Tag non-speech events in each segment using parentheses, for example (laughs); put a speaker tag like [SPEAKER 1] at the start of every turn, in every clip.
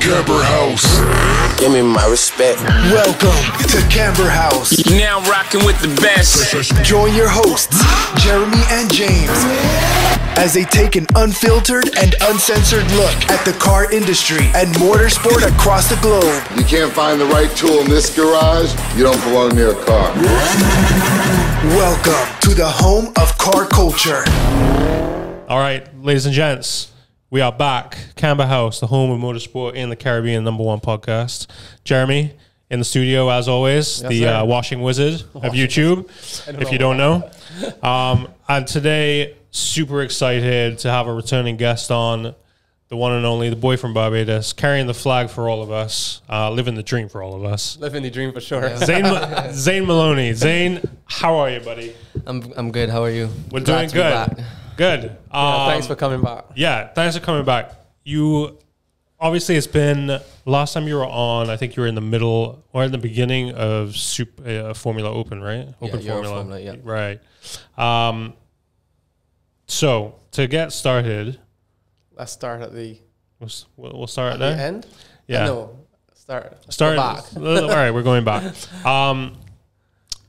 [SPEAKER 1] Camber House.
[SPEAKER 2] Give me my respect.
[SPEAKER 1] Welcome to Camber House.
[SPEAKER 3] Now rocking with the best.
[SPEAKER 1] Join your hosts, Jeremy and James, as they take an unfiltered and uncensored look at the car industry and motorsport across the globe.
[SPEAKER 4] You can't find the right tool in this garage, you don't belong near a car.
[SPEAKER 1] Welcome to the home of car culture.
[SPEAKER 5] All right, ladies and gents, we are back. Camber House, the home of motorsport in the Caribbean, number one podcast. Jeremy in the studio, as always, the uh, washing wizard of YouTube, if you don't know. Um, and today, super excited to have a returning guest on, the one and only, the boy from Barbados, carrying the flag for all of us, uh, living the dream for all of us.
[SPEAKER 6] Living the dream for sure. (laughs)
[SPEAKER 5] Zane, Ma- Zane Maloney. Zane, how are you, buddy?
[SPEAKER 6] I'm, I'm good. How are you?
[SPEAKER 5] We're doing
[SPEAKER 6] Glad to be
[SPEAKER 5] good.
[SPEAKER 6] back.
[SPEAKER 5] Good.
[SPEAKER 6] Yeah,
[SPEAKER 5] Um,
[SPEAKER 6] thanks for coming back.
[SPEAKER 5] yeah, thanks for coming back. You obviously it's been last time you were on. I think you were in the middle or in the beginning of Sup- uh, Formula Open, right? Open
[SPEAKER 6] Euro Formula, yeah.
[SPEAKER 5] right. Um, so to get started,
[SPEAKER 6] Let's start at the,
[SPEAKER 5] we'll, s- we'll we'll start
[SPEAKER 6] the
[SPEAKER 5] there.
[SPEAKER 6] end.
[SPEAKER 5] Yeah.
[SPEAKER 6] No, start.
[SPEAKER 5] Start
[SPEAKER 6] back.
[SPEAKER 5] (laughs) All right, we're going back. Um,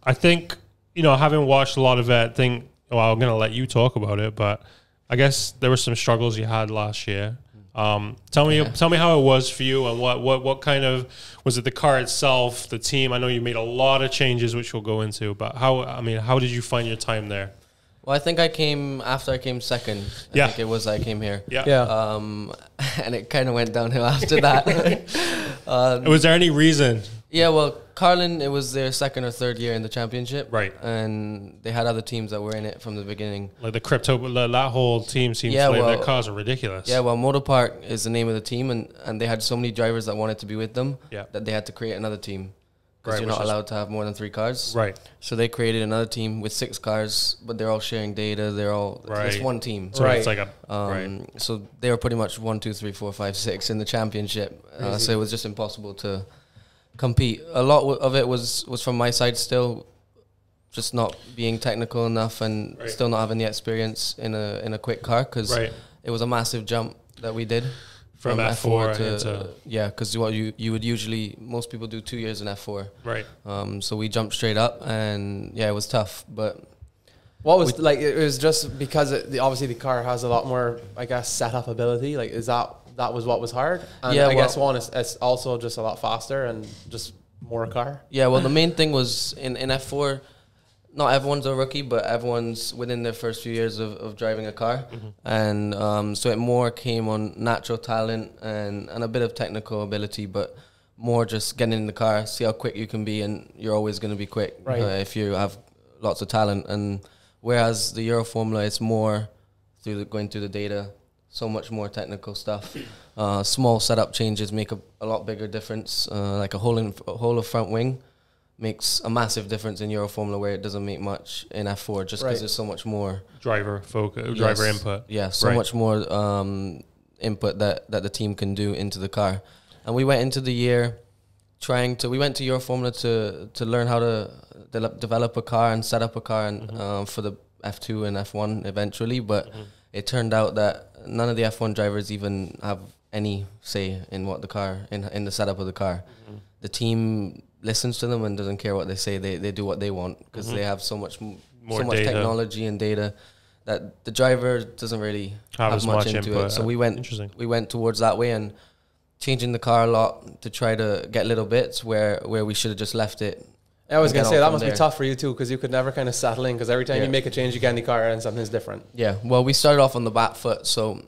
[SPEAKER 5] I think you know, having watched a lot of that thing, well, I'm going to let you talk about it, but I guess there were some struggles you had last year. Um, tell me, tell me how it was for you, and what, what, what kind of was it? The car itself, the team. I know you made a lot of changes, which we'll go into, but how? I mean, how did you find your time there?
[SPEAKER 6] Well, I think I came after I came second. I
[SPEAKER 5] Yeah.
[SPEAKER 6] think it was I came here.
[SPEAKER 5] Yeah.
[SPEAKER 6] Um, (laughs) and it kind of went downhill after (laughs) that. Um,
[SPEAKER 5] was there any reason?
[SPEAKER 6] yeah. Well, Carlin, it was their second or third year in the championship.
[SPEAKER 5] Right.
[SPEAKER 6] And they had other teams that were in it from the beginning.
[SPEAKER 5] Like the crypto, that whole team seems
[SPEAKER 6] Yeah,
[SPEAKER 5] like
[SPEAKER 6] well-
[SPEAKER 5] their cars are ridiculous.
[SPEAKER 6] Yeah, well, Motor Park is the name of the team, and, and they had so many drivers that wanted to be with them
[SPEAKER 5] Yeah.
[SPEAKER 6] that they had to create another team because
[SPEAKER 5] Right,
[SPEAKER 6] you're
[SPEAKER 5] which
[SPEAKER 6] not
[SPEAKER 5] is-
[SPEAKER 6] allowed to have more than three cars.
[SPEAKER 5] Right.
[SPEAKER 6] So they created another team with six cars, but they're all sharing data. They're all it's
[SPEAKER 5] Right.
[SPEAKER 6] one team.
[SPEAKER 5] So it's like a right.
[SPEAKER 6] So they were pretty much one, two, three, four, five, six in the championship. Uh, so it was just impossible to compete. A lot w- of it was was from my side still, just not being technical enough and
[SPEAKER 5] Right.
[SPEAKER 6] still not having the experience in a in a quick car because
[SPEAKER 5] Right.
[SPEAKER 6] it was a massive jump that we did
[SPEAKER 5] From F4 into-
[SPEAKER 6] yeah because what you you would usually most people do two years in F four.
[SPEAKER 5] Right.
[SPEAKER 6] Um, so we jumped straight up, and yeah, it was tough, but
[SPEAKER 7] What was like? It was just because it, the, obviously the car has a lot more, I guess, setup ability. Like, is that that was what was hard? And
[SPEAKER 6] Yeah,
[SPEAKER 7] I guess
[SPEAKER 6] well-
[SPEAKER 7] one is it's also just a lot faster and just more car.
[SPEAKER 6] Yeah, well, the main thing was in, in F4, not everyone's a rookie, but everyone's within their first few years of, of driving a car. And um, so it more came on natural talent and, and a bit of technical ability, but more just getting in the car, see how quick you can be, and you're always going to be quick
[SPEAKER 7] Right.
[SPEAKER 6] uh, if you have lots of talent. And whereas the Euro Formula, it's more through the, going through the data, so much more technical stuff. Uh, small setup changes make a, a lot bigger difference. Uh, like a whole in, a whole of front wing makes a massive difference in Euro Formula where it doesn't make much in F4 just because
[SPEAKER 7] Right.
[SPEAKER 6] there's so much more
[SPEAKER 5] Driver focus, uh, driver
[SPEAKER 6] Yes.
[SPEAKER 5] input.
[SPEAKER 6] Yeah, so
[SPEAKER 5] Right.
[SPEAKER 6] much more um, input that, that the team can do into the car. And we went into the year trying to, we went to Euro Formula to, to learn how to develop, develop a car and set up a car and,
[SPEAKER 5] Mm-hmm.
[SPEAKER 6] uh, for the F2 and F1 eventually. But it turned out that none of the F1 drivers even have any say in what the car, in, in the setup of the car.
[SPEAKER 5] Mm-hmm.
[SPEAKER 6] The team listens to them and doesn't care what they say. They, they do what they want because they have so much, m-
[SPEAKER 5] Mm-hmm. More
[SPEAKER 6] so much
[SPEAKER 5] data.
[SPEAKER 6] technology and data that the driver doesn't really
[SPEAKER 5] Have
[SPEAKER 6] have,
[SPEAKER 5] as
[SPEAKER 6] much,
[SPEAKER 5] much
[SPEAKER 6] into
[SPEAKER 5] input.
[SPEAKER 6] it. So we went
[SPEAKER 5] Interesting.
[SPEAKER 6] we went towards that way and changing the car a lot to try to get little bits where where we should have just left it.
[SPEAKER 7] I was
[SPEAKER 6] and
[SPEAKER 7] gonna
[SPEAKER 6] get
[SPEAKER 7] say
[SPEAKER 6] on
[SPEAKER 7] that
[SPEAKER 6] from
[SPEAKER 7] must be
[SPEAKER 6] there.
[SPEAKER 7] tough for you too, because you could never kind of settle in. Because every time
[SPEAKER 6] Yeah.
[SPEAKER 7] you make a change, you get in the car and something's different.
[SPEAKER 6] Yeah. Well, we started off on the back foot, so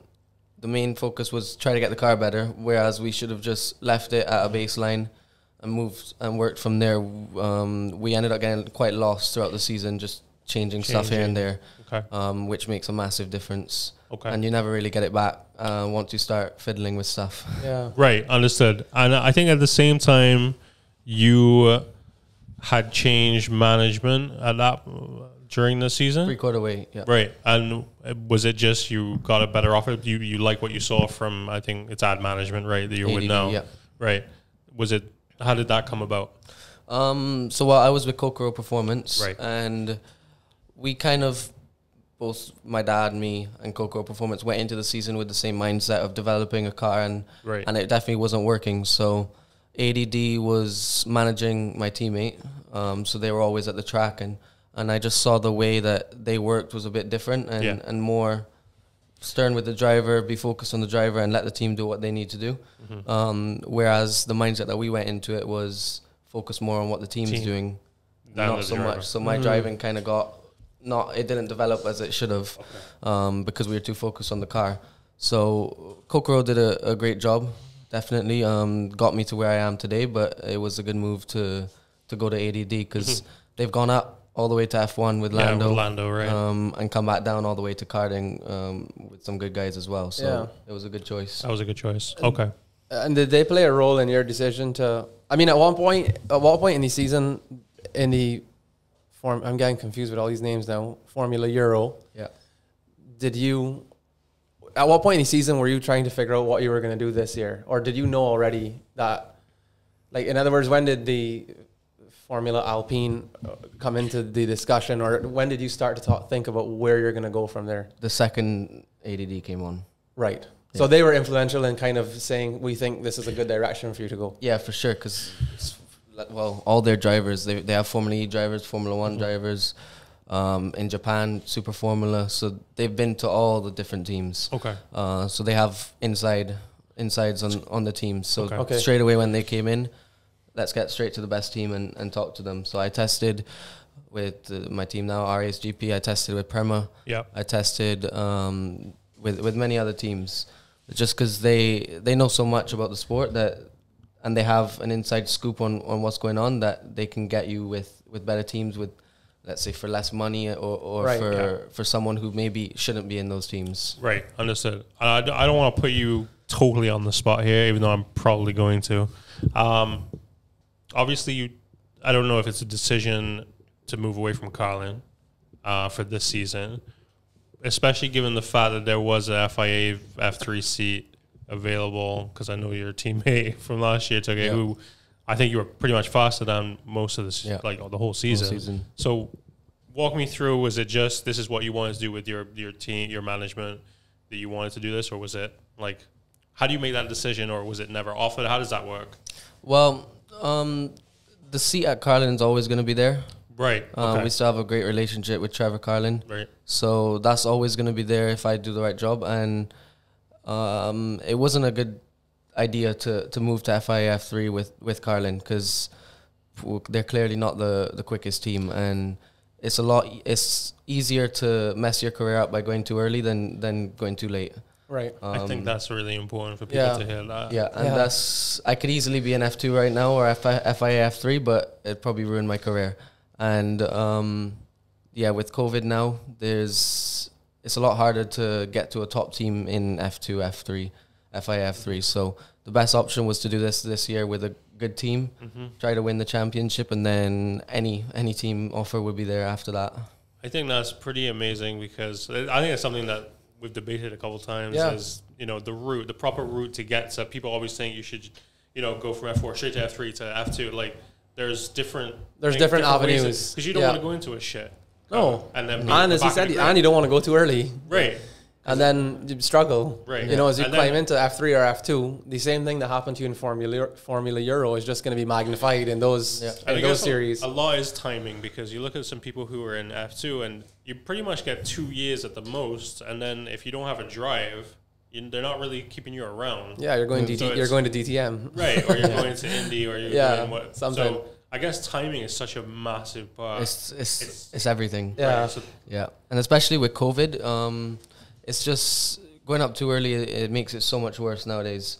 [SPEAKER 6] the main focus was try to get the car better, whereas we should have just left it at a baseline and moved and worked from there. Um, we ended up getting quite lost throughout the season, just changing, stuff here and there,
[SPEAKER 5] Okay.
[SPEAKER 6] um, which makes a massive difference.
[SPEAKER 5] Okay.
[SPEAKER 6] And you never really get it back uh, once you start fiddling with stuff. (laughs)
[SPEAKER 7] Yeah.
[SPEAKER 5] Right, understood. And I think at the same time, you had changed management at that during the
[SPEAKER 6] Three
[SPEAKER 5] season,
[SPEAKER 6] quarter way, yeah.
[SPEAKER 5] right? And was it just you got a better offer? You you like what you saw from I think it's ad management, right? That you're with
[SPEAKER 6] ADD,
[SPEAKER 5] now,
[SPEAKER 6] yeah.
[SPEAKER 5] right? Was it? How did that come about?
[SPEAKER 6] Um, so while I was with Kokoro Performance,
[SPEAKER 5] Right.
[SPEAKER 6] and we kind of bo- both my dad, me, and Coco Performance went into the season with the same mindset of developing a car, and
[SPEAKER 5] Right.
[SPEAKER 6] and it definitely wasn't working. So ADD was managing my teammate, um, so they were always at the track, and and I just saw the way that they worked was a bit different and
[SPEAKER 5] Yeah.
[SPEAKER 6] and more stern with the driver, be focused on the driver, and let the team do what they need to do.
[SPEAKER 5] Mm-hmm.
[SPEAKER 6] Um, whereas the mindset that we went into it was focus more on what the team's
[SPEAKER 5] Team.
[SPEAKER 6] doing,
[SPEAKER 5] Down
[SPEAKER 6] not
[SPEAKER 5] the
[SPEAKER 6] so
[SPEAKER 5] driver.
[SPEAKER 6] much. So my driving kind of got not. It didn't develop as it should have, um, because we were too focused on the car. So Kokoro did a, a great job, definitely. Um, got me to where I am today, but it was a good move to to go to ADD because they've gone up all the way to F1 with
[SPEAKER 5] Mm-hmm. Yeah, with
[SPEAKER 6] Lando,
[SPEAKER 5] Lando, right.
[SPEAKER 6] Um, and come back down all the way to karting um, with some good guys as well. So
[SPEAKER 7] Yeah.
[SPEAKER 6] it was a good choice.
[SPEAKER 5] That was a good choice.
[SPEAKER 6] Uh,
[SPEAKER 5] Okay.
[SPEAKER 7] And did they play a role in your decision to? I mean, at one point, at one point in the season, in the form, I'm getting confused with all these names now. Formula Euro.
[SPEAKER 6] Yeah.
[SPEAKER 7] Did you? At what point in the season were you trying to figure out what you were going to do this year, or did you know already that? Like, in other words, when did the Formula Alpine uh, come into the discussion, or when did you start to talk, think about where you're going to go from there?
[SPEAKER 6] The second ADD came on.
[SPEAKER 7] Right. So they were influential in kind of saying, we think this is a good direction for you to go.
[SPEAKER 6] Yeah, for sure. Because well, all their drivers they they have Formula E drivers, Formula
[SPEAKER 5] Mm-hmm.
[SPEAKER 6] One drivers. Um, in Japan, Super Formula, so they've been to all the different teams.
[SPEAKER 5] Okay.
[SPEAKER 6] Uh, so they have inside insides on on the teams. So
[SPEAKER 5] Okay.
[SPEAKER 7] Okay.
[SPEAKER 6] straight away when they came in, let's get straight to the best team and, and talk to them. So I tested with uh, my team now, RASGP. I tested with Prema.
[SPEAKER 5] Yeah.
[SPEAKER 6] I tested um, with with many other teams, just because they they know so much about the sport that, and they have an inside scoop on, on what's going on that they can get you with, with better teams with, let's say for less money or, or
[SPEAKER 7] Right,
[SPEAKER 6] for
[SPEAKER 5] yeah.
[SPEAKER 6] for someone who maybe shouldn't be in those teams.
[SPEAKER 5] Right. Understood. And I, d- I don't want to put you totally on the spot here, even though I'm probably going to. Um, obviously, you. I don't know if it's a decision to move away from Carlin uh, for this season, especially given the fact that there was a FIA F3 seat available. Because I know your teammate (laughs) from last year, Toge, who I think you were pretty much faster than most of this,
[SPEAKER 6] Yeah.
[SPEAKER 5] like the whole season.
[SPEAKER 6] season.
[SPEAKER 5] So, walk me through. Was it just this is what you wanted to do with your your team, your management, that you wanted to do this, or was it like? How do you make that decision, or was it never offered? How does that work?
[SPEAKER 6] Well, um, the seat at Carlin's always going to be there.
[SPEAKER 5] Right.
[SPEAKER 6] Uh,
[SPEAKER 5] okay.
[SPEAKER 6] We still have a great relationship with Trevor Carlin.
[SPEAKER 5] Right.
[SPEAKER 6] So that's always going to be there if I do the right job. And um, it wasn't a good idea to, to move to FIF three with with Carlin because they're clearly not the, the quickest team, and it's a lot. It's easier to mess your career up by going too early than than going too late.
[SPEAKER 7] Right.
[SPEAKER 5] I think that's really important for people
[SPEAKER 7] yeah.
[SPEAKER 5] to hear that.
[SPEAKER 6] Yeah, and
[SPEAKER 7] Yeah.
[SPEAKER 6] that's I could easily be an F two right now or FI, FIA F three, but it probably ruined my career. And um, yeah, with COVID now, there's it's a lot harder to get to a top team in F two, F three, FIA F three. So the best option was to do this this year with a good team, try to win the championship, and then any any team offer would be there after that.
[SPEAKER 5] I think that's pretty amazing because I I think it's something that we've debated a couple times
[SPEAKER 7] Yeah.
[SPEAKER 5] is, you know, the route, the proper route to get to. People always think you should, you know, go from F4 straight to F3 to F2. Like, there's different...
[SPEAKER 7] There's different avenues.
[SPEAKER 5] Because you don't
[SPEAKER 7] Yeah.
[SPEAKER 5] want to go into a shit. Um,
[SPEAKER 7] No.
[SPEAKER 5] and then be at
[SPEAKER 7] and
[SPEAKER 5] the
[SPEAKER 7] as he
[SPEAKER 5] back of
[SPEAKER 7] said,
[SPEAKER 5] the
[SPEAKER 7] and you
[SPEAKER 5] grid.
[SPEAKER 7] don't want to go too early,
[SPEAKER 5] Right.
[SPEAKER 7] and then you struggle.
[SPEAKER 5] Right.
[SPEAKER 7] You know, as you
[SPEAKER 5] And
[SPEAKER 7] climb
[SPEAKER 5] then-
[SPEAKER 7] into F three or F two, the same thing that happened to you in Formula Formula Euro is just going to be magnified in those
[SPEAKER 5] And
[SPEAKER 7] in
[SPEAKER 5] I
[SPEAKER 7] those
[SPEAKER 5] guess a-
[SPEAKER 7] series.
[SPEAKER 5] A lot is timing because you look at some people who are in F2 and you pretty much get two years at the most. And then if you don't have a drive, you, they're not really keeping you around.
[SPEAKER 7] yeah, you're going DT,
[SPEAKER 5] So
[SPEAKER 7] you're
[SPEAKER 5] it's-
[SPEAKER 7] going to DTM.
[SPEAKER 5] Right, or you're going to Indy, or you're
[SPEAKER 7] Yeah,
[SPEAKER 5] going what?
[SPEAKER 7] sometime.
[SPEAKER 5] So I guess timing is such a massive part.
[SPEAKER 6] It's it's
[SPEAKER 5] It's-
[SPEAKER 6] it's, everything.
[SPEAKER 7] Yeah.
[SPEAKER 5] Right, so-
[SPEAKER 6] Yeah, and especially with COVID, um, it's just going up too early. It, it makes it so much worse nowadays.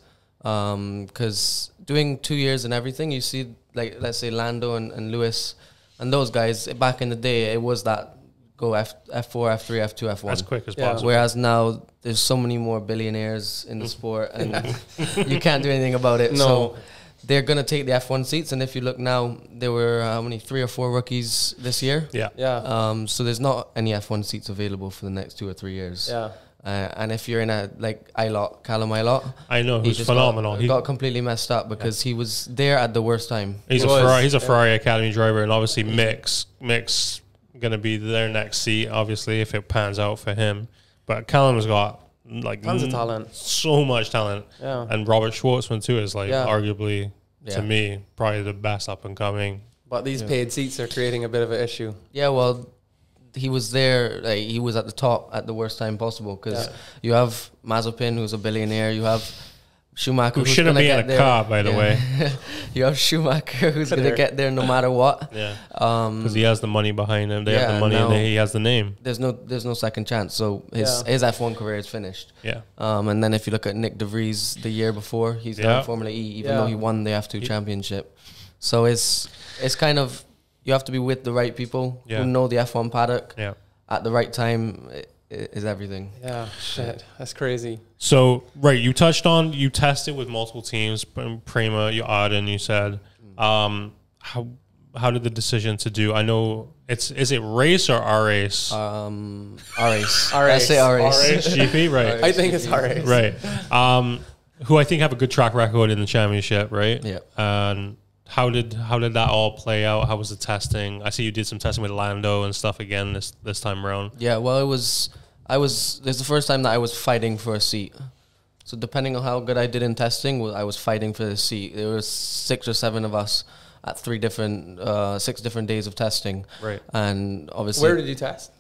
[SPEAKER 6] Because doing two years and everything, you see, like let's say Lando and, and Lewis, and those guys back in the day, it was that go F F four, F three, F two, F one.
[SPEAKER 5] as quick as
[SPEAKER 7] Yeah.
[SPEAKER 5] possible. Mm.
[SPEAKER 6] Whereas now there's so many more billionaires in the sport,
[SPEAKER 5] (laughs)
[SPEAKER 6] and you can't do anything about it.
[SPEAKER 7] No.
[SPEAKER 6] So they're gonna take the F1 seats, and if you look now, there were uh, how many three or four rookies this year.
[SPEAKER 5] Yeah.
[SPEAKER 7] Yeah.
[SPEAKER 6] Um, so there's not any F1 seats available for the next two or three years.
[SPEAKER 7] Yeah.
[SPEAKER 6] Uh, and if you're in a like I lot Callum I lot,
[SPEAKER 5] I know, who's
[SPEAKER 6] got-
[SPEAKER 5] phenomenal.
[SPEAKER 6] Got,
[SPEAKER 5] He-
[SPEAKER 6] completely messed up because he was there at the worst time.
[SPEAKER 5] He's a
[SPEAKER 7] was,
[SPEAKER 5] Ferrari, he's a
[SPEAKER 7] yeah.
[SPEAKER 5] Ferrari Academy driver, and obviously Mix Mix going to be their next seat, obviously, if it pans out for him. But Callum has got like
[SPEAKER 7] Tons of
[SPEAKER 5] n-
[SPEAKER 7] talent.
[SPEAKER 5] so much talent.
[SPEAKER 7] Yeah.
[SPEAKER 5] And Robert Schwartzman too is like
[SPEAKER 7] Yeah.
[SPEAKER 5] arguably
[SPEAKER 6] Yeah.
[SPEAKER 5] to me probably the best up and coming.
[SPEAKER 7] But these paid seats are creating a bit of an issue.
[SPEAKER 6] Yeah, well, he was there. Like, he was at the top at the worst time possible because
[SPEAKER 7] Yeah.
[SPEAKER 6] you have Mazepin, who's a billionaire. You have
[SPEAKER 5] Who
[SPEAKER 6] Schumacher, who's
[SPEAKER 5] shouldn't
[SPEAKER 6] gonna
[SPEAKER 5] be in
[SPEAKER 6] get
[SPEAKER 5] a
[SPEAKER 6] there.
[SPEAKER 5] car, by the
[SPEAKER 6] Yeah.
[SPEAKER 5] way.
[SPEAKER 6] you have Schumacher, (laughs) who's going to
[SPEAKER 7] There.
[SPEAKER 6] get there no matter what.
[SPEAKER 5] Yeah.
[SPEAKER 6] Um,
[SPEAKER 5] Because he has the money behind him. They have
[SPEAKER 6] Yeah,
[SPEAKER 5] the money
[SPEAKER 6] now-
[SPEAKER 5] and they, he has the name.
[SPEAKER 6] there's no there's no second chance. So his
[SPEAKER 7] Yeah.
[SPEAKER 6] his F1 career is finished.
[SPEAKER 5] Yeah.
[SPEAKER 6] Um, and then if you look at Nick De Vries the year before, he's
[SPEAKER 5] Yeah.
[SPEAKER 6] not in Formula E, even
[SPEAKER 7] Yeah.
[SPEAKER 6] though he won the F2 championship. So it's it's kind of you have to be with the right people
[SPEAKER 5] Yeah.
[SPEAKER 6] who know the F1 paddock
[SPEAKER 5] Yeah.
[SPEAKER 6] at the right time i- i- is everything.
[SPEAKER 7] Yeah, (laughs) shit, that's crazy.
[SPEAKER 5] So right, you touched on you tested with multiple teams, P- Prima, you Arden, you said.
[SPEAKER 6] Mm.
[SPEAKER 5] Um, how how did the decision to do? I know it's is it race or R race? (laughs)
[SPEAKER 6] Um,
[SPEAKER 7] (laughs)
[SPEAKER 6] Ares,
[SPEAKER 7] Ares.
[SPEAKER 6] Let's say Ares.
[SPEAKER 5] race
[SPEAKER 6] (laughs)
[SPEAKER 5] GP, right,
[SPEAKER 7] I think it's alright.
[SPEAKER 5] right. Um, who I think have a good track record in the championship, right?
[SPEAKER 6] Yeah.
[SPEAKER 5] And how did how did that all play out? How was the testing? I see you did some testing with Lando and stuff again this this time around.
[SPEAKER 6] Yeah, well, it was. I was. It's the first time that I was fighting for a seat. So depending on how good I did in testing, well, I was fighting for the seat. There was six or seven of us at three different, uh, six different days of testing.
[SPEAKER 5] Right.
[SPEAKER 6] And obviously,
[SPEAKER 7] Where did you test?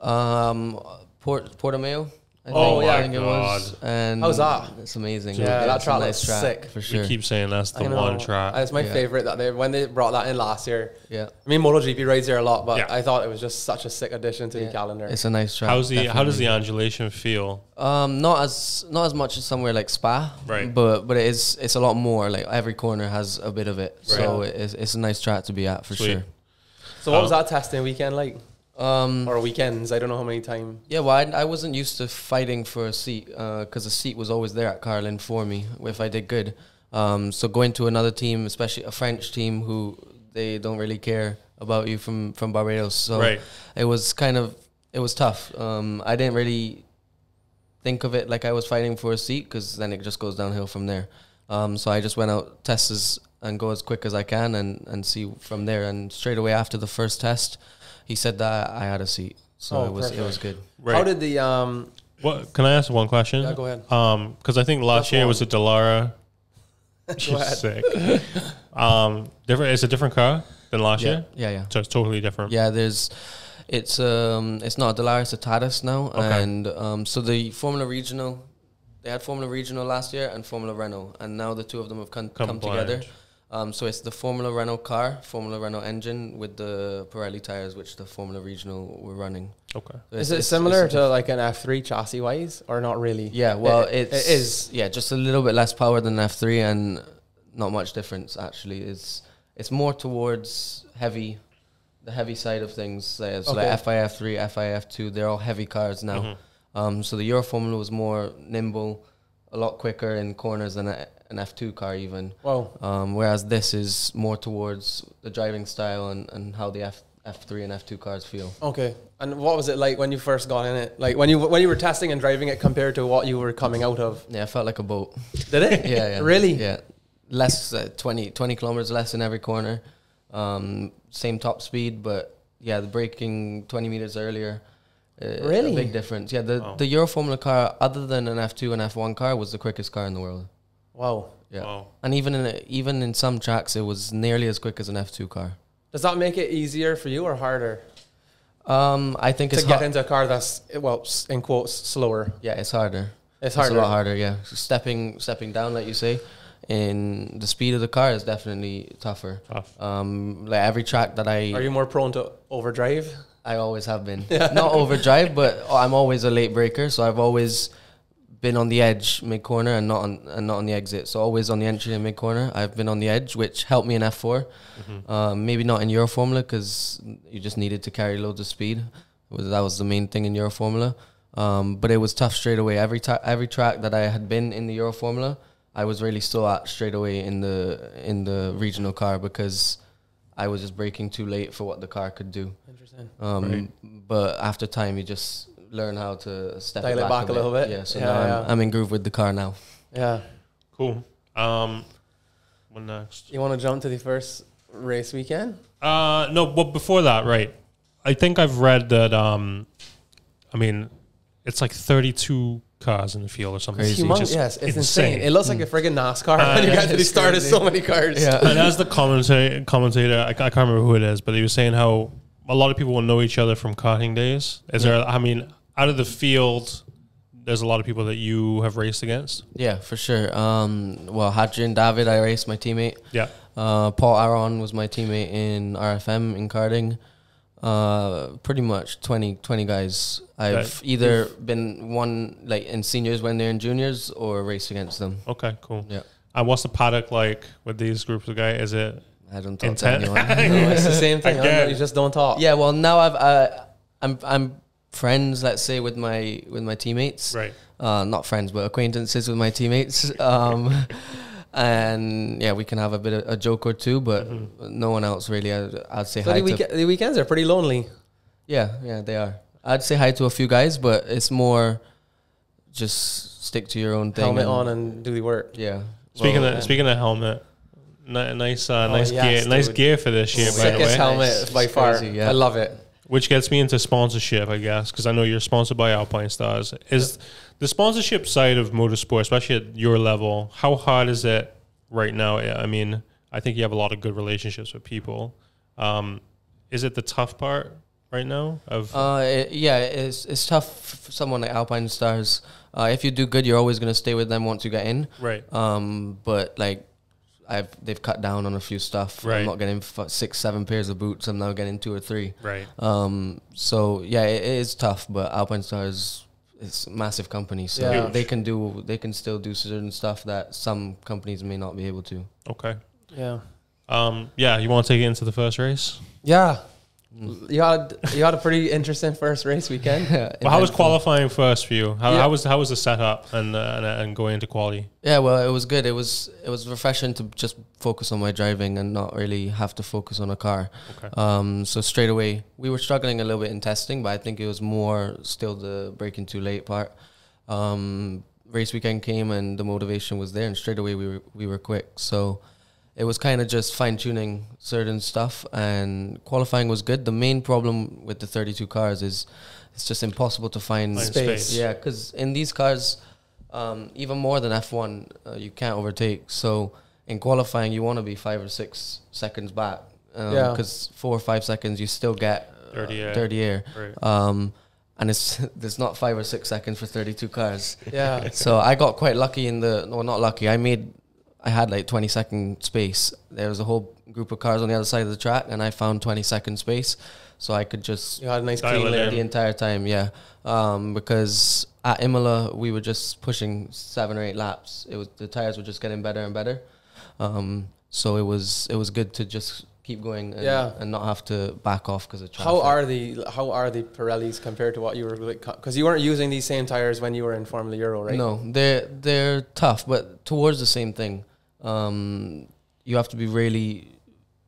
[SPEAKER 6] um, Port Portimao. I
[SPEAKER 5] Oh,
[SPEAKER 6] think,
[SPEAKER 5] yeah.
[SPEAKER 6] I think it was. And
[SPEAKER 7] How's that?
[SPEAKER 6] It's amazing.
[SPEAKER 7] Yeah, that
[SPEAKER 6] it's a
[SPEAKER 7] track looks sick.
[SPEAKER 6] for sure.
[SPEAKER 5] You keep saying that's the
[SPEAKER 7] I know.
[SPEAKER 5] one track.
[SPEAKER 7] It's my
[SPEAKER 6] Yeah.
[SPEAKER 7] favorite that they when they brought that in last year.
[SPEAKER 6] Yeah.
[SPEAKER 7] I mean MotoGP rides there a lot, but
[SPEAKER 5] Yeah.
[SPEAKER 7] I thought it was just such a sick addition to
[SPEAKER 6] Yeah.
[SPEAKER 7] the calendar.
[SPEAKER 6] It's a nice
[SPEAKER 7] Oh,
[SPEAKER 6] track.
[SPEAKER 5] How's the how does
[SPEAKER 6] definitely.
[SPEAKER 5] the undulation feel?
[SPEAKER 6] Um, not as not as much as somewhere like Spa,
[SPEAKER 5] Right.
[SPEAKER 6] But but it is it's a lot more. Like every corner has a bit of it, so
[SPEAKER 5] Right.
[SPEAKER 6] it's it's a nice track to be at for
[SPEAKER 5] Sweet.
[SPEAKER 7] so what was
[SPEAKER 5] Oh.
[SPEAKER 7] that testing weekend like?
[SPEAKER 6] sure. Um,
[SPEAKER 7] Or weekends? I don't know how many time.
[SPEAKER 6] yeah, well, I, I wasn't used to fighting for a seat because the seat was always there at Carlin for me if I did good. Um, so going to another team, especially a French team, who they don't really care about you from from Barbados, so
[SPEAKER 5] Right.
[SPEAKER 6] it was kind of it was tough. Um, I didn't really think of it like I was fighting for a seat because then it just goes downhill from there. Um, so I just went out, test as, and go as quick as I can and, and see from there. And straight away after the first test, he said that I had a seat. So
[SPEAKER 7] Oh,
[SPEAKER 6] it was it was good.
[SPEAKER 5] Right.
[SPEAKER 7] How did the um
[SPEAKER 5] What can I ask one question?
[SPEAKER 7] Yeah, go ahead.
[SPEAKER 5] Um, because I think last
[SPEAKER 7] That's
[SPEAKER 5] year
[SPEAKER 7] one.
[SPEAKER 5] was a Delara.
[SPEAKER 7] (laughs) Go ahead.
[SPEAKER 5] Sick. um, different. It's a different car than last
[SPEAKER 6] Yeah.
[SPEAKER 5] year.
[SPEAKER 6] Yeah, yeah.
[SPEAKER 5] So it's totally different.
[SPEAKER 6] Yeah, there's it's um it's not a Delaris, a Tadas now.
[SPEAKER 5] Okay.
[SPEAKER 6] And um so the Formula Regional they had Formula Regional last year and Formula Renault and now the two of them have come, come
[SPEAKER 5] Combined.
[SPEAKER 6] together. Um, so it's the Formula Renault car, Formula Renault engine with the Pirelli tires, which the Formula Regional were running.
[SPEAKER 5] Okay.
[SPEAKER 6] So
[SPEAKER 7] is
[SPEAKER 6] it's-
[SPEAKER 7] it
[SPEAKER 6] it's-
[SPEAKER 7] similar
[SPEAKER 6] it's a
[SPEAKER 7] to like an F three chassis wise or not really?
[SPEAKER 6] Yeah, well,
[SPEAKER 7] It-
[SPEAKER 6] it's,
[SPEAKER 7] it is.
[SPEAKER 6] Yeah, just a little bit less power than F three, and not much difference actually. It's it's more towards heavy, the heavy side of things. uh, So
[SPEAKER 7] Okay.
[SPEAKER 6] like FIF three, FIF two, they're all heavy cars now.
[SPEAKER 7] Mm-hmm.
[SPEAKER 6] Um, so the Euro Formula was more nimble, a lot quicker in corners than a, an F two car even.
[SPEAKER 7] Wow.
[SPEAKER 6] Um, whereas this is more towards the driving style and, and how the F F three and F two cars feel.
[SPEAKER 7] Okay. And what was it like when you first got in it? Like when you when you were testing and driving it compared to what you were coming out of?
[SPEAKER 6] Yeah, I felt like a boat.
[SPEAKER 7] Did (laughs) it?
[SPEAKER 6] yeah, yeah.
[SPEAKER 7] Really?
[SPEAKER 6] Yeah. Less, uh, 20, 20 kilometers less in every corner. Um, same top speed, but yeah, the braking 20 meters earlier. uh, a
[SPEAKER 7] Really?
[SPEAKER 6] big difference. Yeah, the, the Euro Formula car, other than an F2 and F1 car, was the quickest car in the world.
[SPEAKER 7] Wow.
[SPEAKER 6] Yeah.
[SPEAKER 5] Wow.
[SPEAKER 6] And even in, even in some tracks, it was nearly as quick as an F2 car.
[SPEAKER 7] Does that make it easier for you or harder
[SPEAKER 6] Um, I think
[SPEAKER 7] to
[SPEAKER 6] it's
[SPEAKER 7] get
[SPEAKER 6] har-
[SPEAKER 7] into a car that's well s- in quotes slower?
[SPEAKER 6] Yeah, it's harder.
[SPEAKER 7] It's
[SPEAKER 6] a
[SPEAKER 7] harder.
[SPEAKER 6] lot harder. Yeah, stepping stepping down, like you say, in the speed of the car is definitely tougher.
[SPEAKER 5] Tough.
[SPEAKER 6] Um, like every track that I
[SPEAKER 7] Are you more prone to overdrive?
[SPEAKER 6] I always have been. Not overdrive, but I'm always a late breaker, so I've always been on the edge mid corner and not on and not on the exit. So always on the entry and mid corner. I've been on the edge, which helped me in F4. Um, maybe not in Euro Formula because you just needed to carry loads of speed. Was- That was the main thing in Euro Formula. Um, but it was tough straight away. Every ta- every track that I had been in the Euro Formula, I was really still at straight away in the in the regional car because I was just braking too late for what the car could do.
[SPEAKER 7] Interesting.
[SPEAKER 6] Um, But after time, you just learn how to step
[SPEAKER 7] Dial
[SPEAKER 6] it back, a little bit. Yeah, so
[SPEAKER 7] Yeah,
[SPEAKER 6] now I'm,
[SPEAKER 7] yeah.
[SPEAKER 6] I'm in groove with the car now.
[SPEAKER 7] Yeah.
[SPEAKER 5] Cool. Um, what next?
[SPEAKER 7] You want to jump to the first race weekend?
[SPEAKER 5] Uh, no. But before that, right? I think I've read that. Um, I mean, it's like 32 cars in the field or something.
[SPEAKER 6] Crazy.
[SPEAKER 5] It's
[SPEAKER 7] Humongous,
[SPEAKER 5] just
[SPEAKER 7] yes, it's insane. It looks like a friggin' NASCAR when you
[SPEAKER 5] yeah,
[SPEAKER 7] got to the
[SPEAKER 6] Uh, it's
[SPEAKER 7] start of
[SPEAKER 6] crazy.
[SPEAKER 7] so many cars.
[SPEAKER 6] Yeah.
[SPEAKER 5] and as the commentator, commentator, I, I can't remember who it is, but he was saying how a lot of people will know each other from karting days. Is there? I mean, out of the field, there's a lot of people that you have raced against.
[SPEAKER 6] Yeah, for sure. Um, well, Hadrian David, I raced my teammate.
[SPEAKER 5] Yeah.
[SPEAKER 6] Uh, Paul Aron was my teammate in RFM in karting. Uh, pretty much 20, 20 guys. I've either been one like in seniors when they're in juniors or raced against them.
[SPEAKER 5] Okay. Cool.
[SPEAKER 6] Yeah.
[SPEAKER 5] And what's the paddock like with these groups of guys? Is it?
[SPEAKER 6] I don't talk to
[SPEAKER 5] Intent. (laughs)
[SPEAKER 6] anyone.
[SPEAKER 7] No, it's the (laughs) same thing. huh?
[SPEAKER 5] Again.
[SPEAKER 7] You just don't talk.
[SPEAKER 6] yeah, well now I've uh, I'm I'm friends, let's say, with my with my teammates.
[SPEAKER 5] Right.
[SPEAKER 6] Uh, not friends, but acquaintances with my teammates. (laughs) Um, and yeah, we can have a bit of a joke or two, but no one else really. I'd, I'd say
[SPEAKER 7] Mm-hmm. So
[SPEAKER 6] hi
[SPEAKER 7] the,
[SPEAKER 6] to.
[SPEAKER 7] week- the weekends are pretty lonely.
[SPEAKER 6] Yeah, yeah, they are. I'd say hi to a few guys, but it's more just stick to your own thing.
[SPEAKER 7] Helmet
[SPEAKER 6] and-
[SPEAKER 7] on and do the work.
[SPEAKER 6] Yeah.
[SPEAKER 5] Speaking
[SPEAKER 6] Well,
[SPEAKER 5] of speaking of helmet, ni- nice uh, nice
[SPEAKER 7] yes,
[SPEAKER 5] gear, nice
[SPEAKER 7] dude.
[SPEAKER 5] gear for this year. By the
[SPEAKER 7] Sickest
[SPEAKER 5] way,
[SPEAKER 7] helmet
[SPEAKER 6] Nice.
[SPEAKER 7] by
[SPEAKER 6] It's
[SPEAKER 7] far.
[SPEAKER 6] crazy, yeah.
[SPEAKER 7] I love it.
[SPEAKER 5] which gets me into sponsorship, I guess, because I know you're sponsored by Alpine Stars. Is the sponsorship side of motorsport, especially at your level, how hard is it right now? I I mean, I think you have a lot of good relationships with people. Um, is it the tough part right now? Of
[SPEAKER 6] Uh, it, yeah, it's it's tough for someone like Alpine Stars. Uh, if you do good, you're always gonna stay with them once you get in.
[SPEAKER 5] Right.
[SPEAKER 6] Um, but like, I've they've cut down on a few stuff.
[SPEAKER 5] Right.
[SPEAKER 6] I'm not getting f- six, seven pairs of boots. I'm now getting two or three.
[SPEAKER 5] right,
[SPEAKER 6] Um, so yeah, it, it is tough, but Alpine Stars is a massive company, so
[SPEAKER 7] Yeah.
[SPEAKER 6] they can do they can still do certain stuff that some companies may not be able to.
[SPEAKER 5] okay,
[SPEAKER 7] Yeah.
[SPEAKER 5] um, yeah. You want to take it into the first race?
[SPEAKER 7] Yeah. You had you had a pretty interesting first race (laughs) weekend.
[SPEAKER 5] Well, how was qualifying first for you? How,
[SPEAKER 7] Yeah.
[SPEAKER 5] how was how was the setup and uh, and, and going into quality?
[SPEAKER 6] Yeah, well, it was good. It was it was refreshing to just focus on my driving and not really have to focus on a car.
[SPEAKER 5] Okay.
[SPEAKER 6] Um, so straight away, we were struggling a little bit in testing, but I think it was more still the breaking too late part. Um, race weekend came and the motivation was there, and straight away we were we were quick. So it was kind of just fine tuning certain stuff, and qualifying was good. The main problem with the thirty two cars is it's just impossible to find
[SPEAKER 5] Find
[SPEAKER 7] Space.
[SPEAKER 5] space.
[SPEAKER 6] yeah, because in these cars, um, even more than F1, uh, you can't overtake. So in qualifying, you want to be five or six seconds back.
[SPEAKER 7] Yeah.
[SPEAKER 6] Because four or five seconds, you still get uh,
[SPEAKER 5] Dirty air.
[SPEAKER 6] Dirty air.
[SPEAKER 5] Right.
[SPEAKER 6] Um, and it's (laughs) there's not five or six seconds for 32 cars.
[SPEAKER 7] Yeah.
[SPEAKER 6] so I got quite lucky in the no, not lucky. I made I had like 20 second space. There was a whole group of cars on the other side of the track, and I found 20 second space, so I could just
[SPEAKER 7] You had a nice
[SPEAKER 5] Dial
[SPEAKER 7] clean
[SPEAKER 5] it
[SPEAKER 7] lane.
[SPEAKER 5] in.
[SPEAKER 6] the entire time, yeah. Um, because at Imola we were just pushing seven or eight laps. It was the tires were just getting better and better. Um, so it was it was good to just keep going and,
[SPEAKER 7] Yeah.
[SPEAKER 6] and not have to back off because of traffic.
[SPEAKER 7] How are the how are the Pirellis compared to what you were like? Because you weren't using these same tires when you were in Formula Euro, right?
[SPEAKER 6] No, they're they're tough, but towards the same thing. Um, you have to be really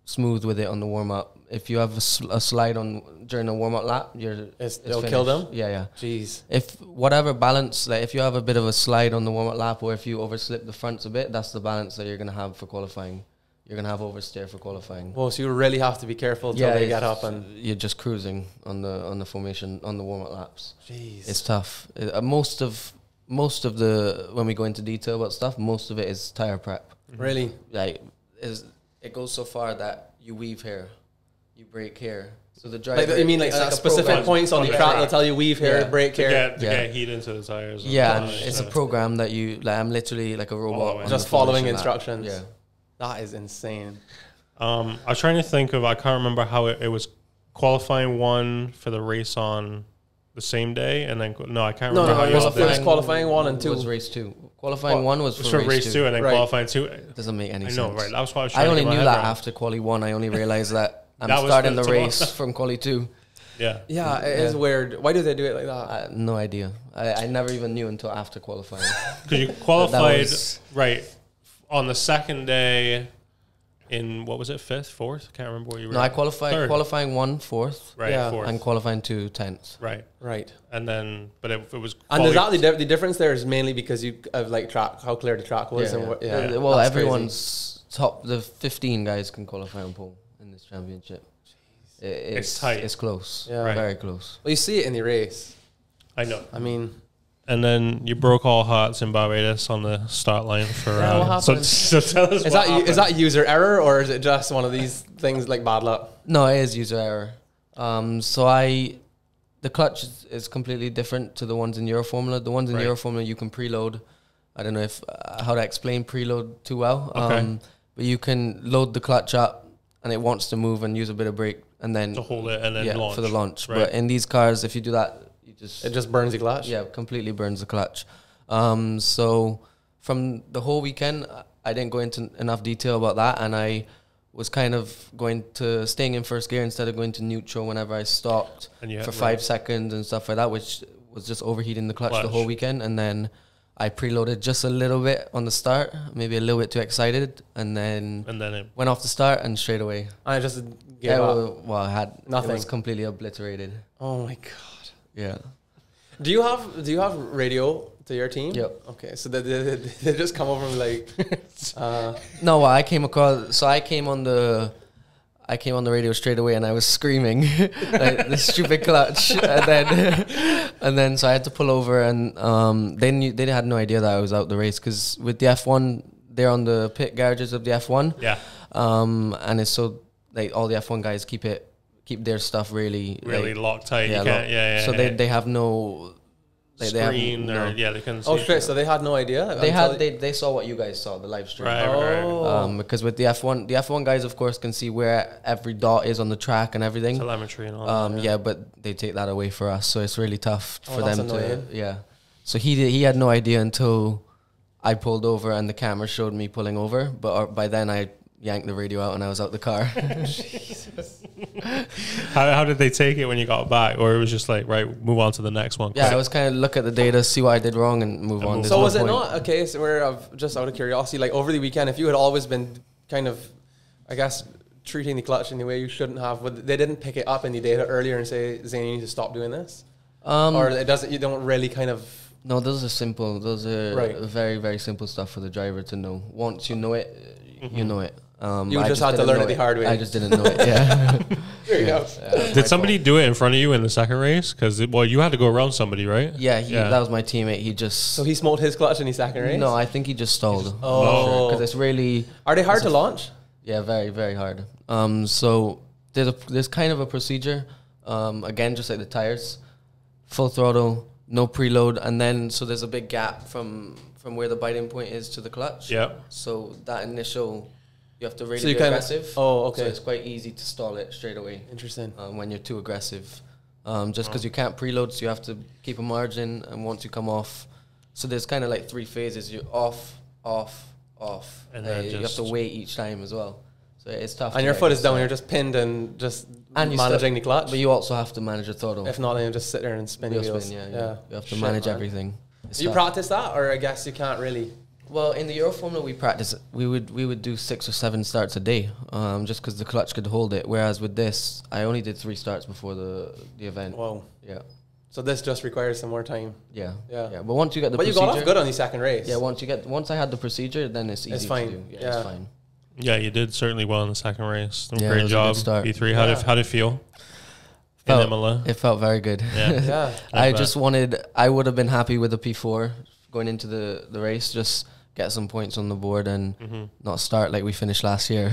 [SPEAKER 6] smooth with it on the warm up. If you have a, sl- a slide on during a warm up lap, you're
[SPEAKER 7] It's- it'll kill them?
[SPEAKER 6] Yeah, yeah.
[SPEAKER 7] Jeez.
[SPEAKER 6] if whatever balance, like if you have a bit of a slide on the warm up lap or if you overslip the fronts a bit, that's the balance that you're gonna have for qualifying. You're gonna have oversteer for qualifying.
[SPEAKER 7] Well, so you really have to be careful till they
[SPEAKER 6] it's-
[SPEAKER 7] get up and
[SPEAKER 6] you're just cruising on the on the formation on the warm up laps.
[SPEAKER 7] jeez.
[SPEAKER 6] It's tough. It- uh, most of most of the when we go into detail about stuff, most of it is tire prep.
[SPEAKER 7] Really?
[SPEAKER 6] Like is it goes so far that you weave here, you break here. So the driver.
[SPEAKER 7] Like you mean like,
[SPEAKER 6] it's
[SPEAKER 7] uh,
[SPEAKER 6] a
[SPEAKER 7] specific
[SPEAKER 6] program.
[SPEAKER 7] points on the
[SPEAKER 5] Okay.
[SPEAKER 7] track? They'll tell you weave here,
[SPEAKER 6] Yeah.
[SPEAKER 7] brake
[SPEAKER 5] To
[SPEAKER 7] here.
[SPEAKER 5] get, to
[SPEAKER 6] Yeah.
[SPEAKER 5] get heat into the tires. and
[SPEAKER 6] Yeah,
[SPEAKER 5] all
[SPEAKER 6] and
[SPEAKER 5] that
[SPEAKER 6] it's a
[SPEAKER 5] stuff.
[SPEAKER 6] program that you like. I'm literally like a robot,
[SPEAKER 5] Follow it.
[SPEAKER 6] on
[SPEAKER 7] Just
[SPEAKER 6] the formation
[SPEAKER 7] following
[SPEAKER 6] lap.
[SPEAKER 7] instructions.
[SPEAKER 6] Yeah,
[SPEAKER 7] That is insane.
[SPEAKER 5] Um, I was trying to think of. I can't remember how it, it was qualifying one for the race on the same day, and then no, I can't
[SPEAKER 7] No,
[SPEAKER 5] remember
[SPEAKER 7] no,
[SPEAKER 5] how
[SPEAKER 7] it
[SPEAKER 5] you
[SPEAKER 7] was-
[SPEAKER 5] did
[SPEAKER 7] it was
[SPEAKER 5] it.
[SPEAKER 7] qualifying one and two.
[SPEAKER 6] was race two. Qualifying
[SPEAKER 7] Qual-
[SPEAKER 6] one was
[SPEAKER 5] It
[SPEAKER 6] for,
[SPEAKER 5] was for race, two, and then
[SPEAKER 7] Right.
[SPEAKER 5] qualifying two.
[SPEAKER 6] Doesn't make any
[SPEAKER 5] I
[SPEAKER 6] sense.
[SPEAKER 5] know, right? That's why I was trying
[SPEAKER 6] I only
[SPEAKER 5] to get my
[SPEAKER 6] knew
[SPEAKER 5] head
[SPEAKER 6] that
[SPEAKER 5] around.
[SPEAKER 6] after quali one. I only realized
[SPEAKER 5] (laughs)
[SPEAKER 6] that I'm
[SPEAKER 5] That was
[SPEAKER 6] starting
[SPEAKER 5] the
[SPEAKER 6] the race
[SPEAKER 5] tomorrow.
[SPEAKER 6] from quali two.
[SPEAKER 5] Yeah,
[SPEAKER 7] Yeah, it is weird. Why do they do it like that?
[SPEAKER 6] I had no idea. I, I never even knew until after qualifying.
[SPEAKER 5] (laughs) because you qualified
[SPEAKER 6] was-
[SPEAKER 5] right on the second day. In what was it? Fifth, fourth? I can't remember where you were.
[SPEAKER 6] no, I qualified
[SPEAKER 5] Third.
[SPEAKER 6] qualifying one fourth
[SPEAKER 5] Right,
[SPEAKER 7] Yeah.
[SPEAKER 5] fourth.
[SPEAKER 6] and qualifying two tenth.
[SPEAKER 5] right,
[SPEAKER 7] Right.
[SPEAKER 5] and then but it, it was
[SPEAKER 7] And
[SPEAKER 5] quali-
[SPEAKER 7] is that the, di- the difference there is mainly because you of like track how clear the track was and what, yeah.
[SPEAKER 6] Uh, Well,
[SPEAKER 7] That's crazy.
[SPEAKER 6] everyone's top. The fifteen guys can qualify on pole in this championship. It- it's,
[SPEAKER 5] tight.
[SPEAKER 6] It's close.
[SPEAKER 7] Yeah. Right.
[SPEAKER 6] Very close.
[SPEAKER 7] Well, you see it in the race.
[SPEAKER 5] I know.
[SPEAKER 7] I mean,
[SPEAKER 5] And then you broke all hearts in Barbados on the start line for.
[SPEAKER 6] Yeah, what
[SPEAKER 5] uh, so,
[SPEAKER 6] happened?
[SPEAKER 5] (laughs) so tell us. what
[SPEAKER 7] is that u-
[SPEAKER 5] happened.
[SPEAKER 7] is that user error or is it just one of these things like bad luck?
[SPEAKER 6] No, it is user error. Um, so I, the clutch is, is completely different to the ones in Euro Formula. The ones in
[SPEAKER 5] Right.
[SPEAKER 6] Euro Formula you can preload. I don't know if uh, how to explain preload too well.
[SPEAKER 5] Okay.
[SPEAKER 6] Um, but you can load the clutch up, and it wants to move and use a bit of brake, and then
[SPEAKER 5] to hold it and then
[SPEAKER 6] yeah
[SPEAKER 5] launch
[SPEAKER 6] for the launch.
[SPEAKER 5] Right.
[SPEAKER 6] But in these cars, if you do that, you just
[SPEAKER 7] It just burns your clutch.
[SPEAKER 6] yeah completely burns the clutch. Um, so from the whole weekend, I- I didn't go into enough detail about that, and I was kind of going to staying in first gear instead of going to neutral whenever I stopped
[SPEAKER 5] And you had-
[SPEAKER 6] for five
[SPEAKER 5] right.
[SPEAKER 6] seconds and stuff like that, which was just overheating the clutch, the
[SPEAKER 5] Clutch.
[SPEAKER 6] whole weekend, and then. I preloaded just a little bit on the start, maybe a little bit too excited, and then
[SPEAKER 5] and then it,
[SPEAKER 6] went off the start and straight away.
[SPEAKER 7] I just gave
[SPEAKER 6] Yeah,
[SPEAKER 7] up.
[SPEAKER 6] well, well, I had nothing. It
[SPEAKER 7] Nothing.
[SPEAKER 6] was completely obliterated.
[SPEAKER 7] Oh my god.
[SPEAKER 6] Yeah.
[SPEAKER 7] Do you have do you have radio to your team?
[SPEAKER 6] Yep.
[SPEAKER 7] Okay, so they, they, (laughs) they they just come over and like, (laughs) uh,
[SPEAKER 6] No, well, I came across. So I came on the, I came on the radio straight away, and I was screaming, (laughs) like, the stupid clutch, and then, (laughs) and then so I had to pull over, and um, they knew, they had no idea that I was out the race because with the F one, they're on the pit garages of the F one.
[SPEAKER 5] yeah,
[SPEAKER 6] Um, and it's so like all the F one guys keep it, keep their stuff really,
[SPEAKER 5] really
[SPEAKER 6] like,
[SPEAKER 5] locked tight. you can't,
[SPEAKER 6] lock-
[SPEAKER 5] yeah, yeah.
[SPEAKER 6] So
[SPEAKER 5] yeah,
[SPEAKER 6] they
[SPEAKER 5] yeah.
[SPEAKER 6] they have no, like, they have
[SPEAKER 5] screen
[SPEAKER 6] no-
[SPEAKER 5] or yeah, they can.
[SPEAKER 7] oh
[SPEAKER 5] see-
[SPEAKER 7] shit! So they had no idea.
[SPEAKER 6] They
[SPEAKER 7] until-
[SPEAKER 6] had they, they saw what you guys saw the live stream.
[SPEAKER 5] Right, right, right.
[SPEAKER 7] Oh.
[SPEAKER 6] Um, because with the F1, the F1 guys, of course, can see where every dot is on the track and everything.
[SPEAKER 5] Telemetry and all.
[SPEAKER 6] Um,
[SPEAKER 5] that,
[SPEAKER 6] yeah. but they take that away for us, so it's really tough
[SPEAKER 7] Oh,
[SPEAKER 6] for
[SPEAKER 7] that's
[SPEAKER 6] them
[SPEAKER 7] annoying.
[SPEAKER 6] to. Yeah. So he did, he had no idea until I pulled over and the camera showed me pulling over, but uh, by then I yanked the radio out and I was out the
[SPEAKER 7] (laughs)
[SPEAKER 6] car. (laughs)
[SPEAKER 5] How, how did they take it when you got back, or it was just like right, move on to the next one?
[SPEAKER 6] yeah, I
[SPEAKER 5] quick?
[SPEAKER 6] was kind of look at the data, see what I did wrong, and move on. There's
[SPEAKER 7] So
[SPEAKER 6] no
[SPEAKER 7] was it
[SPEAKER 6] point.
[SPEAKER 7] not a case where, of just out of curiosity, like over the weekend, if you had always been kind of, I guess, treating the clutch in the way you shouldn't have, would they didn't pick it up in the data earlier and say, Zane, you need to stop doing this,
[SPEAKER 6] Um,
[SPEAKER 7] or it doesn't. You don't really kind of.
[SPEAKER 6] No, those are simple. Those are
[SPEAKER 7] Right.
[SPEAKER 6] very, very simple stuff for the driver to know. Once you know it, you know it. Um,
[SPEAKER 7] Mm-hmm. You
[SPEAKER 6] I
[SPEAKER 7] just had to
[SPEAKER 6] didn't
[SPEAKER 7] learn
[SPEAKER 6] know
[SPEAKER 7] it the hard way.
[SPEAKER 6] I just didn't know
[SPEAKER 7] (laughs)
[SPEAKER 6] it. Yeah.
[SPEAKER 7] There you go.
[SPEAKER 5] Did somebody do it in front of you in the second race? Because well, you had to go around somebody, right?
[SPEAKER 6] yeah, he, that was my teammate. He just.
[SPEAKER 7] So he smoked his clutch in the second race.
[SPEAKER 6] no, I think he just stalled.
[SPEAKER 7] Oh.
[SPEAKER 6] because it's really
[SPEAKER 7] are they hard to launch?
[SPEAKER 6] yeah, very, very hard. Um, so there's a there's kind of a procedure. Um, again, just like the tires, full throttle, no preload, and then so there's a big gap from from where the biting point is to the clutch.
[SPEAKER 5] Yep.
[SPEAKER 6] So that initial, you have to really
[SPEAKER 7] So you
[SPEAKER 6] be
[SPEAKER 7] kinda-
[SPEAKER 6] aggressive.
[SPEAKER 7] oh, okay.
[SPEAKER 6] So it's quite easy to stall it straight away.
[SPEAKER 7] Interesting.
[SPEAKER 6] Um, when you're too aggressive, um, just because you can't preload, so you have to keep a margin, and once you come off, so there's kind of like three phases. You're off, off, off,
[SPEAKER 5] And then
[SPEAKER 6] and you have to
[SPEAKER 5] just-
[SPEAKER 6] wait each time as well. So it's tough.
[SPEAKER 7] And
[SPEAKER 6] to
[SPEAKER 7] your
[SPEAKER 6] like
[SPEAKER 7] foot is down.
[SPEAKER 6] decide.
[SPEAKER 7] You're just pinned and just
[SPEAKER 6] And you
[SPEAKER 7] managing
[SPEAKER 6] still-
[SPEAKER 7] the clutch.
[SPEAKER 6] But you also have to manage a throttle.
[SPEAKER 7] if not, then you just sit there and spin your
[SPEAKER 6] Wheel
[SPEAKER 7] wheels.
[SPEAKER 6] spin, yeah, yeah.
[SPEAKER 7] yeah.
[SPEAKER 6] You have to
[SPEAKER 7] Shit,
[SPEAKER 6] manage
[SPEAKER 7] man.
[SPEAKER 6] everything. It's
[SPEAKER 7] Do you
[SPEAKER 6] tough.
[SPEAKER 7] practice that, or I guess you can't really?
[SPEAKER 6] Well, in the Euro Formula, we practice. We would we would do six or seven starts a day, um, just because the clutch could hold it. Whereas with this, I only did three starts before the the event.
[SPEAKER 7] Whoa.
[SPEAKER 6] Yeah,
[SPEAKER 7] So this just requires some more time.
[SPEAKER 6] yeah,
[SPEAKER 7] Yeah.
[SPEAKER 6] But once you get the
[SPEAKER 7] but you
[SPEAKER 6] procedure,
[SPEAKER 7] got off good on the second race.
[SPEAKER 6] yeah, once you get once I had the procedure, then it's easy
[SPEAKER 7] fine,
[SPEAKER 6] to do. Yeah,
[SPEAKER 7] yeah.
[SPEAKER 6] it's fine.
[SPEAKER 5] Yeah, you did certainly well in the second race.
[SPEAKER 6] Yeah, it
[SPEAKER 5] Great
[SPEAKER 6] was a good
[SPEAKER 5] job,
[SPEAKER 6] start.
[SPEAKER 5] B three. How did how did it feel?
[SPEAKER 6] Felt-
[SPEAKER 5] in
[SPEAKER 6] (laughs)
[SPEAKER 5] Imola.
[SPEAKER 6] It felt very good. (laughs)
[SPEAKER 5] Yeah.
[SPEAKER 7] Yeah.
[SPEAKER 6] I
[SPEAKER 5] bet.
[SPEAKER 6] just wanted. I would have been happy with a P four going into the the race. Just get some points on the board and
[SPEAKER 7] Mm-hmm.
[SPEAKER 6] not start like we finished last year.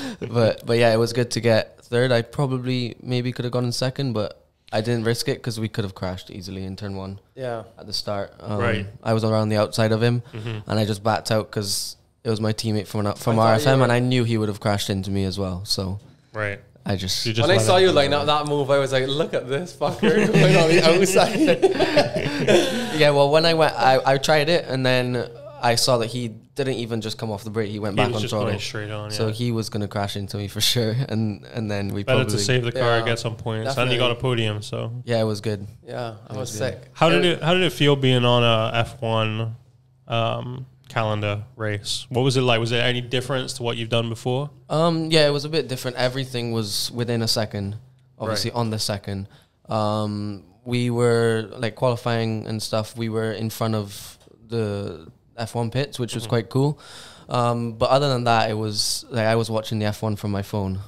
[SPEAKER 6] (laughs) but but yeah, it was good to get third. I probably maybe could have gone in second, but I didn't risk it because we could have crashed easily in turn one
[SPEAKER 7] Yeah.
[SPEAKER 6] at the start. Um,
[SPEAKER 5] Right. Mm-hmm.
[SPEAKER 6] I was around the outside of him, and I just backed out because it was my teammate from an- from
[SPEAKER 7] thought you
[SPEAKER 6] RFM, and
[SPEAKER 7] were-
[SPEAKER 6] I knew he would have crashed into me as well. So
[SPEAKER 5] Right.
[SPEAKER 6] I just
[SPEAKER 5] You just
[SPEAKER 7] When I
[SPEAKER 5] let
[SPEAKER 7] saw
[SPEAKER 5] it-
[SPEAKER 7] you line up that move, I was like, "Look at (laughs) this fucker going on the outside."
[SPEAKER 6] Yeah, well, when I went, I, I tried it, and then I saw that he didn't even just come off the brake. He went
[SPEAKER 5] He
[SPEAKER 6] back
[SPEAKER 5] was
[SPEAKER 6] on
[SPEAKER 5] just
[SPEAKER 6] throttle.
[SPEAKER 5] going straight on. Yeah.
[SPEAKER 6] So he was gonna crash into me for sure, (laughs) and and then we
[SPEAKER 5] better
[SPEAKER 6] probably
[SPEAKER 5] to save the car,
[SPEAKER 7] Yeah,
[SPEAKER 5] get some points, and
[SPEAKER 7] definitely.
[SPEAKER 5] you got a podium. So
[SPEAKER 6] yeah, it was good.
[SPEAKER 7] (laughs) yeah, I was
[SPEAKER 6] good.
[SPEAKER 7] sick.
[SPEAKER 5] How did it? How did it feel being on a F one um, calendar race? What was it like? Was there any difference to what you've done before?
[SPEAKER 6] Um, yeah, it was a bit different. Everything was within a second, obviously on the second. Um, we were like qualifying and stuff. We were in front of the F1 pits, which was quite cool. Um, but other than that, it was like I was watching the F1 from my phone.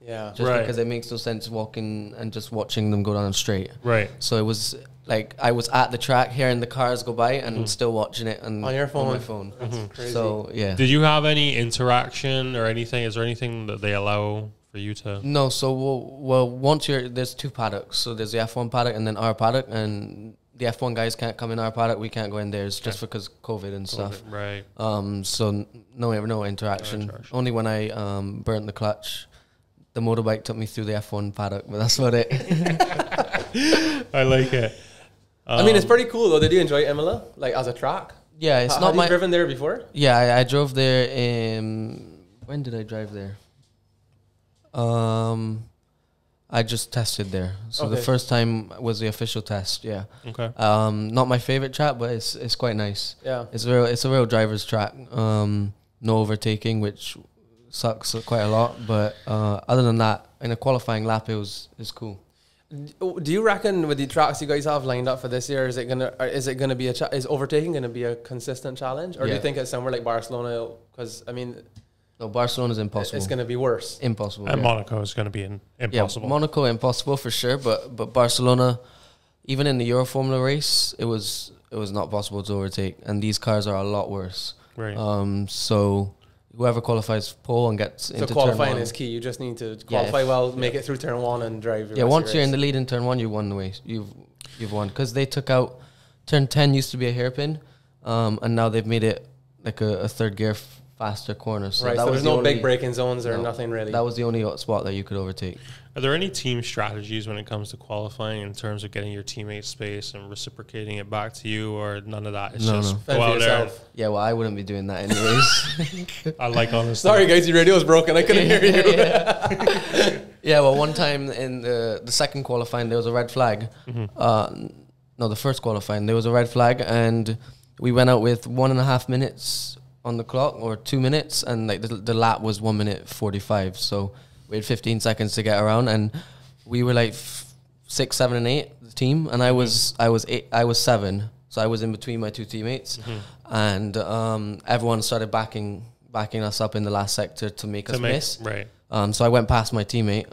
[SPEAKER 7] Yeah.
[SPEAKER 6] just
[SPEAKER 5] Right.
[SPEAKER 6] because it makes no sense walking and just watching them go down straight.
[SPEAKER 5] Right.
[SPEAKER 6] So it was like I was at the track hearing the cars go by and still watching it and
[SPEAKER 7] On your
[SPEAKER 6] on
[SPEAKER 7] phone.
[SPEAKER 6] my phone. So yeah.
[SPEAKER 5] Did you have any interaction or anything? Is there anything that they allow for you to?
[SPEAKER 6] No, so well, well, once you're there's two paddocks. So there's the F1 paddock and then our paddock, and the F1 guys can't come in our paddock. We can't go in theirs just because COVID and stuff.
[SPEAKER 5] Right.
[SPEAKER 6] Um, so n- no, no interaction. Only when I um burnt the clutch, the motorbike took me through the F1 paddock, but that's about
[SPEAKER 7] (laughs)
[SPEAKER 6] it.
[SPEAKER 5] I like it.
[SPEAKER 7] I mean, it's pretty cool though. Did you enjoy Imola like as a track?
[SPEAKER 6] yeah, it's
[SPEAKER 7] Ha-
[SPEAKER 6] not
[SPEAKER 7] have
[SPEAKER 6] my.
[SPEAKER 7] you driven there before?
[SPEAKER 6] Yeah, I, I drove there. In when did I drive there? Um, I just tested there. So the
[SPEAKER 7] Okay.
[SPEAKER 6] first time was the official test. Yeah.
[SPEAKER 5] Okay.
[SPEAKER 6] Um, not my favorite track, but it's it's quite nice.
[SPEAKER 7] Yeah.
[SPEAKER 6] It's a real it's a real driver's track. Um, no overtaking, which sucks quite a lot. But uh, other than that, in a qualifying lap, it was it's cool.
[SPEAKER 7] Oh, Do you reckon with the tracks you guys have lined up for this year, is it gonna or is it gonna be a cha- is overtaking gonna be a consistent challenge, or do you
[SPEAKER 6] Yeah.
[SPEAKER 7] think it's somewhere like Barcelona? Because I mean,
[SPEAKER 6] No, Barcelona's impossible.
[SPEAKER 7] it's gonna be worse.
[SPEAKER 6] impossible.
[SPEAKER 5] And
[SPEAKER 6] yeah.
[SPEAKER 5] Monaco is going to be in, impossible.
[SPEAKER 6] Yeah, Monaco impossible for sure, but but Barcelona, even in the Euro Formula race, it was it was not possible to overtake, and these cars are a lot worse.
[SPEAKER 5] Right.
[SPEAKER 6] Um. So whoever qualifies pole and gets
[SPEAKER 7] So
[SPEAKER 6] into turn
[SPEAKER 7] qualifying
[SPEAKER 6] one,
[SPEAKER 7] is key. You just need to qualify
[SPEAKER 6] if-
[SPEAKER 7] well, make it through turn one, and drive.
[SPEAKER 6] Yeah, once you're in the lead in turn one, you won the race. You've you've won because they took out turn ten used to be a hairpin, um, and now they've made it like a, a third gear f- faster corner. So
[SPEAKER 7] right.
[SPEAKER 6] that
[SPEAKER 7] So
[SPEAKER 6] was
[SPEAKER 7] there's
[SPEAKER 6] the
[SPEAKER 7] no big
[SPEAKER 6] only-
[SPEAKER 7] breaking zones or
[SPEAKER 6] no,
[SPEAKER 7] nothing really.
[SPEAKER 6] That was the only spot that you could overtake.
[SPEAKER 5] Are there any team strategies when it comes to qualifying in terms of getting your teammate space and reciprocating it back to you, or none of that? It's
[SPEAKER 6] No,
[SPEAKER 5] just
[SPEAKER 6] no.
[SPEAKER 7] Fend
[SPEAKER 5] go
[SPEAKER 7] for
[SPEAKER 5] out there.
[SPEAKER 7] yourself.
[SPEAKER 6] Yeah, well, I wouldn't be doing that anyways.
[SPEAKER 7] (laughs)
[SPEAKER 6] (laughs)
[SPEAKER 5] I like honest.
[SPEAKER 7] Sorry guys, your radio's broken. I couldn't hear you.
[SPEAKER 6] Yeah, well, one time in the the second qualifying, there was a red flag. Uh, no, the first qualifying, there was a red flag, and we went out with one and a half minutes on the clock, or two minutes, and like the, the lap was one minute forty-five. So we had fifteen seconds to get around, and we were like f- six, seven, and eight the team, and I was I was eight, I was seven, so I was in between my two teammates, and um, everyone started backing backing us up in the last sector to make us
[SPEAKER 5] make-
[SPEAKER 6] miss.
[SPEAKER 5] right.
[SPEAKER 7] (laughs)
[SPEAKER 6] Um, so I went past my teammate.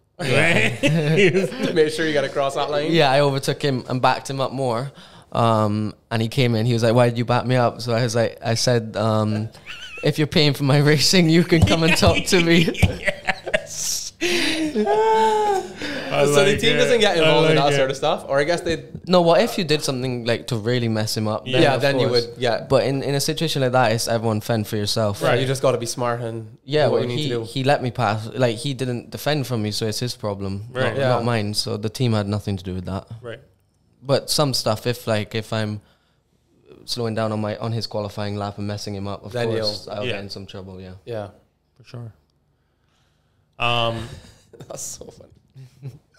[SPEAKER 6] (laughs)
[SPEAKER 7] Make sure you (laughs) got to cross that line.
[SPEAKER 6] Yeah, I overtook him and backed him up more. Um, and he came in. He was like, "Why did you back me up?" So I was like, "I said, um, if you're paying for my (laughs) racing, you can come and talk to
[SPEAKER 7] (laughs)
[SPEAKER 6] me."
[SPEAKER 5] (laughs) I
[SPEAKER 7] So the
[SPEAKER 5] like
[SPEAKER 7] team
[SPEAKER 5] it.
[SPEAKER 7] doesn't get
[SPEAKER 5] I
[SPEAKER 7] involved in
[SPEAKER 5] like
[SPEAKER 7] that
[SPEAKER 5] it.
[SPEAKER 7] sort of stuff, or I guess they
[SPEAKER 6] no, what if you did something like to really mess him up?
[SPEAKER 7] Yeah,
[SPEAKER 6] of
[SPEAKER 7] then you
[SPEAKER 6] course.
[SPEAKER 7] would- yeah.
[SPEAKER 6] But in, in a situation like that, it's everyone fend for yourself.
[SPEAKER 7] Right. You just got to be smart and
[SPEAKER 6] Yeah,
[SPEAKER 7] do what
[SPEAKER 6] well,
[SPEAKER 7] you need
[SPEAKER 6] he,
[SPEAKER 7] to do.
[SPEAKER 6] he let me pass. Like he didn't defend from me, so it's his problem,
[SPEAKER 5] Right.
[SPEAKER 6] not,
[SPEAKER 7] Yeah.
[SPEAKER 6] not mine. So the team had nothing to do with that.
[SPEAKER 5] Right.
[SPEAKER 6] but some stuff if like if I'm slowing down on my on his qualifying lap and messing him up, of
[SPEAKER 7] Then
[SPEAKER 6] course
[SPEAKER 7] you'll-
[SPEAKER 6] I'll
[SPEAKER 5] Yeah.
[SPEAKER 6] get in some trouble. Yeah. (laughs)
[SPEAKER 7] yeah,
[SPEAKER 5] For sure. Um,
[SPEAKER 7] that's so funny.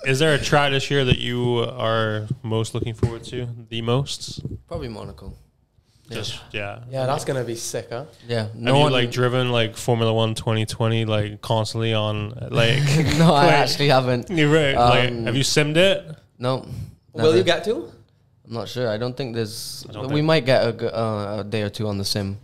[SPEAKER 5] is there a track this year that you are most looking forward to? The most?
[SPEAKER 6] Probably Monaco.
[SPEAKER 5] Just yeah.
[SPEAKER 7] Yeah, that's gonna be sick, huh?
[SPEAKER 6] Yeah.
[SPEAKER 5] Have
[SPEAKER 6] No
[SPEAKER 5] you
[SPEAKER 6] one
[SPEAKER 5] like driven like Formula One 2020 like constantly
[SPEAKER 6] (laughs)
[SPEAKER 5] on like?
[SPEAKER 6] (laughs) No, I
[SPEAKER 5] like-
[SPEAKER 6] actually
[SPEAKER 5] (laughs)
[SPEAKER 6] haven't.
[SPEAKER 5] You're right. like,
[SPEAKER 6] Um,
[SPEAKER 5] have you simmed it?
[SPEAKER 6] No.
[SPEAKER 7] Will
[SPEAKER 6] never.
[SPEAKER 7] you get to?
[SPEAKER 6] I'm not sure. I don't think there's.
[SPEAKER 5] don't
[SPEAKER 6] we
[SPEAKER 5] think-
[SPEAKER 6] might get a, g- uh, a day or two on the sim,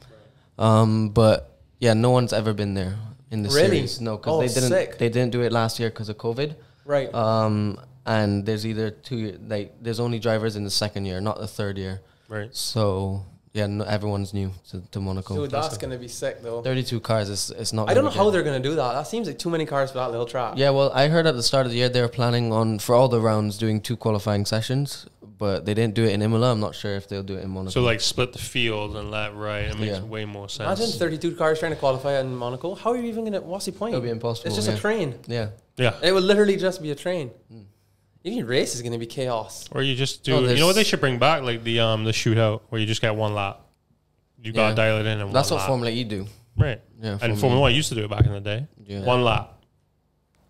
[SPEAKER 6] um, but yeah, no one's ever been there in the
[SPEAKER 7] Really?
[SPEAKER 6] series. No, because
[SPEAKER 7] Oh,
[SPEAKER 6] they didn't.
[SPEAKER 7] sick.
[SPEAKER 6] They didn't do it last year because of COVID.
[SPEAKER 7] Right.
[SPEAKER 6] Um, and there's either two like there's only drivers in the second year, not the third year.
[SPEAKER 5] Right.
[SPEAKER 6] So yeah, no, everyone's new to, to Monaco.
[SPEAKER 7] Dude, that's gonna be sick though.
[SPEAKER 6] Thirty-two cars. It's it's not.
[SPEAKER 7] I don't know
[SPEAKER 6] gonna be
[SPEAKER 7] how
[SPEAKER 6] good.
[SPEAKER 7] they're gonna do that. That seems like too many cars for that little track.
[SPEAKER 6] Yeah, well, I heard at the start of the year they were planning on for all the rounds doing two qualifying sessions, but they didn't do it in Imola. I'm not sure if they'll do it in Monaco.
[SPEAKER 5] So like split the field and left right. It makes
[SPEAKER 6] Yeah.
[SPEAKER 5] way more sense.
[SPEAKER 7] Imagine 32 cars trying to qualify in Monaco. How are you even gonna? What's the point?
[SPEAKER 6] It'll be impossible,
[SPEAKER 7] It's just a
[SPEAKER 6] yeah. Hmm.
[SPEAKER 7] train.
[SPEAKER 6] yeah.
[SPEAKER 5] yeah.
[SPEAKER 7] It would literally just be a train. Even race is gonna be chaos.
[SPEAKER 5] Or you just do.
[SPEAKER 6] Oh,
[SPEAKER 5] you know what they
[SPEAKER 6] there's-
[SPEAKER 5] should bring back, like the um the shootout where you just get one lap. You got to
[SPEAKER 6] Yeah.
[SPEAKER 5] dial it in and
[SPEAKER 6] That's
[SPEAKER 5] one
[SPEAKER 6] what
[SPEAKER 5] lap.
[SPEAKER 6] Formula E do.
[SPEAKER 5] right?
[SPEAKER 6] Yeah,
[SPEAKER 5] and
[SPEAKER 6] Formula
[SPEAKER 5] Formula One used to do it back in the day.
[SPEAKER 6] Yeah.
[SPEAKER 5] One lap,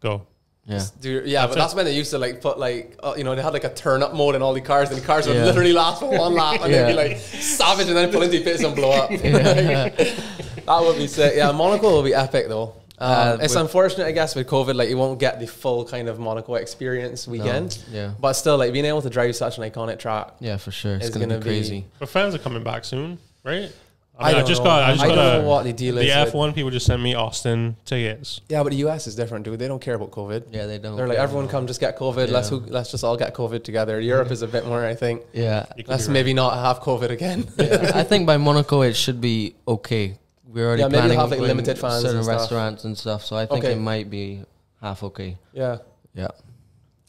[SPEAKER 5] go.
[SPEAKER 6] Yeah.
[SPEAKER 7] Dude, yeah, but
[SPEAKER 5] it.
[SPEAKER 7] that's when they used to like put like uh, you know they had like a turn up mode in all the cars and the cars would
[SPEAKER 6] Yeah.
[SPEAKER 7] literally last for one lap and they'd be
[SPEAKER 6] Yeah.
[SPEAKER 7] like savage and then pull into pits and blow
[SPEAKER 6] (laughs)
[SPEAKER 7] up. (laughs) that would be sick. Yeah, Monaco will be epic though. Um,
[SPEAKER 6] Uh,
[SPEAKER 7] it's
[SPEAKER 6] with-
[SPEAKER 7] unfortunate, I guess, with COVID, like you won't get the full kind of Monaco experience weekend.
[SPEAKER 6] yeah.
[SPEAKER 7] But still, like being able to drive such an iconic track.
[SPEAKER 6] Yeah, for sure. It's,
[SPEAKER 7] It's
[SPEAKER 6] gonna,
[SPEAKER 7] gonna
[SPEAKER 6] be
[SPEAKER 7] be-
[SPEAKER 6] crazy.
[SPEAKER 5] But fans are coming back soon, right? I, mean, I
[SPEAKER 7] don't
[SPEAKER 5] just
[SPEAKER 7] know.
[SPEAKER 5] got. I just
[SPEAKER 7] I
[SPEAKER 5] got
[SPEAKER 7] don't
[SPEAKER 5] a,
[SPEAKER 7] know what the deal is with-
[SPEAKER 5] F one people just sent me Austin tickets.
[SPEAKER 7] Yeah, but the US is different, dude. They don't care about COVID.
[SPEAKER 6] Yeah, they don't.
[SPEAKER 7] They're like, everyone come, just get COVID. Let's
[SPEAKER 6] Yeah.
[SPEAKER 7] who, let's just all get COVID together. Europe is a bit more, I think.
[SPEAKER 6] Yeah.
[SPEAKER 5] could
[SPEAKER 7] Let's
[SPEAKER 5] be right.
[SPEAKER 7] maybe not have COVID again.
[SPEAKER 6] (laughs) I think by Monaco it should be okay. We're already
[SPEAKER 7] Yeah, maybe
[SPEAKER 6] planning
[SPEAKER 7] have,
[SPEAKER 6] on
[SPEAKER 7] like,
[SPEAKER 6] going
[SPEAKER 7] limited fans
[SPEAKER 6] certain
[SPEAKER 7] and stuff.
[SPEAKER 6] restaurants and stuff. So I think
[SPEAKER 7] Okay.
[SPEAKER 6] it might be half okay.
[SPEAKER 7] (laughs) yeah.
[SPEAKER 6] Yeah,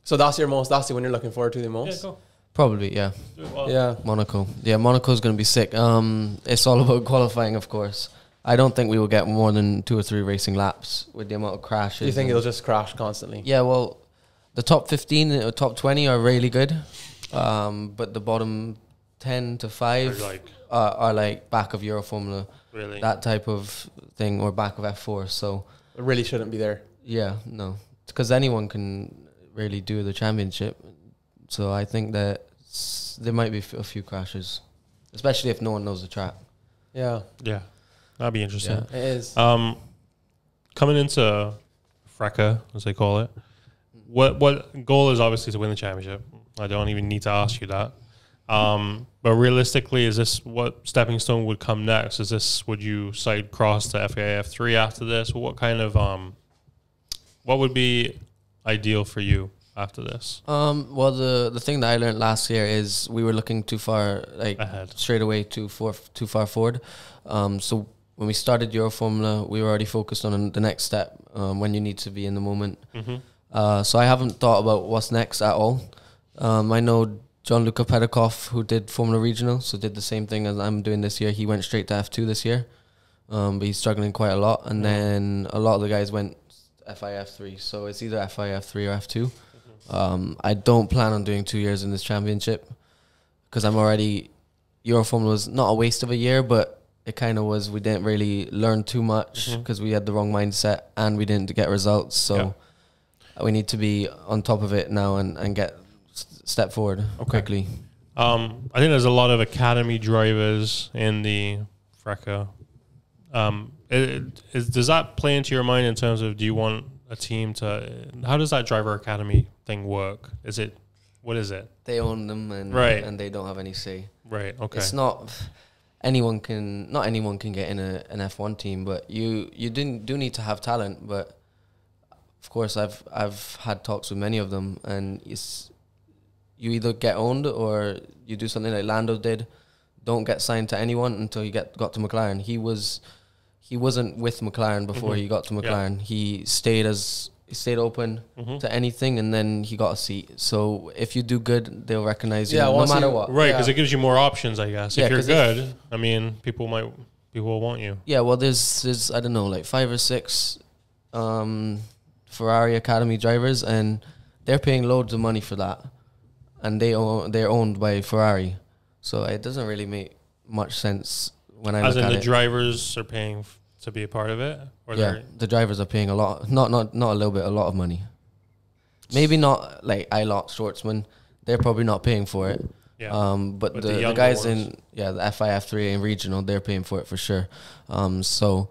[SPEAKER 7] So that's your most. That's the one you're looking forward to the most.
[SPEAKER 6] probably. Yeah,
[SPEAKER 7] Yeah.
[SPEAKER 6] Monaco. Yeah, Monaco's gonna be sick. Um, it's all (laughs) about qualifying, of course. I don't think we will get more than two or three racing laps with the amount of crashes.
[SPEAKER 7] Do you think
[SPEAKER 6] and-
[SPEAKER 7] it'll just crash constantly?
[SPEAKER 6] Yeah, well, the top 15 or top 20 are really good, um, but the bottom 10 to 5
[SPEAKER 5] Are like-
[SPEAKER 6] are, are like back of Euro Formula,
[SPEAKER 5] Really?
[SPEAKER 6] that type of thing, or back of F4. So,
[SPEAKER 7] It really shouldn't be there.
[SPEAKER 6] yeah, no, because anyone can really do the championship. So, I think that s- there might be f- a few crashes, especially if no one knows the track.
[SPEAKER 7] Yeah,
[SPEAKER 5] Yeah, that'd be interesting.
[SPEAKER 6] Yeah.
[SPEAKER 7] it is.
[SPEAKER 5] Um, coming into Freca, as they call it, what what goal is obviously to win the championship. I don't even need to ask you that. Um, but realistically, is this what stepping stone would come next? Is this would you side cross to FAF three after this? What kind of um, what would be ideal for you after this?
[SPEAKER 6] Um, well, the the thing that I learned last year is we were looking too far, like
[SPEAKER 5] Ahead.
[SPEAKER 6] straight away too far, too far forward. Um, so when we started Euro Formula, we were already focused on the next step um, when you need to be in the moment. Uh, so I haven't thought about what's next at all. Um, I know John Luca Pedikoff, who did Formula Regional, so did the same thing as I'm doing this year. He went straight to F2 this year, um, but he's struggling quite a lot. And then a lot of the guys went FIF three, so it's either FIF three or F two. Um, I don't plan on doing two years in this championship because I'm already Euroform was not a waste of a year, but it kind of was. We didn't really learn too much because we had the wrong mindset and we didn't get results. So we need to be on top of it now and and get s- step forward quickly.
[SPEAKER 5] Um, I think there's a lot of academy drivers in the Freca. Um, it- it- is- does that play into your mind in terms of do you want a team to? How does that driver academy thing work? Is it what is it?
[SPEAKER 6] They own them and
[SPEAKER 5] Right.
[SPEAKER 6] and they don't have any say.
[SPEAKER 5] Right. Okay.
[SPEAKER 6] It's not anyone can not anyone can get in a, an F one team, but you you didn't do need to have talent. But of course, I've I've had talks with many of them, and it's you either get owned or you do something like Lando did. Don't get signed to anyone until you get got to McLaren. He was he wasn't with McLaren before he got to McLaren. He stayed as he stayed open to anything, and then he got a seat. So if you do good, they'll recognize you,
[SPEAKER 7] Yeah,
[SPEAKER 6] no
[SPEAKER 7] once
[SPEAKER 6] matter
[SPEAKER 7] you-
[SPEAKER 6] what.
[SPEAKER 5] right because
[SPEAKER 7] yeah.
[SPEAKER 5] it gives you more options, I guess.
[SPEAKER 6] Yeah,
[SPEAKER 5] if you're
[SPEAKER 6] 'cause if-
[SPEAKER 5] good, I mean, people might people will want you.
[SPEAKER 6] Yeah, well, there's there's I don't know like five or six um, Ferrari Academy drivers, and they're paying loads of money for that, and they own, they're owned by Ferrari, so it doesn't really make much sense when I
[SPEAKER 5] As
[SPEAKER 6] look
[SPEAKER 5] in
[SPEAKER 6] at
[SPEAKER 5] the
[SPEAKER 6] it.
[SPEAKER 5] drivers are paying f- to be a part of it, or
[SPEAKER 6] yeah,
[SPEAKER 5] they're
[SPEAKER 6] the drivers are paying a lot, not not not a little bit, a lot of money. Maybe not like I lot Schwartzman, they're probably not paying for it.
[SPEAKER 5] Yeah.
[SPEAKER 6] Um, but,
[SPEAKER 5] But the
[SPEAKER 6] the, the,
[SPEAKER 5] younger
[SPEAKER 6] guys
[SPEAKER 5] ones.
[SPEAKER 6] in yeah the FIF three and regional, they're paying for it for sure. Um, so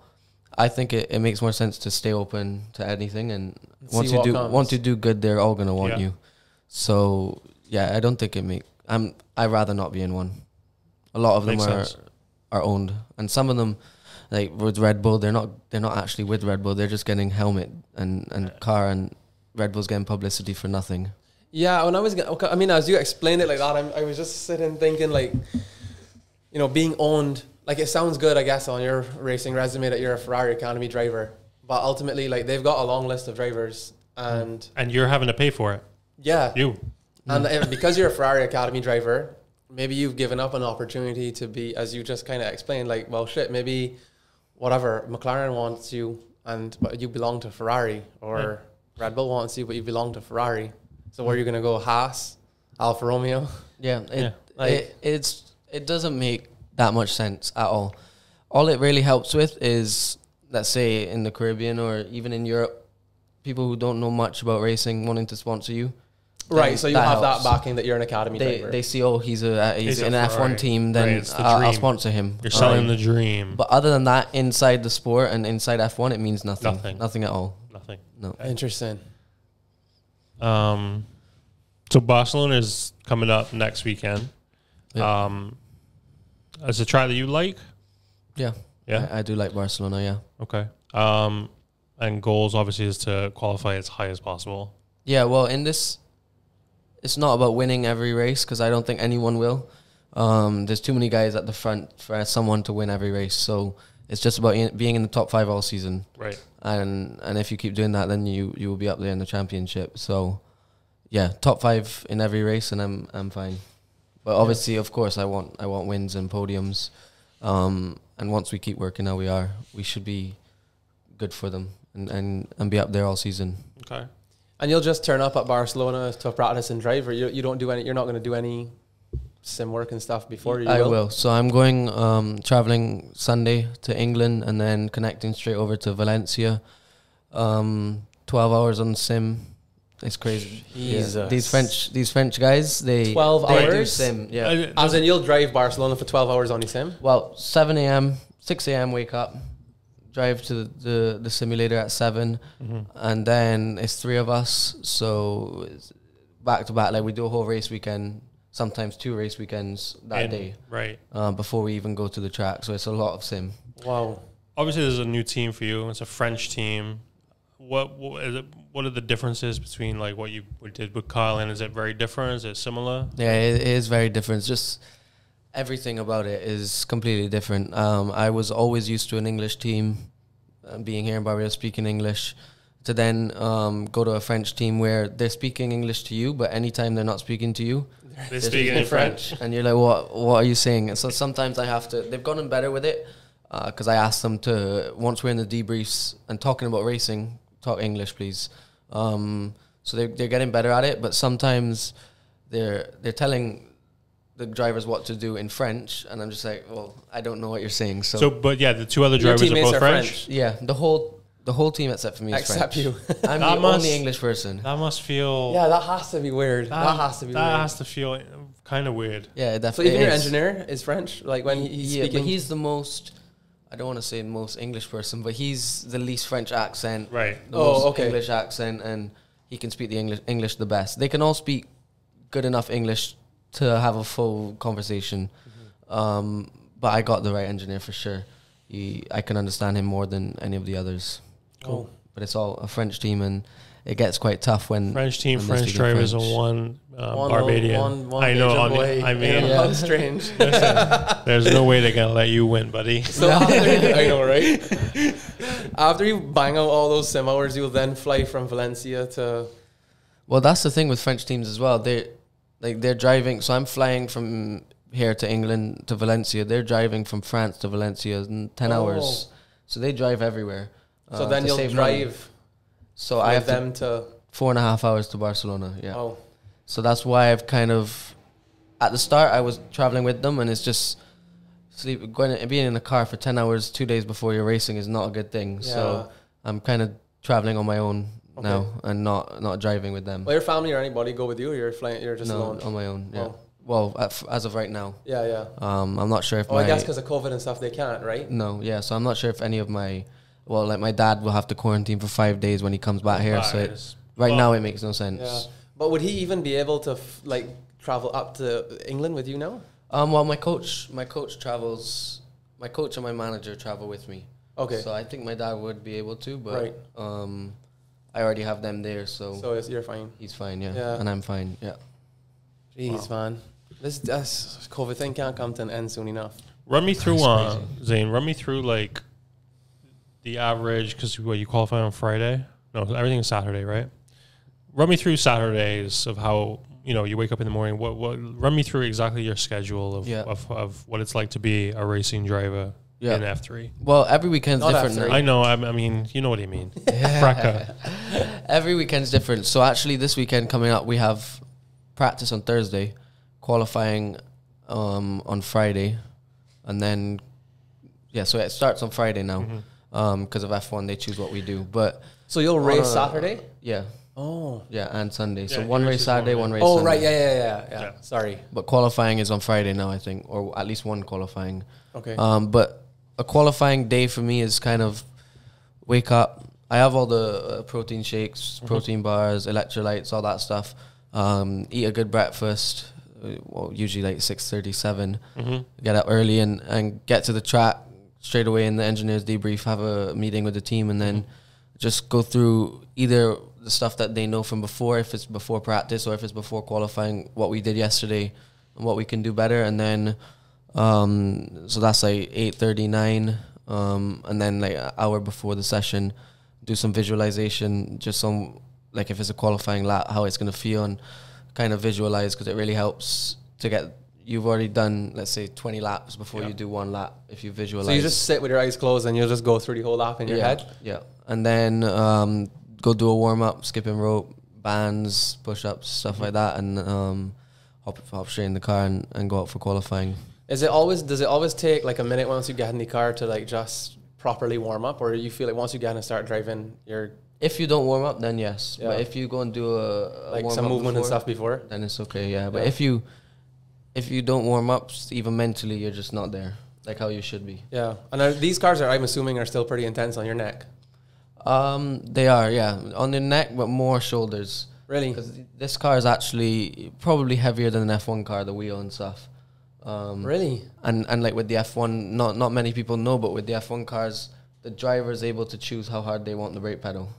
[SPEAKER 6] I think it, it makes more sense to stay open to anything, and once you
[SPEAKER 7] what
[SPEAKER 6] do
[SPEAKER 7] comes.
[SPEAKER 6] once you do good, they're all gonna want
[SPEAKER 5] Yeah.
[SPEAKER 6] you. So yeah, I don't think it make. I'm I rather not be in one. A lot of them
[SPEAKER 5] Makes
[SPEAKER 6] are
[SPEAKER 5] sense.
[SPEAKER 6] are owned, and some of them, like with Red Bull, they're not they're not actually with Red Bull. They're just getting helmet and and car, and Red Bull's getting publicity for nothing.
[SPEAKER 7] Yeah, when I was, g- okay, I mean, as you explained it like that, I'm, I was just sitting thinking, like, you know, being owned. Like, it sounds good, I guess, on your racing resume that you're a Ferrari Academy driver, but ultimately, like, they've got a long list of drivers, and
[SPEAKER 5] and you're having to pay for it.
[SPEAKER 7] yeah,
[SPEAKER 5] You.
[SPEAKER 7] and if- because you're a Ferrari Academy driver, maybe you've given up an opportunity to be, as you just kind of explained, like, well, shit, maybe whatever McLaren wants you, and but you belong to Ferrari, or Red Bull wants you, but you belong to Ferrari. So where are you gonna go? Haas, Alfa Romeo.
[SPEAKER 6] Yeah, it,
[SPEAKER 7] Like-
[SPEAKER 6] it it's it doesn't make that much sense at all. All it really helps with is let's say in the Caribbean or even in Europe, people who don't know much about racing wanting to sponsor you.
[SPEAKER 7] (laughs) Right. So you
[SPEAKER 6] that
[SPEAKER 7] have
[SPEAKER 6] helps.
[SPEAKER 7] that backing that you're an academy
[SPEAKER 6] They
[SPEAKER 7] driver.
[SPEAKER 6] they see oh he's a uh, he's,
[SPEAKER 5] He's a
[SPEAKER 6] in an F
[SPEAKER 5] Ferrari.
[SPEAKER 6] one team then uh,
[SPEAKER 5] Right, it's the
[SPEAKER 6] I'll, I'll
[SPEAKER 5] dream.
[SPEAKER 6] sponsor him.
[SPEAKER 5] You're selling
[SPEAKER 6] Um,
[SPEAKER 5] the dream.
[SPEAKER 6] But other than that, inside the sport and inside F one, it means nothing.
[SPEAKER 5] Nothing.
[SPEAKER 6] Nothing. at all.
[SPEAKER 5] Nothing.
[SPEAKER 6] No.
[SPEAKER 7] Interesting.
[SPEAKER 5] Um, so Barcelona is coming up next weekend. Um, is a track that you like?
[SPEAKER 6] Yeah.
[SPEAKER 5] Yeah?
[SPEAKER 6] I, I do like Barcelona. Yeah.
[SPEAKER 5] Okay. Um, and goals obviously is to qualify as high as possible.
[SPEAKER 6] Yeah, well, in this, it's not about winning every race because I don't think anyone will. Um, there's too many guys at the front for someone to win every race. So it's just about in, being in the top five all season.
[SPEAKER 5] Right.
[SPEAKER 6] And and if you keep doing that, then you you will be up there in the championship. So yeah, top five in every race, and I'm I'm fine. But obviously, of course, I want I want wins and podiums. Um, and once we keep working how we are, we should be good for them and, and, and be up there all season.
[SPEAKER 5] Okay.
[SPEAKER 7] And you'll just turn up at Barcelona to practice and drive, or you, you don't do any. You're not going to do any sim work and stuff before you.
[SPEAKER 6] I will. So I'm going um, traveling Sunday to England and then connecting straight over to Valencia. Um, Twelve hours on sim. It's crazy. Yeah.
[SPEAKER 7] Jesus.
[SPEAKER 6] These French these French guys they they
[SPEAKER 7] 12
[SPEAKER 6] do
[SPEAKER 7] hours?
[SPEAKER 6] sim. Yeah.
[SPEAKER 5] I-
[SPEAKER 7] As in, you'll drive Barcelona for 12 hours on your sim.
[SPEAKER 6] well, seven a.m. six a.m. wake up, drive to the the, the simulator at 7 and then it's three of us. So it's back to back, like we do a whole race weekend. Sometimes two race weekends that
[SPEAKER 5] And-
[SPEAKER 6] day.
[SPEAKER 5] Right.
[SPEAKER 6] uh, before we even go to the track. So it's a lot of sim.
[SPEAKER 7] Wow.
[SPEAKER 5] Obviously, there's a new team for you. It's a French team. What what, is it, what are the differences between like what you did with Kyle and is it very different? Is it similar?
[SPEAKER 6] Yeah, it, it is very different. It's just everything about it is completely different. Um, I was always used to an English team, uh, being here in Barbados, speaking English, to then um, go to a French team where they're speaking English to you, but anytime they're not speaking to you,
[SPEAKER 5] They speak in French.
[SPEAKER 6] and you're like, what? What are you saying? And so sometimes I have to. They've gotten better with it because I asked them to once we're in the debriefs and talking about racing, talk English, please. Um, so they're they're getting better at it, but sometimes they're they're telling the drivers what to do in French, and I'm just like, well, I don't know what you're saying. So,
[SPEAKER 5] So, but yeah, the two other drivers are
[SPEAKER 7] teammates
[SPEAKER 5] both
[SPEAKER 7] are
[SPEAKER 5] French.
[SPEAKER 7] French.
[SPEAKER 6] yeah, the whole the whole team except for me is
[SPEAKER 7] Except
[SPEAKER 6] French.
[SPEAKER 7] you.
[SPEAKER 6] I'm
[SPEAKER 5] That
[SPEAKER 6] the
[SPEAKER 5] must-
[SPEAKER 6] only English person.
[SPEAKER 5] That must feel.
[SPEAKER 7] Yeah, that has to be weird. That,
[SPEAKER 6] Ah,
[SPEAKER 7] has to be
[SPEAKER 5] That
[SPEAKER 7] weird.
[SPEAKER 5] has to feel kind of weird.
[SPEAKER 6] Yeah, it
[SPEAKER 7] so
[SPEAKER 6] definitely.
[SPEAKER 7] even your
[SPEAKER 6] is.
[SPEAKER 7] engineer is French. Like when he- he's
[SPEAKER 6] yeah,
[SPEAKER 7] speaking,
[SPEAKER 6] but he's the most. I don't want to say most English person, but he's the least French accent.
[SPEAKER 5] Right.
[SPEAKER 6] The
[SPEAKER 7] Oh,
[SPEAKER 6] most
[SPEAKER 7] okay.
[SPEAKER 6] English accent, and he can speak the English English the best. They can all speak good enough English to have a full conversation.
[SPEAKER 7] Mm-hmm.
[SPEAKER 6] Um, but I got the right engineer for sure. He, I can understand him more than any of the others.
[SPEAKER 7] Cool.
[SPEAKER 6] But it's all a French team, and it gets quite tough when
[SPEAKER 5] French team,
[SPEAKER 6] when they're
[SPEAKER 5] French
[SPEAKER 6] speaking
[SPEAKER 5] drivers,
[SPEAKER 6] French.
[SPEAKER 5] and one, uh,
[SPEAKER 7] One-
[SPEAKER 5] Barbadian.
[SPEAKER 7] one- one
[SPEAKER 5] I know.
[SPEAKER 7] Asian
[SPEAKER 5] on-
[SPEAKER 7] boy.
[SPEAKER 5] I mean,
[SPEAKER 6] Yeah.
[SPEAKER 7] How strange.
[SPEAKER 6] (laughs)
[SPEAKER 7] (laughs)
[SPEAKER 5] there's no way they're gonna let you win, buddy.
[SPEAKER 7] So after, (laughs) I know,
[SPEAKER 6] (laughs)
[SPEAKER 7] right? after you bang out all those sim hours, you'll then fly from Valencia to.
[SPEAKER 6] Well, that's the thing with French teams as well. They like they're driving. So I'm flying from here to England to Valencia. They're driving from France to Valencia in ten hours. So they drive everywhere.
[SPEAKER 7] Oh. So
[SPEAKER 6] uh,
[SPEAKER 7] then
[SPEAKER 6] to
[SPEAKER 7] you'll
[SPEAKER 6] save money.
[SPEAKER 7] drive
[SPEAKER 6] So
[SPEAKER 7] with
[SPEAKER 6] I have to,
[SPEAKER 7] them to.
[SPEAKER 6] four and a half hours to Barcelona. Yeah.
[SPEAKER 7] Oh,
[SPEAKER 6] So that's why I've kind of, at the start, I was traveling with them, and it's just sleep going and being in the car for ten hours two days before you're racing is not a good thing.
[SPEAKER 7] Yeah.
[SPEAKER 6] So I'm kind of traveling on my own now
[SPEAKER 7] Okay.
[SPEAKER 6] and not not driving with them.
[SPEAKER 7] well, your family or anybody go with you, or you're flying. You're just
[SPEAKER 6] No,
[SPEAKER 7] alone.
[SPEAKER 6] on my own. Yeah.
[SPEAKER 7] Oh.
[SPEAKER 6] Well, at f- as of right now,
[SPEAKER 7] yeah, yeah.
[SPEAKER 6] um, I'm not sure if
[SPEAKER 7] Oh,
[SPEAKER 6] my
[SPEAKER 7] I guess because of COVID and stuff, they can't, right?
[SPEAKER 6] no, yeah. So I'm not sure if any of my well, like my dad will have to quarantine for five days when he comes back here. So
[SPEAKER 5] Nice.
[SPEAKER 6] it, right
[SPEAKER 5] Well-
[SPEAKER 6] now it makes no
[SPEAKER 7] Yeah.
[SPEAKER 6] sense.
[SPEAKER 7] But would he even be able to f- like travel up to England with you now?
[SPEAKER 6] Um, well, my coach, my coach travels. My coach and my manager travel with me.
[SPEAKER 7] Okay.
[SPEAKER 6] So I think my dad would be able to, but
[SPEAKER 7] Right.
[SPEAKER 6] um, I already have them there, so,
[SPEAKER 7] So it's, you're fine.
[SPEAKER 6] he's fine. Yeah.
[SPEAKER 7] Yeah.
[SPEAKER 6] And I'm fine. Yeah.
[SPEAKER 7] Jeez, man. This, this COVID thing can't come to an end soon enough.
[SPEAKER 5] Run me through, uh, Zane. Run me through like the average because what you qualify on Friday? No, everything's Saturday, right? Run me through Saturdays of how you know you wake up in the morning. What what? Run me through exactly your schedule of
[SPEAKER 6] Yeah.
[SPEAKER 5] of, of what it's like to be a racing driver
[SPEAKER 6] Yeah.
[SPEAKER 5] in F three.
[SPEAKER 6] Well, every weekend's
[SPEAKER 7] Not
[SPEAKER 6] different.
[SPEAKER 7] after
[SPEAKER 6] now.
[SPEAKER 5] I know. I, I mean, you know what I
[SPEAKER 6] (laughs)
[SPEAKER 5] mean. Fracker.
[SPEAKER 6] Every weekend's different. So actually, this weekend coming up, we have practice on Thursday, qualifying um, on Friday, and then yeah. So it starts on Friday now because of F one. They choose what we do, but
[SPEAKER 7] Mm-hmm. So you'll race
[SPEAKER 6] uh,
[SPEAKER 7] Saturday?
[SPEAKER 6] yeah,
[SPEAKER 7] Oh.
[SPEAKER 6] yeah, and Sunday. so
[SPEAKER 5] Yeah,
[SPEAKER 6] one
[SPEAKER 5] he
[SPEAKER 6] race
[SPEAKER 5] races one
[SPEAKER 6] Saturday,
[SPEAKER 5] day.
[SPEAKER 6] one race.
[SPEAKER 7] Oh,
[SPEAKER 6] Sunday.
[SPEAKER 7] right. Yeah, yeah, yeah, yeah.
[SPEAKER 5] Yeah.
[SPEAKER 7] Sorry.
[SPEAKER 6] But qualifying is on Friday now, I think, or at least one qualifying.
[SPEAKER 7] Okay.
[SPEAKER 6] Um, but a qualifying day for me is kind of wake up. I have all the uh, protein shakes, protein bars, electrolytes, all that stuff. Um, eat a good breakfast. uh, Well, usually like six thirty, seven. Get up early and and get to the track. straight away in the engineers debrief, have a meeting with the team, and then just go through either the stuff that they know from before, if it's before practice or if it's before qualifying, what we did yesterday and what we can do better, and then um, so that's like eight thirty nine, um, and then like an hour before the session, do some visualization, just some like if it's a qualifying lap, how it's gonna feel and kind of visualize because it really helps to get. You've already done, let's say, twenty laps before you do one lap. If you visualize,
[SPEAKER 7] So you just sit with your eyes closed and you'll just go through the whole lap in your
[SPEAKER 6] yeah.
[SPEAKER 7] head.
[SPEAKER 6] Yeah. And then um, go do a warm up, skipping rope, bands, push ups, stuff like that, and um, hop, hop straight in the car and, and go out for qualifying.
[SPEAKER 7] Is it always does it always take like a minute once you get in the car to like just properly warm up, or you feel like once you get in and start driving, you're
[SPEAKER 6] If you don't warm up, then yes.
[SPEAKER 7] Yeah.
[SPEAKER 6] But if you go and do a, a
[SPEAKER 7] like
[SPEAKER 6] warm
[SPEAKER 7] some
[SPEAKER 6] up
[SPEAKER 7] movement and
[SPEAKER 6] before,
[SPEAKER 7] stuff before?
[SPEAKER 6] then it's okay. Yeah. But
[SPEAKER 7] Yeah.
[SPEAKER 6] if you if you don't warm up, s- even mentally, you're just not there, like how you should be.
[SPEAKER 7] Yeah, and are, these cars are I'm assuming are still pretty intense on your neck.
[SPEAKER 6] Um, they are, yeah, on the neck, but more shoulders.
[SPEAKER 7] Really?
[SPEAKER 6] 'Cause this car is actually probably heavier than an F1 car, the wheel and stuff. Um,
[SPEAKER 7] Really?
[SPEAKER 6] and and like with the F1, not not many people know, but with the F1 cars, the driver is able to choose how hard they want the brake pedal.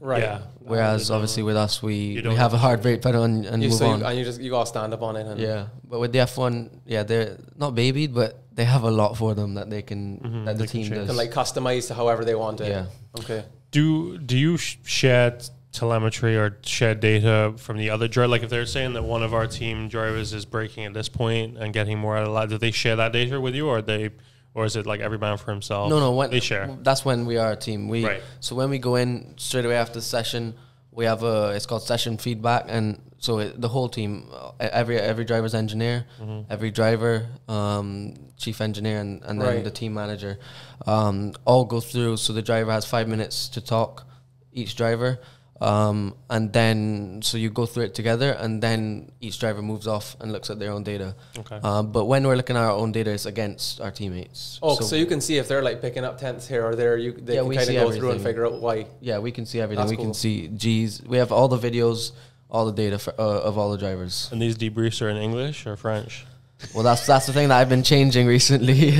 [SPEAKER 7] Right.
[SPEAKER 5] Yeah.
[SPEAKER 6] Whereas obviously with us, we, we
[SPEAKER 5] don't
[SPEAKER 6] have a hard brake pedal and, and
[SPEAKER 7] You,
[SPEAKER 6] move
[SPEAKER 7] so
[SPEAKER 6] on.
[SPEAKER 7] you, and you just you gotta stand up on it. And
[SPEAKER 6] yeah, but with the F1, yeah, they're not babied, but they have a lot for them that they can that the
[SPEAKER 5] Mm-hmm. they can
[SPEAKER 6] team
[SPEAKER 5] change.
[SPEAKER 6] does.
[SPEAKER 7] Can like customize to however they want it.
[SPEAKER 6] Yeah.
[SPEAKER 7] Okay.
[SPEAKER 5] Do do you sh- share t- telemetry or share data from the other driver? Like if they're saying that one of our team drivers is breaking at this point and getting more out of that, do they share that data with you, or they, or is it like every man for himself?
[SPEAKER 6] No, no. When,
[SPEAKER 5] they share.
[SPEAKER 6] That's when we are a team. We
[SPEAKER 5] Right.
[SPEAKER 6] so when we go in straight away after the session, we have a it's called session feedback, and so it, the whole team, uh, every every driver's engineer,
[SPEAKER 5] Mm-hmm.
[SPEAKER 6] every driver, um, chief engineer, and, and then
[SPEAKER 7] Right.
[SPEAKER 6] the team manager, um, all go through. So the driver has five minutes to talk, each driver. Um, and then, so you go through it together, and then each driver moves off and looks at their own data.
[SPEAKER 5] Okay.
[SPEAKER 6] Uh, but when we're looking at our own data, it's against our teammates.
[SPEAKER 7] Oh, so, you can see if they're like picking up tenths here or there. You they
[SPEAKER 6] Yeah,
[SPEAKER 7] can
[SPEAKER 6] we
[SPEAKER 7] kind
[SPEAKER 6] see
[SPEAKER 7] of go through and
[SPEAKER 6] everything.
[SPEAKER 7] figure out why.
[SPEAKER 6] Yeah, we can see everything.
[SPEAKER 7] That's
[SPEAKER 6] we
[SPEAKER 7] cool.
[SPEAKER 6] can see G's. We have all the videos, all the data for, uh, of all the drivers.
[SPEAKER 5] And these debriefs are in English or French?
[SPEAKER 6] Well, that's that's the thing that I've been changing (laughs) recently.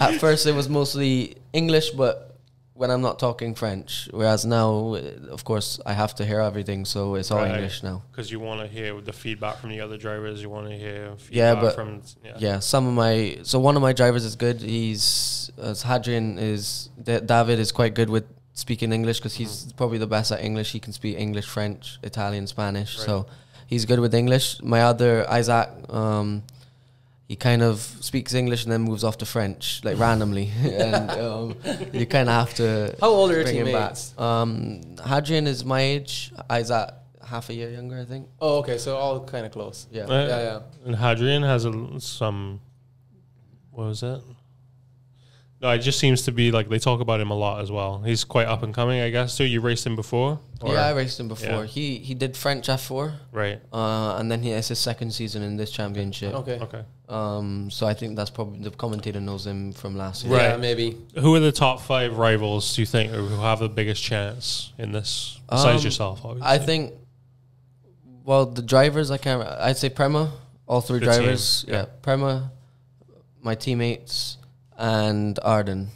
[SPEAKER 6] At first, it was mostly English, but when I'm not talking French, whereas now, uh, of course, I have to hear everything, so it's all Oh, English now.
[SPEAKER 5] Because you want to hear the feedback from the other drivers. You want to hear feedback
[SPEAKER 6] Yeah, but-
[SPEAKER 5] from yeah.
[SPEAKER 6] Yeah, some of my so one of my drivers is good. He's as Hadrian is Da- David is quite good with speaking English because he's
[SPEAKER 7] Mm-hmm.
[SPEAKER 6] probably the best at English. He can speak English, French, Italian, Spanish. So he's good with English. My other Isaac, um, he kind of speaks English and then moves off to French
[SPEAKER 7] (laughs)
[SPEAKER 6] like randomly, (laughs) and um, you kind of have to.
[SPEAKER 7] How old are your
[SPEAKER 6] bring him back.
[SPEAKER 7] teammates?
[SPEAKER 6] Um, Hadrian is my age. Isaac half a year younger, I think.
[SPEAKER 7] Oh, okay. So all kind of close.
[SPEAKER 6] Yeah.
[SPEAKER 5] Uh,
[SPEAKER 7] Yeah, yeah.
[SPEAKER 5] And Hadrian has a, l- some. What was it? No, it just seems to be like they talk about him a lot as well. He's quite up and coming, I guess. So you raced him before? Or-
[SPEAKER 6] yeah, I raced him before.
[SPEAKER 5] Yeah.
[SPEAKER 6] He he did French F four.
[SPEAKER 5] Right.
[SPEAKER 6] Uh, and then he it's his second season in this championship.
[SPEAKER 7] Okay.
[SPEAKER 5] Okay.
[SPEAKER 6] Um, so I think that's probably the commentator knows him from last year.
[SPEAKER 5] Right.
[SPEAKER 7] Yeah, maybe.
[SPEAKER 5] Who are the top five rivals do you think who have the biggest chance in this besides
[SPEAKER 6] Um,
[SPEAKER 5] yourself? Obviously.
[SPEAKER 6] I think. Well, the drivers I can't. I'd say Prema, all three
[SPEAKER 5] The team,
[SPEAKER 6] drivers.
[SPEAKER 5] yeah.
[SPEAKER 6] yeah, Prema, my teammates, and Arden.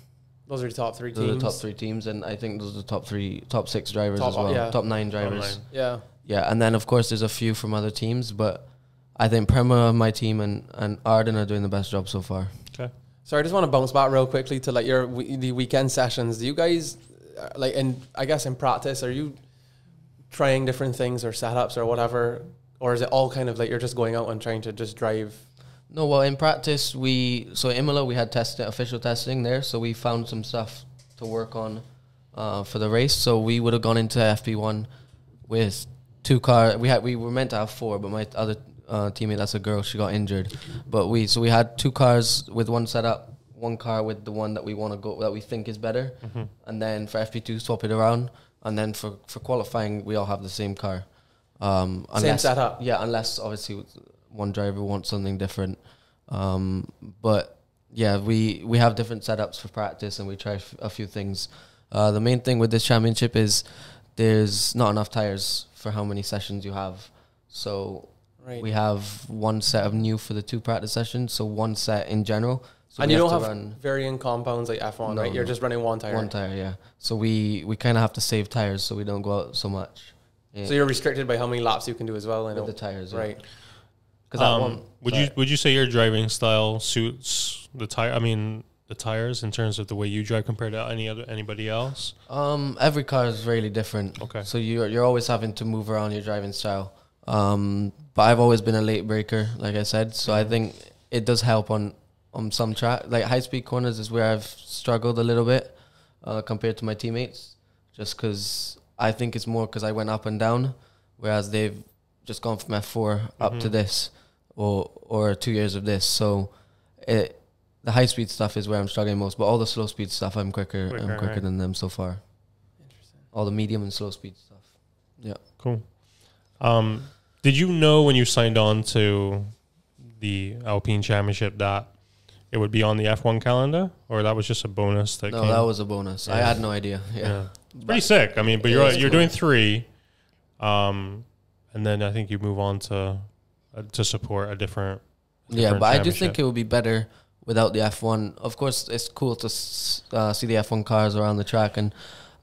[SPEAKER 7] Those are the top three
[SPEAKER 6] Those
[SPEAKER 7] teams.
[SPEAKER 6] are the top three teams, and I think those are the top three, top six drivers
[SPEAKER 7] Top-
[SPEAKER 6] as well.
[SPEAKER 7] yeah.
[SPEAKER 6] Top nine drivers.
[SPEAKER 5] nine.
[SPEAKER 7] Yeah.
[SPEAKER 6] Yeah, and then of course there's a few from other teams, but I think Prema, my team, and and Arden are doing the best job so far.
[SPEAKER 5] Okay.
[SPEAKER 7] So I just want to bounce back real quickly to like your we- the weekend sessions. Do you guys uh, like in I guess in practice are you trying different things or setups or whatever, or is it all kind of like you're just going out and trying to just drive?
[SPEAKER 6] No, well, in practice, we so Imola we had test official testing there, so we found some stuff to work on uh, for the race. So we would have gone into FP one with two car. We had we were meant to have four, but my other uh, teammate, that's a girl, she got injured. But we so we had two cars with one setup, one car with the one that we want to go that we think is better, and then for FP two swap it around, and then for for qualifying we all have the same car. Um, unless-
[SPEAKER 7] setup.
[SPEAKER 6] yeah, unless obviously one driver wants something different. Um, but yeah, we we have different setups for practice, and we try f- a few things. Uh, the main thing with this championship is there's not enough tires for how many sessions you have, so
[SPEAKER 7] Right.
[SPEAKER 6] we have one set of new for the two practice sessions, so one set in general. So
[SPEAKER 7] and
[SPEAKER 6] we
[SPEAKER 7] you don't
[SPEAKER 6] to
[SPEAKER 7] have
[SPEAKER 6] run
[SPEAKER 7] varying compounds like F1,
[SPEAKER 6] No,
[SPEAKER 7] right? You're
[SPEAKER 6] no.
[SPEAKER 7] just running one tire.
[SPEAKER 6] one tire, yeah. So we we kind of have to save tires so we don't go out so much. Yeah.
[SPEAKER 7] So you're restricted by how many laps you can do as well. You know?
[SPEAKER 6] the tires, yeah.
[SPEAKER 7] right?
[SPEAKER 6] Because that
[SPEAKER 5] Um,
[SPEAKER 6] one,
[SPEAKER 5] would you would you say your driving style suits the tire? I mean, the tires in terms of the way you drive compared to any other anybody else.
[SPEAKER 6] Um, every car is really different.
[SPEAKER 5] Okay.
[SPEAKER 6] So you're you're always having to move around your driving style. Um, but I've always been a late breaker, like I said. So I think it does help on on some track. Like high speed corners is where I've struggled a little bit uh, compared to my teammates, just because I think it's more because I went up and down, whereas they've just gone from F 4 up to this, or or two years of this. So it. The high speed stuff is where I'm struggling most, but all the slow speed stuff I'm quicker,
[SPEAKER 5] Quicker,
[SPEAKER 6] I'm quicker
[SPEAKER 5] right.
[SPEAKER 6] than them so far all the medium and slow speed stuff. Yeah.
[SPEAKER 5] Cool. Um, did you know when you signed on to the Alpine Championship that it would be on the F1 calendar, or that was just a bonus that
[SPEAKER 6] No,
[SPEAKER 5] came?
[SPEAKER 6] that was a bonus. I had no idea. Yeah.
[SPEAKER 5] yeah. It's pretty sick. I mean, but
[SPEAKER 6] It
[SPEAKER 5] you're
[SPEAKER 6] is
[SPEAKER 5] you're
[SPEAKER 6] cool.
[SPEAKER 5] doing three, um, and then I think you move on to uh, to support a different.
[SPEAKER 6] Yeah,
[SPEAKER 5] different
[SPEAKER 6] but I do think
[SPEAKER 5] championship.
[SPEAKER 6] it would be better without the F1. Of course, it's cool to s- uh, see the F1 cars around the track and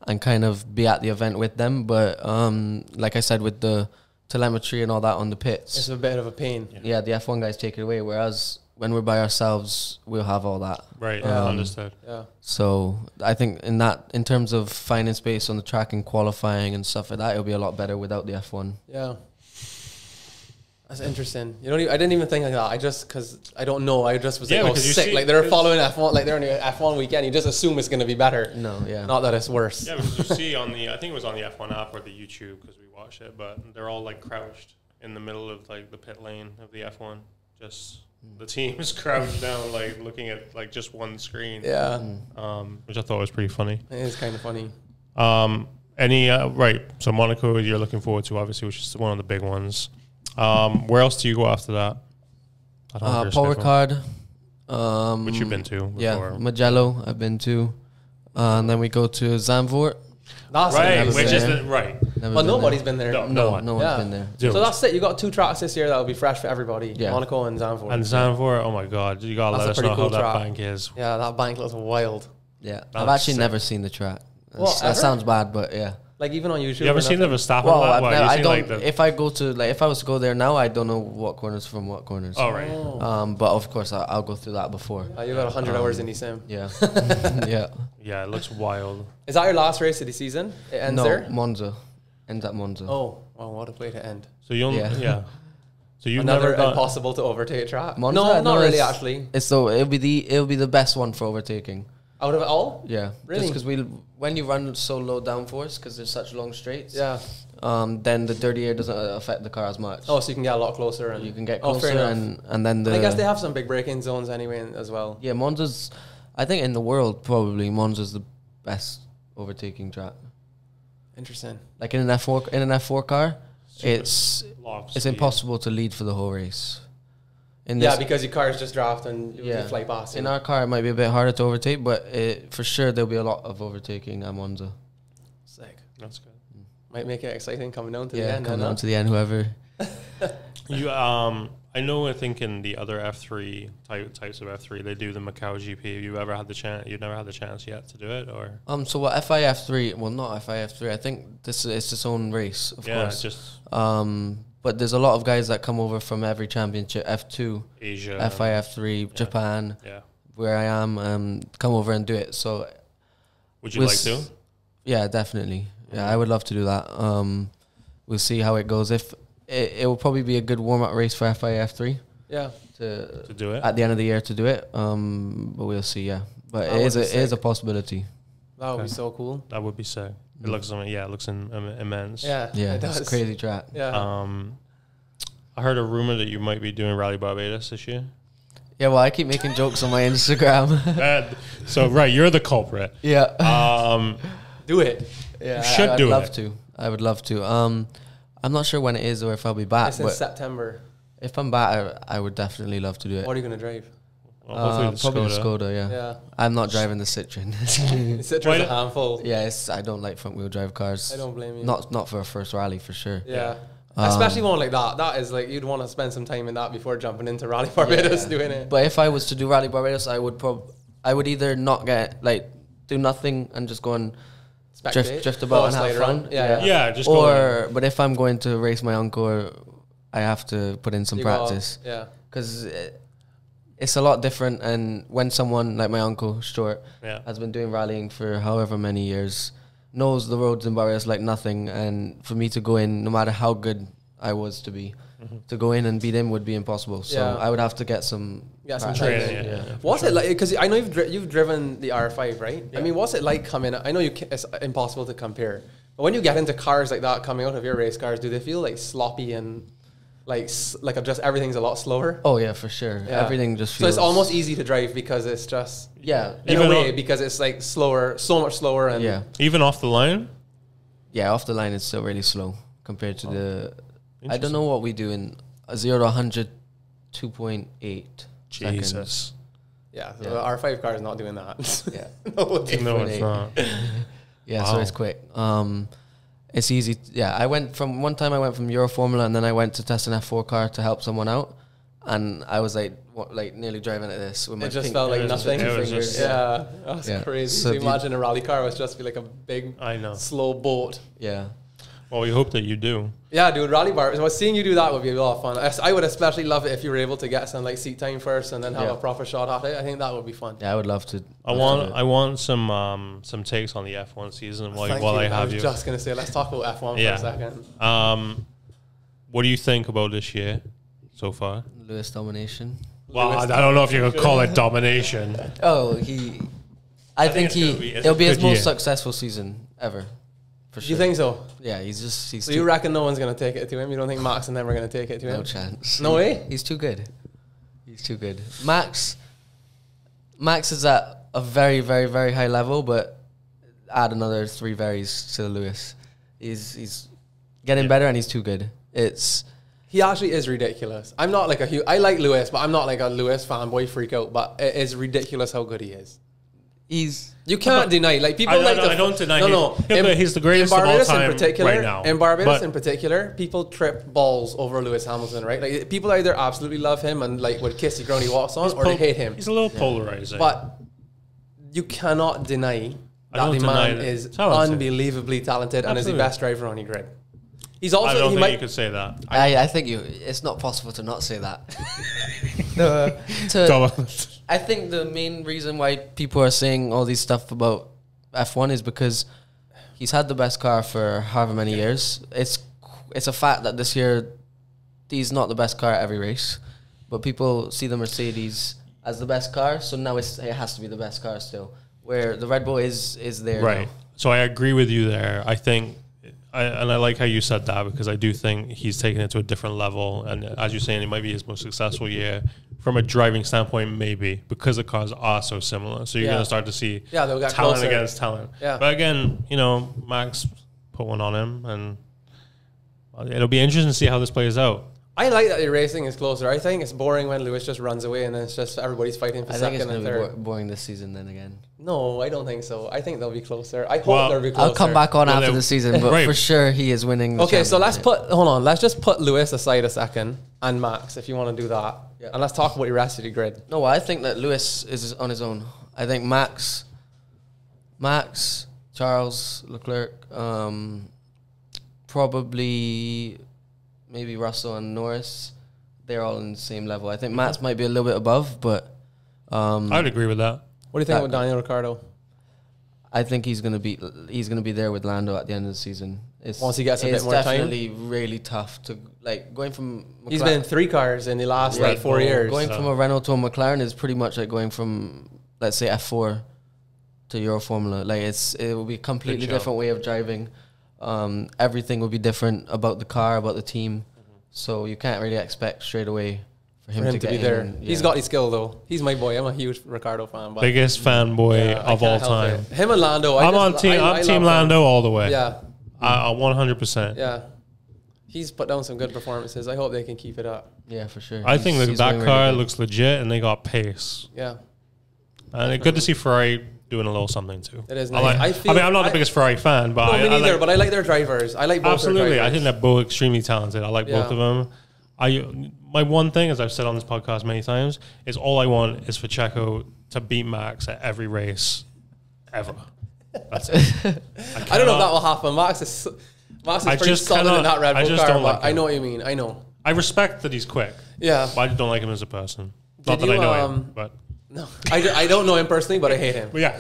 [SPEAKER 6] and kind of be at the event with them. But um, like I said, with the telemetry and all that on the
[SPEAKER 7] It's
[SPEAKER 6] pits,
[SPEAKER 7] a bit of a pain.
[SPEAKER 6] yeah, the F1 guys take it away. Whereas when we're by ourselves, we'll have all that.
[SPEAKER 5] right.
[SPEAKER 7] Um,
[SPEAKER 5] understood.
[SPEAKER 7] Yeah.
[SPEAKER 6] So I think in that, in terms of finding space on the track and qualifying and stuff like that, it'll be a lot better without the F1.
[SPEAKER 7] Yeah. That's interesting. You know, I didn't even think like that. I just because I don't know. I just was
[SPEAKER 5] Yeah,
[SPEAKER 7] like, oh,
[SPEAKER 5] because you
[SPEAKER 7] sick.
[SPEAKER 5] see-
[SPEAKER 7] like they're
[SPEAKER 5] it's-
[SPEAKER 7] following F one. Like they're on the F one weekend. You just assume it's gonna be better.
[SPEAKER 6] No, yeah.
[SPEAKER 7] Not that it's worse.
[SPEAKER 5] Yeah, because you see on the I think it was on the F1 app or the YouTube because we watched it, but they're all like crouched in the middle of like the pit lane of the F1. Just the team is (laughs) crouched down, like looking at like just one screen,
[SPEAKER 7] Yeah.
[SPEAKER 5] um, which I thought was pretty funny.
[SPEAKER 7] It is kind of funny.
[SPEAKER 5] Um, any uh, right? So Monaco, you're looking forward to obviously, which is one of the big ones. Um, where else do you go after that? I don't know if
[SPEAKER 6] Uh,
[SPEAKER 5] you're
[SPEAKER 6] Paul
[SPEAKER 5] scheduled,
[SPEAKER 6] Ricard. Um,
[SPEAKER 5] which you've been to before.
[SPEAKER 6] Yeah, Magello, I've been to. Uh, and then we go to Zandvoort.
[SPEAKER 7] That's
[SPEAKER 5] right,
[SPEAKER 7] It.
[SPEAKER 6] never
[SPEAKER 5] which
[SPEAKER 6] been
[SPEAKER 5] is
[SPEAKER 6] there.
[SPEAKER 5] the, right.
[SPEAKER 6] Never
[SPEAKER 7] But
[SPEAKER 6] been there.
[SPEAKER 7] nobody's been there.
[SPEAKER 5] No, no,
[SPEAKER 6] No,
[SPEAKER 5] one.
[SPEAKER 6] no one's
[SPEAKER 7] Yeah.
[SPEAKER 6] been there.
[SPEAKER 5] Dude.
[SPEAKER 7] So that's it. You got two tracks this year that will be fresh for everybody.
[SPEAKER 6] Yeah.
[SPEAKER 7] Monaco and Zandvoort.
[SPEAKER 5] And Zandvoort, oh my God, you gotta
[SPEAKER 7] That's
[SPEAKER 5] let
[SPEAKER 7] a
[SPEAKER 5] us
[SPEAKER 7] pretty
[SPEAKER 5] know
[SPEAKER 7] cool
[SPEAKER 5] how
[SPEAKER 7] track.
[SPEAKER 5] that bank is.
[SPEAKER 7] yeah, that bank looks wild.
[SPEAKER 6] Yeah,
[SPEAKER 5] That
[SPEAKER 6] I've
[SPEAKER 5] looks
[SPEAKER 6] actually
[SPEAKER 5] sick.
[SPEAKER 6] never seen the track. That's-
[SPEAKER 7] Well,
[SPEAKER 6] that
[SPEAKER 7] ever?
[SPEAKER 6] sounds bad, but yeah.
[SPEAKER 7] Like even on YouTube.
[SPEAKER 5] You ever
[SPEAKER 7] and
[SPEAKER 5] seen the
[SPEAKER 7] that-
[SPEAKER 5] Verstappen
[SPEAKER 6] Well,
[SPEAKER 5] lap?
[SPEAKER 6] I've
[SPEAKER 5] Why?
[SPEAKER 6] never,
[SPEAKER 5] you
[SPEAKER 6] I
[SPEAKER 5] seen,
[SPEAKER 6] don't.
[SPEAKER 5] like, the-
[SPEAKER 6] if I go to like, if I was to go there now, I don't know what corners from what corners.
[SPEAKER 5] oh, right.
[SPEAKER 6] Um, but of course, I, I'll go through that before.
[SPEAKER 7] Uh, you got 100
[SPEAKER 6] Um,
[SPEAKER 7] hours in ESIM.
[SPEAKER 6] Yeah, (laughs) yeah.
[SPEAKER 5] Yeah, it looks wild.
[SPEAKER 7] Is that your last race of the season? It ends
[SPEAKER 6] no,
[SPEAKER 7] there?
[SPEAKER 6] Monza. Ends at Monza.
[SPEAKER 7] Oh, well, what a way to end.
[SPEAKER 5] So you'll yeah.
[SPEAKER 6] Yeah.
[SPEAKER 5] So
[SPEAKER 6] (laughs)
[SPEAKER 5] you've
[SPEAKER 7] Another
[SPEAKER 5] never done.
[SPEAKER 7] impossible to overtake track.
[SPEAKER 6] Monza?
[SPEAKER 7] no, not really,
[SPEAKER 6] it's-
[SPEAKER 7] actually.
[SPEAKER 6] It's so it'll be the it'll be the best one for overtaking.
[SPEAKER 7] Out of it all?
[SPEAKER 6] Yeah,
[SPEAKER 7] Really?
[SPEAKER 6] because we when you run so low downforce because there's such long straights.
[SPEAKER 7] Yeah.
[SPEAKER 6] Um, then the dirty air doesn't uh, affect the car as much.
[SPEAKER 7] Oh, so you can get a lot closer and
[SPEAKER 6] you can get
[SPEAKER 7] Oh,
[SPEAKER 6] closer
[SPEAKER 7] fair enough.
[SPEAKER 6] and and then the
[SPEAKER 7] I guess they have some big break-in zones anyway and- as well.
[SPEAKER 6] yeah Monza's. I think in the world probably Monza's the best overtaking track.
[SPEAKER 7] Interesting.
[SPEAKER 6] Like in an F four in an F four car, it's
[SPEAKER 5] lock
[SPEAKER 6] it's
[SPEAKER 5] speed.
[SPEAKER 6] impossible to lead for the whole race. In
[SPEAKER 7] Yeah,
[SPEAKER 6] this-
[SPEAKER 7] because your car is just draft and you you fly past.
[SPEAKER 6] in
[SPEAKER 7] you.
[SPEAKER 6] our car, it might be a bit harder to overtake, but it, for sure there'll be a lot of overtaking at Monza.
[SPEAKER 7] Sick.
[SPEAKER 5] That's good.
[SPEAKER 7] Might make it exciting coming down to the
[SPEAKER 6] Yeah,
[SPEAKER 7] end.
[SPEAKER 6] come
[SPEAKER 7] huh?
[SPEAKER 6] down to the end, whoever
[SPEAKER 5] You um, I know. I think in the other F three type, types of F three, they do the Macau GP. Have you ever had the chance? You've never had the chance yet to do it, or
[SPEAKER 6] Um. So what? FIF three? Well, not FIF three. I think this is its its own race, of
[SPEAKER 5] yeah,
[SPEAKER 6] course.
[SPEAKER 5] just
[SPEAKER 6] um. But there's a lot of guys that come over from every championship. F two,
[SPEAKER 5] Asia.
[SPEAKER 6] FIF three, Japan,
[SPEAKER 5] Yeah.
[SPEAKER 6] where I am, um, come over and do it. So
[SPEAKER 5] Would you
[SPEAKER 6] We'll
[SPEAKER 5] like
[SPEAKER 6] s-
[SPEAKER 5] to?
[SPEAKER 6] yeah, definitely. Yeah, I would love to do that. Um, we'll see how it goes. If it, it will probably be a good warm up race for FIF three
[SPEAKER 7] Yeah.
[SPEAKER 6] to
[SPEAKER 5] To do it?
[SPEAKER 6] at the end of the year to do it. Um, but we'll see. Yeah, but
[SPEAKER 7] That
[SPEAKER 6] it
[SPEAKER 7] would
[SPEAKER 6] is a,
[SPEAKER 7] be
[SPEAKER 6] it is a (laughs)
[SPEAKER 7] sick.
[SPEAKER 6] possibility.
[SPEAKER 7] That would be so cool.
[SPEAKER 5] that would be sick. It looks. Yeah, it looks im- im- immense.
[SPEAKER 7] Yeah.
[SPEAKER 6] Mm. Yeah,
[SPEAKER 7] it
[SPEAKER 6] it's a
[SPEAKER 7] does.
[SPEAKER 6] crazy Uh, track.
[SPEAKER 7] Yeah.
[SPEAKER 5] Um, I heard a rumor that you might be doing Rally Barbados this year.
[SPEAKER 6] Yeah, well, I keep making jokes on my Instagram. (laughs)
[SPEAKER 5] Bad. so right, you're the
[SPEAKER 7] (laughs)
[SPEAKER 5] culprit.
[SPEAKER 6] yeah.
[SPEAKER 7] uh,
[SPEAKER 5] Um,
[SPEAKER 7] Do it. Yeah.
[SPEAKER 5] should
[SPEAKER 6] I'd
[SPEAKER 5] do
[SPEAKER 6] love
[SPEAKER 5] it.
[SPEAKER 6] to. I would love to. Um, I'm not sure when it is or if I'll be back,
[SPEAKER 7] It's in
[SPEAKER 6] but
[SPEAKER 7] September.
[SPEAKER 6] if I'm back, I, I would definitely love to do it.
[SPEAKER 7] What are you gonna drive?
[SPEAKER 5] Well, hopefully
[SPEAKER 6] Uh,
[SPEAKER 5] the
[SPEAKER 6] probably the
[SPEAKER 5] Skoda.
[SPEAKER 6] Skoda, yeah.
[SPEAKER 7] Yeah.
[SPEAKER 6] I'm not driving the Citroen. (laughs)
[SPEAKER 7] Citroen's
[SPEAKER 5] Why
[SPEAKER 7] a
[SPEAKER 5] not?
[SPEAKER 7] handful.
[SPEAKER 6] yeah, it's, I don't like front wheel drive cars.
[SPEAKER 7] I don't blame you.
[SPEAKER 6] Not not for a first rally for sure.
[SPEAKER 7] Yeah. Especially one like that. That is like you'd want to spend some time in that before jumping into Rally Barbados (laughs) doing it.
[SPEAKER 6] But if I was to do Rally Barbados, I would prob I would either not get like do nothing and just go and drift,
[SPEAKER 7] Spectate?
[SPEAKER 6] drift
[SPEAKER 7] Oh,
[SPEAKER 6] about and
[SPEAKER 7] it's
[SPEAKER 6] have
[SPEAKER 7] later
[SPEAKER 6] fun.
[SPEAKER 7] on. Yeah, yeah.
[SPEAKER 5] Yeah, just go
[SPEAKER 6] or but if I'm going to race my uncle, I have to put in some
[SPEAKER 7] You go out,
[SPEAKER 6] practice
[SPEAKER 7] Yeah.
[SPEAKER 6] because it's a lot different. And when someone like my uncle Stuart
[SPEAKER 5] Yeah.
[SPEAKER 6] has been doing rallying for however many years, knows the roads and barriers like nothing, and for me to go in, no matter how good I was to be,
[SPEAKER 5] Mm-hmm.
[SPEAKER 6] to go in and beat him would be impossible. So
[SPEAKER 7] Yeah.
[SPEAKER 6] I would have to get some
[SPEAKER 7] Yeah, some
[SPEAKER 6] practice.
[SPEAKER 7] training.
[SPEAKER 5] Yeah, yeah, yeah.
[SPEAKER 7] What's it like? Because I know you've dri- you've driven the R5, right? I mean, what's it like coming? I know you ca it's impossible to compare, but when you get into cars like that coming out of your race cars, do they feel like sloppy and like s- like just everything's a lot slower?
[SPEAKER 6] Oh yeah, for sure.
[SPEAKER 7] Yeah.
[SPEAKER 6] Everything just
[SPEAKER 7] so
[SPEAKER 6] feels
[SPEAKER 7] it's almost easy to drive because it's just
[SPEAKER 6] yeah
[SPEAKER 7] in
[SPEAKER 5] Even
[SPEAKER 7] a way
[SPEAKER 5] on-
[SPEAKER 7] because it's like slower, so much slower and
[SPEAKER 6] yeah
[SPEAKER 5] Even off the line,
[SPEAKER 6] yeah off the line it's still really slow compared
[SPEAKER 5] Oh.
[SPEAKER 6] to the I don't know what we do in a zero to 100 2.8 seconds.
[SPEAKER 5] Jesus.
[SPEAKER 7] yeah. So the R5 car is not doing that. (laughs)
[SPEAKER 6] Yeah.
[SPEAKER 7] no way.
[SPEAKER 5] No, it's not.
[SPEAKER 7] (laughs)
[SPEAKER 6] Yeah, so it's quick. Um, it's easy. t- yeah, I went from one time I went from Euro Formula and then I went to test an F4 car to help someone out, and I was like, what, like nearly driving at this with my
[SPEAKER 7] It just
[SPEAKER 6] pink-
[SPEAKER 7] felt like
[SPEAKER 5] was just-
[SPEAKER 7] nothing.
[SPEAKER 5] it was just-
[SPEAKER 7] yeah, that's
[SPEAKER 6] Yeah.
[SPEAKER 7] crazy.
[SPEAKER 6] So
[SPEAKER 7] So
[SPEAKER 6] the-
[SPEAKER 7] imagine a rally car was just be like a big,
[SPEAKER 5] I know.
[SPEAKER 7] slow boat.
[SPEAKER 6] yeah.
[SPEAKER 5] Well, we hope that you do.
[SPEAKER 7] Yeah, dude, rally bar. So seeing you do that would be a lot of fun. I- I would especially love it if you were able to get some like seat time first and then have
[SPEAKER 6] Yeah.
[SPEAKER 7] a proper shot at it. I think that would be fun.
[SPEAKER 6] Yeah, I would love to.
[SPEAKER 5] I want I want some um some takes on the F one season while
[SPEAKER 7] Thank
[SPEAKER 5] while
[SPEAKER 7] you.
[SPEAKER 5] I have
[SPEAKER 7] was
[SPEAKER 5] you.
[SPEAKER 7] just gonna say, let's talk about F one
[SPEAKER 5] Yeah.
[SPEAKER 7] for a second.
[SPEAKER 5] Um, what do you think about this year so far?
[SPEAKER 6] Lewis domination.
[SPEAKER 5] Well, I, I don't know if you could call
[SPEAKER 7] (laughs)
[SPEAKER 5] it domination.
[SPEAKER 6] Oh, he. I, think,
[SPEAKER 5] it's
[SPEAKER 6] he.
[SPEAKER 5] gonna be- it's
[SPEAKER 6] it'll
[SPEAKER 5] a
[SPEAKER 6] be his
[SPEAKER 5] good
[SPEAKER 6] most
[SPEAKER 5] year.
[SPEAKER 6] successful season ever, for
[SPEAKER 7] Do
[SPEAKER 6] sure.
[SPEAKER 7] you think so?
[SPEAKER 6] Yeah, he's just. He's
[SPEAKER 7] So
[SPEAKER 6] too,
[SPEAKER 7] you reckon no one's gonna take it to him? You don't think Max and them are gonna take it to him?
[SPEAKER 6] no chance.
[SPEAKER 7] No way.
[SPEAKER 6] He's too good. He's too good. Max. Max is at a very, very, very high level, but add another three varies to Lewis. He's he's getting better and he's too good. It's
[SPEAKER 7] He actually is ridiculous. I'm not like a huge. I like Lewis, but I'm not like a Lewis fanboy freak out. But it is ridiculous how good he is.
[SPEAKER 6] he's
[SPEAKER 7] You can't deny. Like people
[SPEAKER 5] I- I
[SPEAKER 7] like
[SPEAKER 5] don't-
[SPEAKER 7] to.
[SPEAKER 5] I don't deny
[SPEAKER 7] No,
[SPEAKER 5] he-
[SPEAKER 7] no.
[SPEAKER 5] yeah, (laughs) but he's the greatest
[SPEAKER 7] in
[SPEAKER 5] of all
[SPEAKER 7] Barbados
[SPEAKER 5] time
[SPEAKER 7] in particular,
[SPEAKER 5] right now.
[SPEAKER 7] In Barbados,
[SPEAKER 5] But-
[SPEAKER 7] in particular, people trip balls over Lewis Hamilton, right? Like people either absolutely love him and like would kiss the ground he walks on, or they
[SPEAKER 5] Pol-
[SPEAKER 7] hate him.
[SPEAKER 5] He's a little polarizing.
[SPEAKER 7] But you cannot deny
[SPEAKER 5] I
[SPEAKER 7] that
[SPEAKER 5] don't
[SPEAKER 7] the
[SPEAKER 5] deny
[SPEAKER 7] man
[SPEAKER 5] that.
[SPEAKER 7] is
[SPEAKER 5] Talented.
[SPEAKER 7] unbelievably talented and is the
[SPEAKER 5] Absolutely.
[SPEAKER 7] best driver on the grid. He's
[SPEAKER 5] I
[SPEAKER 7] also
[SPEAKER 5] don't
[SPEAKER 7] he
[SPEAKER 5] think
[SPEAKER 7] might
[SPEAKER 5] you could say
[SPEAKER 7] (laughs)
[SPEAKER 5] that. I,
[SPEAKER 6] I, I think you it's not possible to not say that. The- to- I think the main reason why people are saying all these stuff about F1 is because he's had the best car for however many years. It's it's a fact that this year he's not the best car at every race, but people see the Mercedes as the best car, so now it's, it has to be the best car still. Where the Red Bull is is there, now.
[SPEAKER 5] right. So I agree with you there. I think, I, and I like how you said that because I do think he's taken it to a different level. And as you're saying, it might be his most successful year from a driving standpoint, maybe because the cars are so similar. So you're
[SPEAKER 7] Yeah.
[SPEAKER 5] going to start to see
[SPEAKER 7] Yeah, they'll get
[SPEAKER 5] talent
[SPEAKER 7] closer.
[SPEAKER 5] against talent.
[SPEAKER 7] Yeah.
[SPEAKER 5] But again, you know, Max put one on him, and it'll be interesting to see how this plays out.
[SPEAKER 7] I like that the racing is closer. I think it's boring when Lewis just runs away and then it's just everybody's fighting for
[SPEAKER 6] I think
[SPEAKER 7] second
[SPEAKER 6] it's gonna
[SPEAKER 7] and
[SPEAKER 6] be
[SPEAKER 7] third.
[SPEAKER 6] bo- boring this season then again.
[SPEAKER 7] No, I don't think so. I think they'll be closer. I hope
[SPEAKER 5] Well,
[SPEAKER 7] they'll be closer.
[SPEAKER 6] I'll come back on
[SPEAKER 5] Well,
[SPEAKER 6] after
[SPEAKER 5] they-
[SPEAKER 6] the
[SPEAKER 5] (laughs)
[SPEAKER 6] season, but
[SPEAKER 5] Right.
[SPEAKER 6] for sure he is winning. The
[SPEAKER 7] Okay, so let's
[SPEAKER 6] championship.
[SPEAKER 7] put hold on. Let's just put Lewis aside a second and Max, if you want to do that, and let's talk about the rest of the grid.
[SPEAKER 6] No, I think that Lewis is on his own. I think Max, Max, Charles Leclerc, um, probably maybe Russell and Norris. They're all on the same level. I think
[SPEAKER 7] Mm-hmm.
[SPEAKER 6] Max might be a little bit above, but um,
[SPEAKER 5] I'd agree with that.
[SPEAKER 7] What do you think about Daniel Ricciardo
[SPEAKER 6] I think he's gonna be he's gonna be there with Lando at the end of the season. It's,
[SPEAKER 7] Once he gets a bit
[SPEAKER 6] it's
[SPEAKER 7] more time?
[SPEAKER 6] definitely really tough to like going from.
[SPEAKER 7] He's
[SPEAKER 6] McLaren-
[SPEAKER 7] been in three cars in the last like
[SPEAKER 6] Red
[SPEAKER 7] four
[SPEAKER 5] Bull,
[SPEAKER 7] years.
[SPEAKER 6] Going
[SPEAKER 5] So-
[SPEAKER 6] from a Renault to a McLaren is pretty much like going from, let's say, F4 to Euro Formula. Like it's it will be a completely
[SPEAKER 5] jump.
[SPEAKER 6] different way of driving. Um, everything will be different about the car, about the team. So you can't really expect straight away for him,
[SPEAKER 7] for him
[SPEAKER 6] to,
[SPEAKER 7] to
[SPEAKER 6] get
[SPEAKER 7] be there,
[SPEAKER 6] in.
[SPEAKER 7] he's
[SPEAKER 6] Yeah.
[SPEAKER 7] got his skill though. He's my boy. I'm a huge Ricardo fan, but
[SPEAKER 5] Biggest fanboy
[SPEAKER 7] I
[SPEAKER 5] of all
[SPEAKER 7] can't help
[SPEAKER 5] time.
[SPEAKER 7] it. Him and Lando. I
[SPEAKER 5] I'm on
[SPEAKER 7] just-
[SPEAKER 5] team.
[SPEAKER 7] I-
[SPEAKER 5] I, am
[SPEAKER 7] I love
[SPEAKER 5] team
[SPEAKER 7] them.
[SPEAKER 5] Lando all the way.
[SPEAKER 7] Yeah,
[SPEAKER 5] I, I 100%.
[SPEAKER 7] yeah. He's put down some good performances. I hope they can keep it up.
[SPEAKER 6] yeah for sure.
[SPEAKER 5] I
[SPEAKER 6] He's-
[SPEAKER 5] think that,
[SPEAKER 6] he's
[SPEAKER 5] that
[SPEAKER 6] doing really
[SPEAKER 5] car
[SPEAKER 6] good.
[SPEAKER 5] looks legit, and they got pace.
[SPEAKER 7] Yeah.
[SPEAKER 5] And it's good to see Ferrari doing a little something too.
[SPEAKER 7] It is
[SPEAKER 5] I,
[SPEAKER 7] nice.
[SPEAKER 5] like,
[SPEAKER 7] I
[SPEAKER 5] I,
[SPEAKER 7] feel-
[SPEAKER 5] mean, I'm not
[SPEAKER 7] I-
[SPEAKER 5] the biggest Ferrari fan, but
[SPEAKER 7] No,
[SPEAKER 5] I,
[SPEAKER 7] me
[SPEAKER 5] I
[SPEAKER 7] neither,
[SPEAKER 5] like-
[SPEAKER 7] but I like their drivers. I like both
[SPEAKER 5] absolutely.
[SPEAKER 7] Their
[SPEAKER 5] I
[SPEAKER 7] drivers.
[SPEAKER 5] think they're both extremely talented. I like both of
[SPEAKER 7] Yeah.
[SPEAKER 5] them. I my one thing, as I've said on this podcast many times, is all I want is for Checo to beat Max at every race ever. That's it.
[SPEAKER 7] I don't know if that will happen. Max is Max is
[SPEAKER 5] I
[SPEAKER 7] pretty
[SPEAKER 5] just
[SPEAKER 7] solid in
[SPEAKER 5] cannot-
[SPEAKER 7] that Red
[SPEAKER 5] I
[SPEAKER 7] Bull
[SPEAKER 5] just
[SPEAKER 7] car.
[SPEAKER 5] don't
[SPEAKER 7] but
[SPEAKER 5] like
[SPEAKER 7] I
[SPEAKER 5] him.
[SPEAKER 7] know what you mean. I know.
[SPEAKER 5] I respect that he's quick,
[SPEAKER 7] Yeah.
[SPEAKER 5] but I just don't like him as a person. Not
[SPEAKER 7] Did
[SPEAKER 5] that
[SPEAKER 7] you,
[SPEAKER 5] I know him,
[SPEAKER 7] um,
[SPEAKER 5] but,
[SPEAKER 7] No, I, do, I don't know him personally, but I hate him.
[SPEAKER 5] but yeah,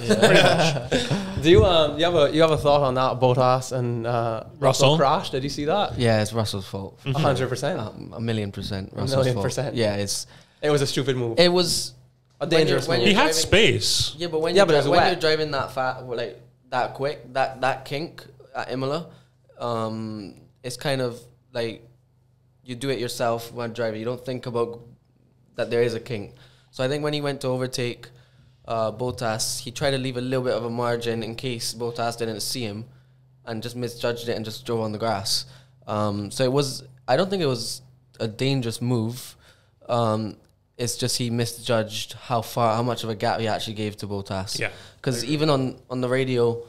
[SPEAKER 5] pretty much.
[SPEAKER 7] Do you um you have a you have a thought on that Bottas and uh, Russell
[SPEAKER 5] Russell?
[SPEAKER 7] crash? Did you see that?
[SPEAKER 6] Yeah, it's Russell's fault.
[SPEAKER 7] A hundred percent.
[SPEAKER 6] Um, a million percent. Russell's
[SPEAKER 7] Mm-hmm. million
[SPEAKER 6] fault.
[SPEAKER 7] percent.
[SPEAKER 6] Yeah, it's
[SPEAKER 7] It was a stupid move.
[SPEAKER 6] it was
[SPEAKER 7] a dangerous
[SPEAKER 6] when
[SPEAKER 7] move.
[SPEAKER 5] he
[SPEAKER 6] you're
[SPEAKER 5] had
[SPEAKER 6] driving-
[SPEAKER 5] space.
[SPEAKER 6] Yeah, but when
[SPEAKER 7] Yeah,
[SPEAKER 6] you're,
[SPEAKER 7] but it was
[SPEAKER 6] dri- when
[SPEAKER 7] wet.
[SPEAKER 6] you're driving that fat, well, like that quick, that that kink at Imola, um, it's kind of like you do it yourself when driving. You don't think about that there is a kink. So I think when he went to overtake uh, Botas, he tried to leave a little bit of a margin in case Botas didn't see him, and just misjudged it and just drove on the grass. Um, so it was. I don't think it was a dangerous move. Um, it's just he misjudged how far, how much of a gap he actually gave to Botas.
[SPEAKER 5] Yeah.
[SPEAKER 6] Because even on on the radio,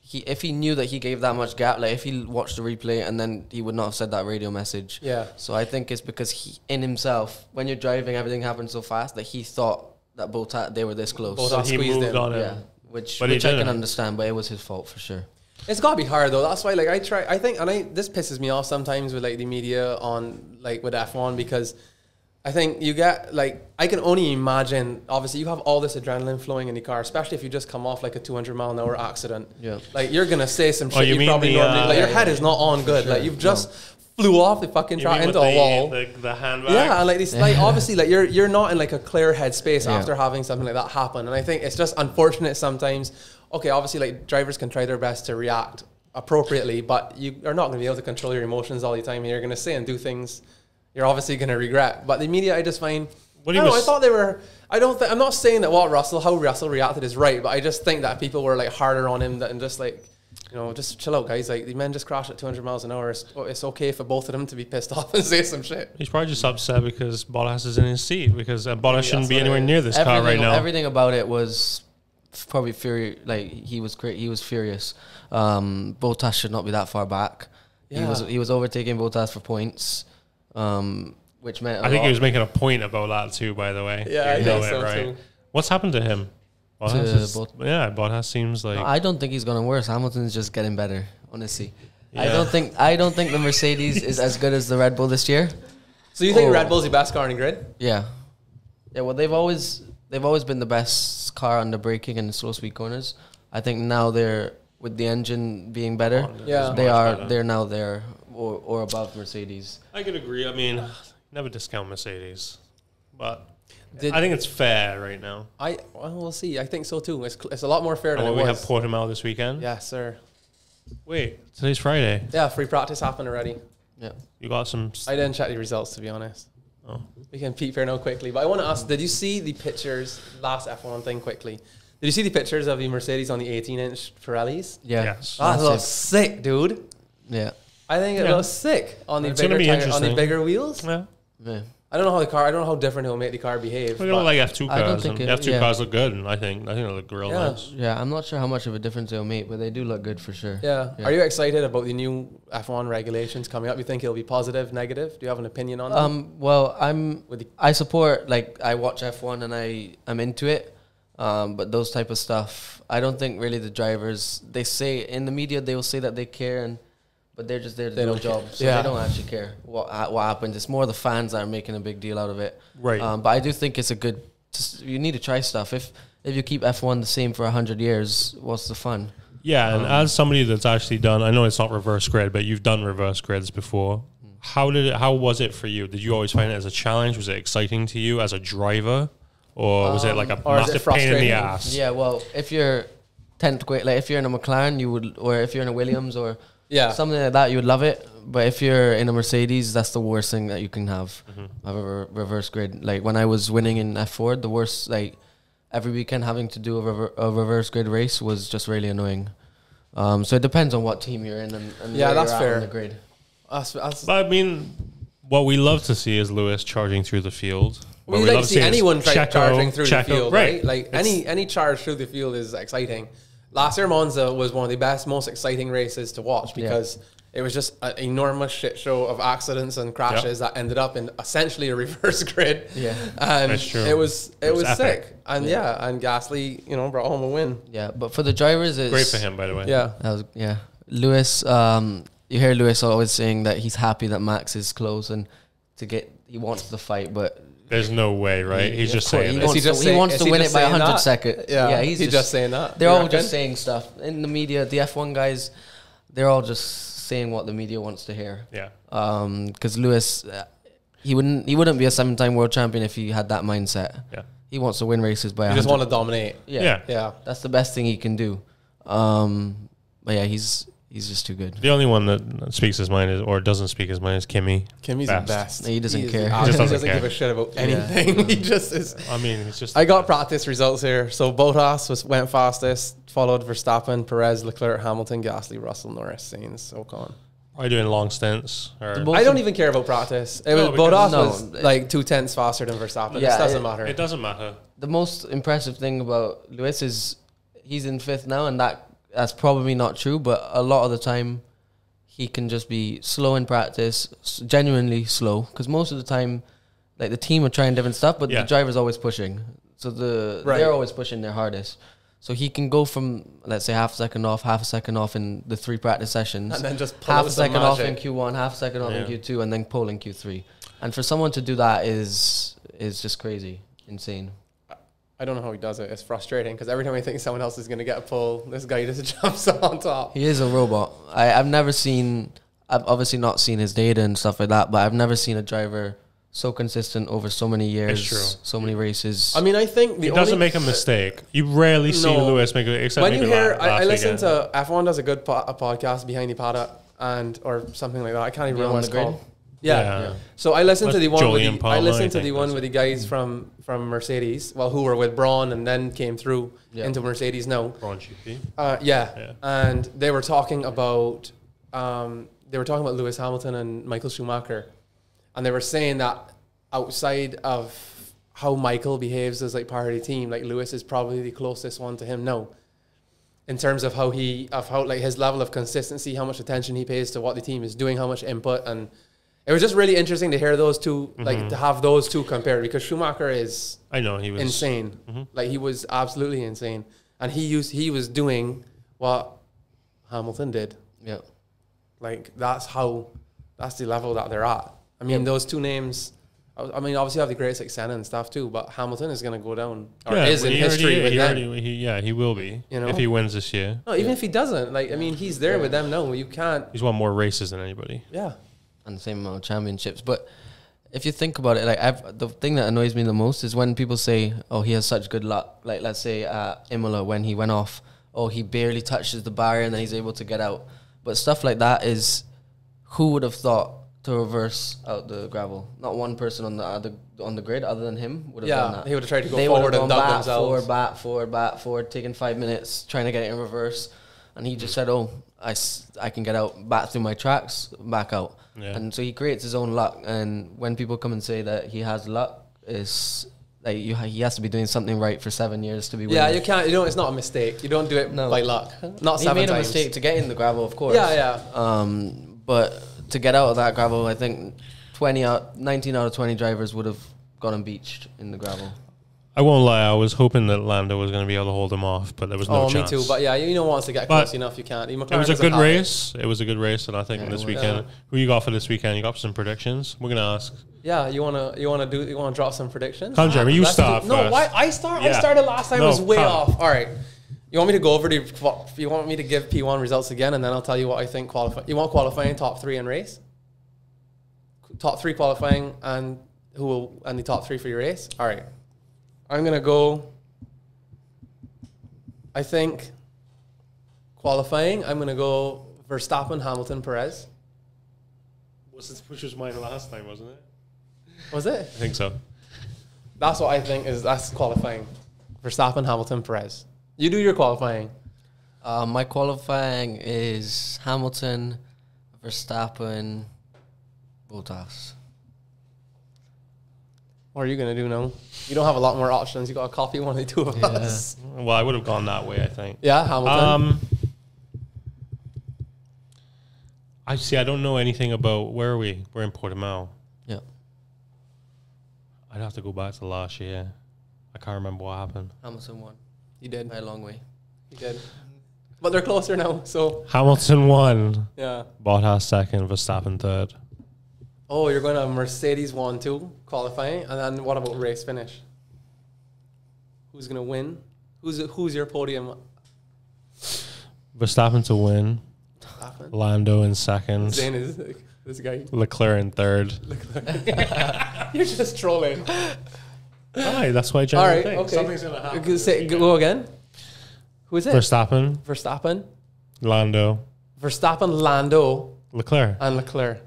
[SPEAKER 6] he if he knew that he gave that much gap, like if he watched the replay and then he would not have said that radio message.
[SPEAKER 7] Yeah.
[SPEAKER 6] So I think it's because he in himself, when you're driving, everything happens so fast that he thought that both ta- they were this close.
[SPEAKER 7] Botas.
[SPEAKER 5] So he
[SPEAKER 7] squeezed
[SPEAKER 5] moved
[SPEAKER 7] in.
[SPEAKER 5] on him.
[SPEAKER 6] yeah. Which
[SPEAKER 5] But he
[SPEAKER 6] which I can
[SPEAKER 5] didn't.
[SPEAKER 6] understand, but it was his fault for sure.
[SPEAKER 7] It's gotta be hard though. That's why, like, I try. I think, and I this pisses me off sometimes with like the media on like with F one because I think you get like I can only imagine. Obviously, you have all this adrenaline flowing in the car, especially if you just come off like a two hundred mile an hour accident.
[SPEAKER 6] Yeah.
[SPEAKER 7] like you're gonna say some shit
[SPEAKER 5] you
[SPEAKER 7] you,
[SPEAKER 5] mean
[SPEAKER 7] probably
[SPEAKER 5] the,
[SPEAKER 7] normally.
[SPEAKER 5] uh,
[SPEAKER 7] like your
[SPEAKER 5] yeah,
[SPEAKER 7] head is not on good. Like you've just flew off the fucking
[SPEAKER 5] You
[SPEAKER 7] track
[SPEAKER 5] mean
[SPEAKER 7] into
[SPEAKER 5] with
[SPEAKER 7] a
[SPEAKER 5] the,
[SPEAKER 7] wall.
[SPEAKER 5] The, the handbag.
[SPEAKER 7] Yeah, and like it's like obviously like you're you're not in like a clear headspace
[SPEAKER 6] Yeah.
[SPEAKER 7] after having something like that happen, and I think it's just unfortunate sometimes. Okay, obviously like drivers can try their best to react appropriately, but you are not going to be able to control your emotions all the time, and you're going to say and do things you're obviously going to regret. But the media, I just find.
[SPEAKER 5] What he
[SPEAKER 7] I don't know, I
[SPEAKER 5] was-
[SPEAKER 7] thought they were. I don't. Th- I'm not saying that what Russell, how Russell reacted is right, but I just think that people were like harder on him tha- and just like, you know, just chill out, guys. Like the men just crashed at 200 miles an hour. It's, it's okay for both of them to be pissed (laughs) off and say some shit.
[SPEAKER 5] He's probably just upset because Bottas is in his seat because uh, Bottas shouldn't be
[SPEAKER 7] what it
[SPEAKER 5] anywhere
[SPEAKER 7] is.
[SPEAKER 5] near this car right now.
[SPEAKER 6] Everything about it was f- probably fury. Like he was cra- he was furious. Um, Botas should not be that far back. He was
[SPEAKER 7] Yeah.
[SPEAKER 6] he was overtaking Botas for points, um, which meant I
[SPEAKER 5] I think he was making a point about that too. By the way,
[SPEAKER 7] Yeah, I
[SPEAKER 5] You know
[SPEAKER 7] think
[SPEAKER 5] it,
[SPEAKER 7] so, too.
[SPEAKER 5] What's happened to him? Bottas
[SPEAKER 6] To
[SPEAKER 5] is-
[SPEAKER 6] Bot-
[SPEAKER 5] yeah, Bottas seems like
[SPEAKER 6] I don't think he's gonna worse. Hamilton's just getting better, honestly. I don't think I don't think the Mercedes is as good as the Red Bull this year.
[SPEAKER 7] So you think
[SPEAKER 6] Oh.
[SPEAKER 7] Red Bull's the best car on the grid?
[SPEAKER 6] Yeah, yeah. Well, they've always they've always been the best car under braking and slow speed corners. I think now they're with the engine being better.
[SPEAKER 7] Oh, Yeah.
[SPEAKER 6] they
[SPEAKER 5] much
[SPEAKER 6] are.
[SPEAKER 5] better.
[SPEAKER 6] They're now there or or above Mercedes.
[SPEAKER 5] I could agree. I mean, never discount Mercedes, but
[SPEAKER 7] Did-
[SPEAKER 5] I think it's fair right now.
[SPEAKER 7] I well, we'll see. I think so too. It's, cl- it's a lot more fair than
[SPEAKER 5] And
[SPEAKER 7] it
[SPEAKER 5] Oh, we have
[SPEAKER 7] was.
[SPEAKER 5] Portimao this weekend.
[SPEAKER 7] yeah, sir.
[SPEAKER 5] Wait, today's Friday.
[SPEAKER 7] Yeah, free practice happened already.
[SPEAKER 6] Yeah.
[SPEAKER 5] You got some. s-
[SPEAKER 7] I didn't check the results to be honest.
[SPEAKER 5] Oh.
[SPEAKER 7] We can peep here now quickly, but I want to ask: Did you see the pictures? Last F1 thing quickly. Did you see the pictures of the Mercedes on the 18-inch Pirellis?
[SPEAKER 6] Yeah.
[SPEAKER 5] Yes.
[SPEAKER 7] That looks
[SPEAKER 6] Massive.
[SPEAKER 7] sick, dude.
[SPEAKER 6] Yeah.
[SPEAKER 7] I think it
[SPEAKER 5] Yeah.
[SPEAKER 7] looks sick on the
[SPEAKER 5] It's gonna
[SPEAKER 7] bigger
[SPEAKER 5] be
[SPEAKER 7] tire, on the
[SPEAKER 5] interesting.
[SPEAKER 7] bigger wheels.
[SPEAKER 5] Yeah.
[SPEAKER 6] Yeah.
[SPEAKER 7] I don't know how the car. I don't know how different it will make the car behave.
[SPEAKER 5] We're gonna
[SPEAKER 7] but-
[SPEAKER 5] like F two
[SPEAKER 6] I don't
[SPEAKER 5] cars.
[SPEAKER 6] think
[SPEAKER 5] and
[SPEAKER 6] it-
[SPEAKER 5] F two
[SPEAKER 6] yeah.
[SPEAKER 5] cars look good. and I think I think they look real
[SPEAKER 7] Yeah.
[SPEAKER 5] nice.
[SPEAKER 6] Yeah, I'm not sure how much of a difference they'll make, but they do look good for sure.
[SPEAKER 7] yeah. Are you excited about the new F1 regulations coming up? You think it'll be positive, negative? Do you have an opinion on that?
[SPEAKER 6] Um, well, I'm.
[SPEAKER 7] With the-
[SPEAKER 6] I support. Like, I watch F one and I I'm into it. Um, but those type of stuff, I don't think really the drivers. They say in the media they will say that they care, and but they're just there to do a
[SPEAKER 7] don't
[SPEAKER 6] job, so
[SPEAKER 7] Yeah.
[SPEAKER 6] they don't actually care what ha- what happens. It's more the fans that are making a big deal out of it.
[SPEAKER 5] Right.
[SPEAKER 6] Um, but I do think it's a good. Just, you need to try stuff. If if you keep F one the same for hundred years, what's the fun?
[SPEAKER 5] Yeah, and as somebody that's actually done, I know it's not reverse grid, but you've done reverse grids before. How did it? How was it for you? Did you always find it as a challenge? Was it exciting to you as a driver, or was it like a
[SPEAKER 7] Um, or is it
[SPEAKER 5] massive pain in
[SPEAKER 7] frustrating?
[SPEAKER 5] the ass?
[SPEAKER 6] Yeah, well, if you're tenth grade, like if you're in a McLaren, you would, or if you're in a Williams, or
[SPEAKER 7] Yeah.
[SPEAKER 6] something like that, you would love it. But if you're in a Mercedes, that's the worst thing that you can have.
[SPEAKER 7] Mm-hmm.
[SPEAKER 6] Have a re- reverse grid. Like when I was winning in F4, the worst like every weekend having to do a, rever- a reverse grid race was just really annoying. Um, so it depends on what team you're in and, and
[SPEAKER 7] Yeah,
[SPEAKER 6] where
[SPEAKER 7] that's
[SPEAKER 6] you're at
[SPEAKER 7] fair.
[SPEAKER 6] on the grid.
[SPEAKER 7] That's- that's-
[SPEAKER 5] But I mean, what we love to see is Lewis charging through the field. But
[SPEAKER 7] we like
[SPEAKER 5] love
[SPEAKER 7] to see
[SPEAKER 5] seeing
[SPEAKER 7] anyone try
[SPEAKER 5] Checo-
[SPEAKER 7] charging through
[SPEAKER 5] Checo-
[SPEAKER 7] the field, right? Like
[SPEAKER 5] It's-
[SPEAKER 7] any any charge through the field is exciting. Last year Monza was one of the best, most exciting races to watch because it was just an enormous shit show of accidents and crashes that ended up in essentially a reverse (laughs) grid.
[SPEAKER 6] Yeah.
[SPEAKER 7] and
[SPEAKER 5] That's true.
[SPEAKER 7] it was it,
[SPEAKER 5] It was
[SPEAKER 7] was,
[SPEAKER 5] epic.
[SPEAKER 7] sick. And yeah. and Gasly, you know, brought home a win.
[SPEAKER 6] Yeah, but for the drivers, it's
[SPEAKER 5] great for him, by the way.
[SPEAKER 7] Yeah,
[SPEAKER 6] That was yeah. Lewis, um, you hear Lewis always saying that he's happy that Max is close and to get he wants the fight, but
[SPEAKER 5] There's no way, right? He's just
[SPEAKER 6] Of course,
[SPEAKER 5] saying
[SPEAKER 6] he
[SPEAKER 5] it.
[SPEAKER 6] wants,
[SPEAKER 7] he just
[SPEAKER 6] to,
[SPEAKER 7] saying-
[SPEAKER 6] he wants
[SPEAKER 7] is
[SPEAKER 6] to
[SPEAKER 7] he
[SPEAKER 6] win
[SPEAKER 7] just
[SPEAKER 6] it by
[SPEAKER 7] saying that?
[SPEAKER 6] 100 seconds.
[SPEAKER 7] Yeah, he's just saying that.
[SPEAKER 6] They're
[SPEAKER 7] You
[SPEAKER 6] all
[SPEAKER 7] reckon?
[SPEAKER 6] just saying stuff in the media, the F1 guys. They're all just saying what the media wants to hear.
[SPEAKER 5] Yeah.
[SPEAKER 6] because Lewis, uh, he wouldn't he wouldn't be a seven-time world champion if he had that mindset.
[SPEAKER 5] Yeah.
[SPEAKER 6] he wants to win races by.
[SPEAKER 7] you just
[SPEAKER 6] 100.
[SPEAKER 7] want to dominate.
[SPEAKER 5] Yeah.
[SPEAKER 7] Yeah.
[SPEAKER 6] that's the best thing he can do. Um, but yeah, he's he's just too good.
[SPEAKER 5] The only one that speaks his mind is, or doesn't speak his mind is Kimmy.
[SPEAKER 7] Kimmy's
[SPEAKER 5] Best.
[SPEAKER 7] the best.
[SPEAKER 6] He doesn't
[SPEAKER 7] is
[SPEAKER 6] care. He
[SPEAKER 7] awesome.
[SPEAKER 5] just
[SPEAKER 7] He
[SPEAKER 5] doesn't
[SPEAKER 7] doesn't
[SPEAKER 5] care.
[SPEAKER 7] give a shit about anything. (laughs) he just is.
[SPEAKER 5] I mean, he's just.
[SPEAKER 7] I got practice results here. So Bottas was went fastest, followed Verstappen, Perez, Leclerc, Hamilton, Gasly, Russell, Norris, Sainz, Ocon.
[SPEAKER 5] Probably doing long stints. Or
[SPEAKER 6] ball-
[SPEAKER 7] I don't even care about practice. It was
[SPEAKER 5] No, because-
[SPEAKER 7] Bottas
[SPEAKER 6] No.
[SPEAKER 7] was like two tenths faster than Verstappen.
[SPEAKER 6] Yeah,
[SPEAKER 7] it doesn't
[SPEAKER 6] it-
[SPEAKER 7] matter.
[SPEAKER 5] it doesn't matter.
[SPEAKER 6] the most impressive thing about Lewis is he's in fifth now, and that that's probably not true. But a lot of the time, he can just be slow in practice, s- genuinely slow. Because most of the time, like the team are trying different stuff, but
[SPEAKER 5] Yeah.
[SPEAKER 6] the driver's always pushing. So the
[SPEAKER 7] Right.
[SPEAKER 6] they're always pushing their hardest. So he can go from let's say half a second off, half a second off in the three practice sessions,
[SPEAKER 7] And then just pull
[SPEAKER 6] half
[SPEAKER 7] out
[SPEAKER 6] a
[SPEAKER 7] some
[SPEAKER 6] second off in
[SPEAKER 7] magic.
[SPEAKER 6] Q one, half a second off
[SPEAKER 5] Yeah.
[SPEAKER 6] in Q two, and then pole in Q three. And for someone to do that is is just crazy, insane.
[SPEAKER 7] I don't know how he does it. It's frustrating because every time I think someone else is going to get a pull, this guy just (laughs) jumps on top.
[SPEAKER 6] He is a robot. I, I've never seen. I've obviously not seen his data and stuff like that, but I've never seen a driver so consistent over so many years,
[SPEAKER 5] true.
[SPEAKER 6] so many races.
[SPEAKER 7] I mean, I think the
[SPEAKER 5] He doesn't
[SPEAKER 7] only-
[SPEAKER 5] make a mistake. You rarely see
[SPEAKER 7] No.
[SPEAKER 5] Lewis make a except
[SPEAKER 7] when
[SPEAKER 5] maybe
[SPEAKER 7] you hear,
[SPEAKER 5] la-
[SPEAKER 7] I, I
[SPEAKER 5] last
[SPEAKER 7] listen
[SPEAKER 5] weekend.
[SPEAKER 7] to F1 does a good po- a podcast behind the paddock and or something like that. I can't even remember
[SPEAKER 6] Beyond
[SPEAKER 7] what it's
[SPEAKER 6] the Grid?
[SPEAKER 7] called. Yeah.
[SPEAKER 5] Yeah.
[SPEAKER 7] So I listened to
[SPEAKER 5] That's
[SPEAKER 7] the one. With
[SPEAKER 5] Julian
[SPEAKER 7] the, I
[SPEAKER 5] Palmer, I
[SPEAKER 7] listened to
[SPEAKER 5] think
[SPEAKER 7] the
[SPEAKER 5] that's
[SPEAKER 7] one with the guys from from Mercedes, well, who were with Braun and then came through
[SPEAKER 6] Yeah.
[SPEAKER 7] into Mercedes now.
[SPEAKER 5] Braun GP.
[SPEAKER 7] Uh, yeah.
[SPEAKER 5] Yeah.
[SPEAKER 7] And they were talking about um, they were talking about Lewis Hamilton and Michael Schumacher, and they were saying that outside of how Michael behaves as like part of the team, like Lewis is probably the closest one to him now. In terms of how he of how like his level of consistency, how much attention he pays to what the team is doing, how much input, and it was just really interesting to hear those 2 like to have those two compared because Schumacher is
[SPEAKER 5] I know he was Mm-hmm.
[SPEAKER 7] insane. Like he was absolutely insane, and he used he was doing what Hamilton did.
[SPEAKER 6] yeah,
[SPEAKER 7] Like that's how that's the level that they're at. I mean, those two names. I I mean, obviously you have the greatest like Senna and stuff too, but Hamilton is going to go down or is in
[SPEAKER 5] he
[SPEAKER 7] history
[SPEAKER 5] already-
[SPEAKER 7] with
[SPEAKER 5] he
[SPEAKER 7] them.
[SPEAKER 5] already- he- yeah, he will be
[SPEAKER 7] You know? Oh,
[SPEAKER 5] if he wins this year.
[SPEAKER 7] no, even if he doesn't, like I mean, he's there with them. No, you can't.
[SPEAKER 5] He's won more races than anybody.
[SPEAKER 7] Yeah,
[SPEAKER 6] and the same amount of championships. But if you think about it, like I've, the thing that annoys me the most is when people say, "Oh, he has such good luck." Like let's say uh, Imola when he went off, "Oh, he barely touches the barrier and then he's able to get out." But stuff like that is, who would have thought to reverse out the gravel? Not one person on the other on the grid other than him would have
[SPEAKER 7] Yeah,
[SPEAKER 6] done that.
[SPEAKER 7] he would have tried to go
[SPEAKER 6] They would have
[SPEAKER 7] forward and
[SPEAKER 6] gone
[SPEAKER 7] dug
[SPEAKER 6] back,
[SPEAKER 7] themselves.
[SPEAKER 6] forward, back, forward, back, forward, taking five minutes, trying to get it in reverse. And he just said, oh, I, s- I can get out back through my tracks, back out.
[SPEAKER 5] Yeah.
[SPEAKER 6] And so he creates his own luck. And when people come and say that he has luck, it's like you, ha- he has to be doing something right for seven years to be winning.
[SPEAKER 7] yeah, you can't. You know, it's not a mistake. You don't do it
[SPEAKER 6] No.
[SPEAKER 7] by luck. Not
[SPEAKER 6] He
[SPEAKER 7] seven
[SPEAKER 6] made a
[SPEAKER 7] times.
[SPEAKER 6] mistake to get in the gravel, of course.
[SPEAKER 7] Yeah, yeah.
[SPEAKER 6] Um, but to get out of that gravel, I think 20 out, 19 out of 20 drivers would have gone and beached in the gravel.
[SPEAKER 5] I won't lie. I was hoping that Lando was going to be able to hold him off, but there was no
[SPEAKER 7] oh,
[SPEAKER 5] chance.
[SPEAKER 7] me too. But yeah, you know, once they get
[SPEAKER 5] But
[SPEAKER 7] close enough, you can't.
[SPEAKER 5] it was a good race. It was a good race, and I think
[SPEAKER 6] Yeah, it
[SPEAKER 5] this
[SPEAKER 6] was.
[SPEAKER 5] weekend, who you got for this weekend? You got some predictions. We're going to ask.
[SPEAKER 7] Yeah, you wanna you wanna do you wanna drop some predictions?
[SPEAKER 5] Come, Jeremy, you
[SPEAKER 7] Let's
[SPEAKER 5] start
[SPEAKER 7] do- No,
[SPEAKER 5] first.
[SPEAKER 7] why I start?
[SPEAKER 5] Yeah.
[SPEAKER 7] I started last time.
[SPEAKER 5] No,
[SPEAKER 7] I was way
[SPEAKER 5] come.
[SPEAKER 7] off. All right. You want me to go over the? qua- You want me to give P one results again, and then I'll tell you what I think qualify. You want qualifying top three in race, top three qualifying, and who will and the top three for your race. All right. I'm gonna go. I think qualifying. I'm gonna go Verstappen, Hamilton, Perez.
[SPEAKER 5] Which was mine last time, wasn't it?
[SPEAKER 7] Was it?
[SPEAKER 5] I think so.
[SPEAKER 7] That's what I think is that's qualifying. Verstappen, Hamilton, Perez. You do your qualifying.
[SPEAKER 6] Uh, my qualifying is Hamilton, Verstappen, Bottas.
[SPEAKER 7] What are you gonna do now? You don't have a lot more options. You got to copy one of the two of us.
[SPEAKER 5] Well, I would have gone that way, I think.
[SPEAKER 7] Yeah, Hamilton.
[SPEAKER 5] Um, I see. I don't know anything about where are we. We're in Portimao.
[SPEAKER 6] Yeah.
[SPEAKER 5] I'd have to go back to last year. I can't remember what happened.
[SPEAKER 6] Hamilton won
[SPEAKER 7] you did.
[SPEAKER 6] by a long way.
[SPEAKER 7] You did. But they're closer now. So
[SPEAKER 5] Hamilton won.
[SPEAKER 7] yeah.
[SPEAKER 5] Bottas second. Verstappen third.
[SPEAKER 7] Oh, you're going to Mercedes one two qualifying, and then what about race finish? Who's gonna win? Who's who's your podium?
[SPEAKER 5] Verstappen to win.
[SPEAKER 7] Verstappen?
[SPEAKER 5] Lando in second.
[SPEAKER 7] Zane is like, this guy. (laughs)
[SPEAKER 5] Leclerc in third.
[SPEAKER 7] You're just trolling.
[SPEAKER 5] Hi, that's why.
[SPEAKER 7] All
[SPEAKER 5] General
[SPEAKER 7] right,
[SPEAKER 5] thinks.
[SPEAKER 7] okay. Okay, Say, go again. Who is it?
[SPEAKER 5] Verstappen,
[SPEAKER 7] Verstappen,
[SPEAKER 5] Lando,
[SPEAKER 7] Verstappen, Lando,
[SPEAKER 5] Leclerc.
[SPEAKER 7] and Leclerc.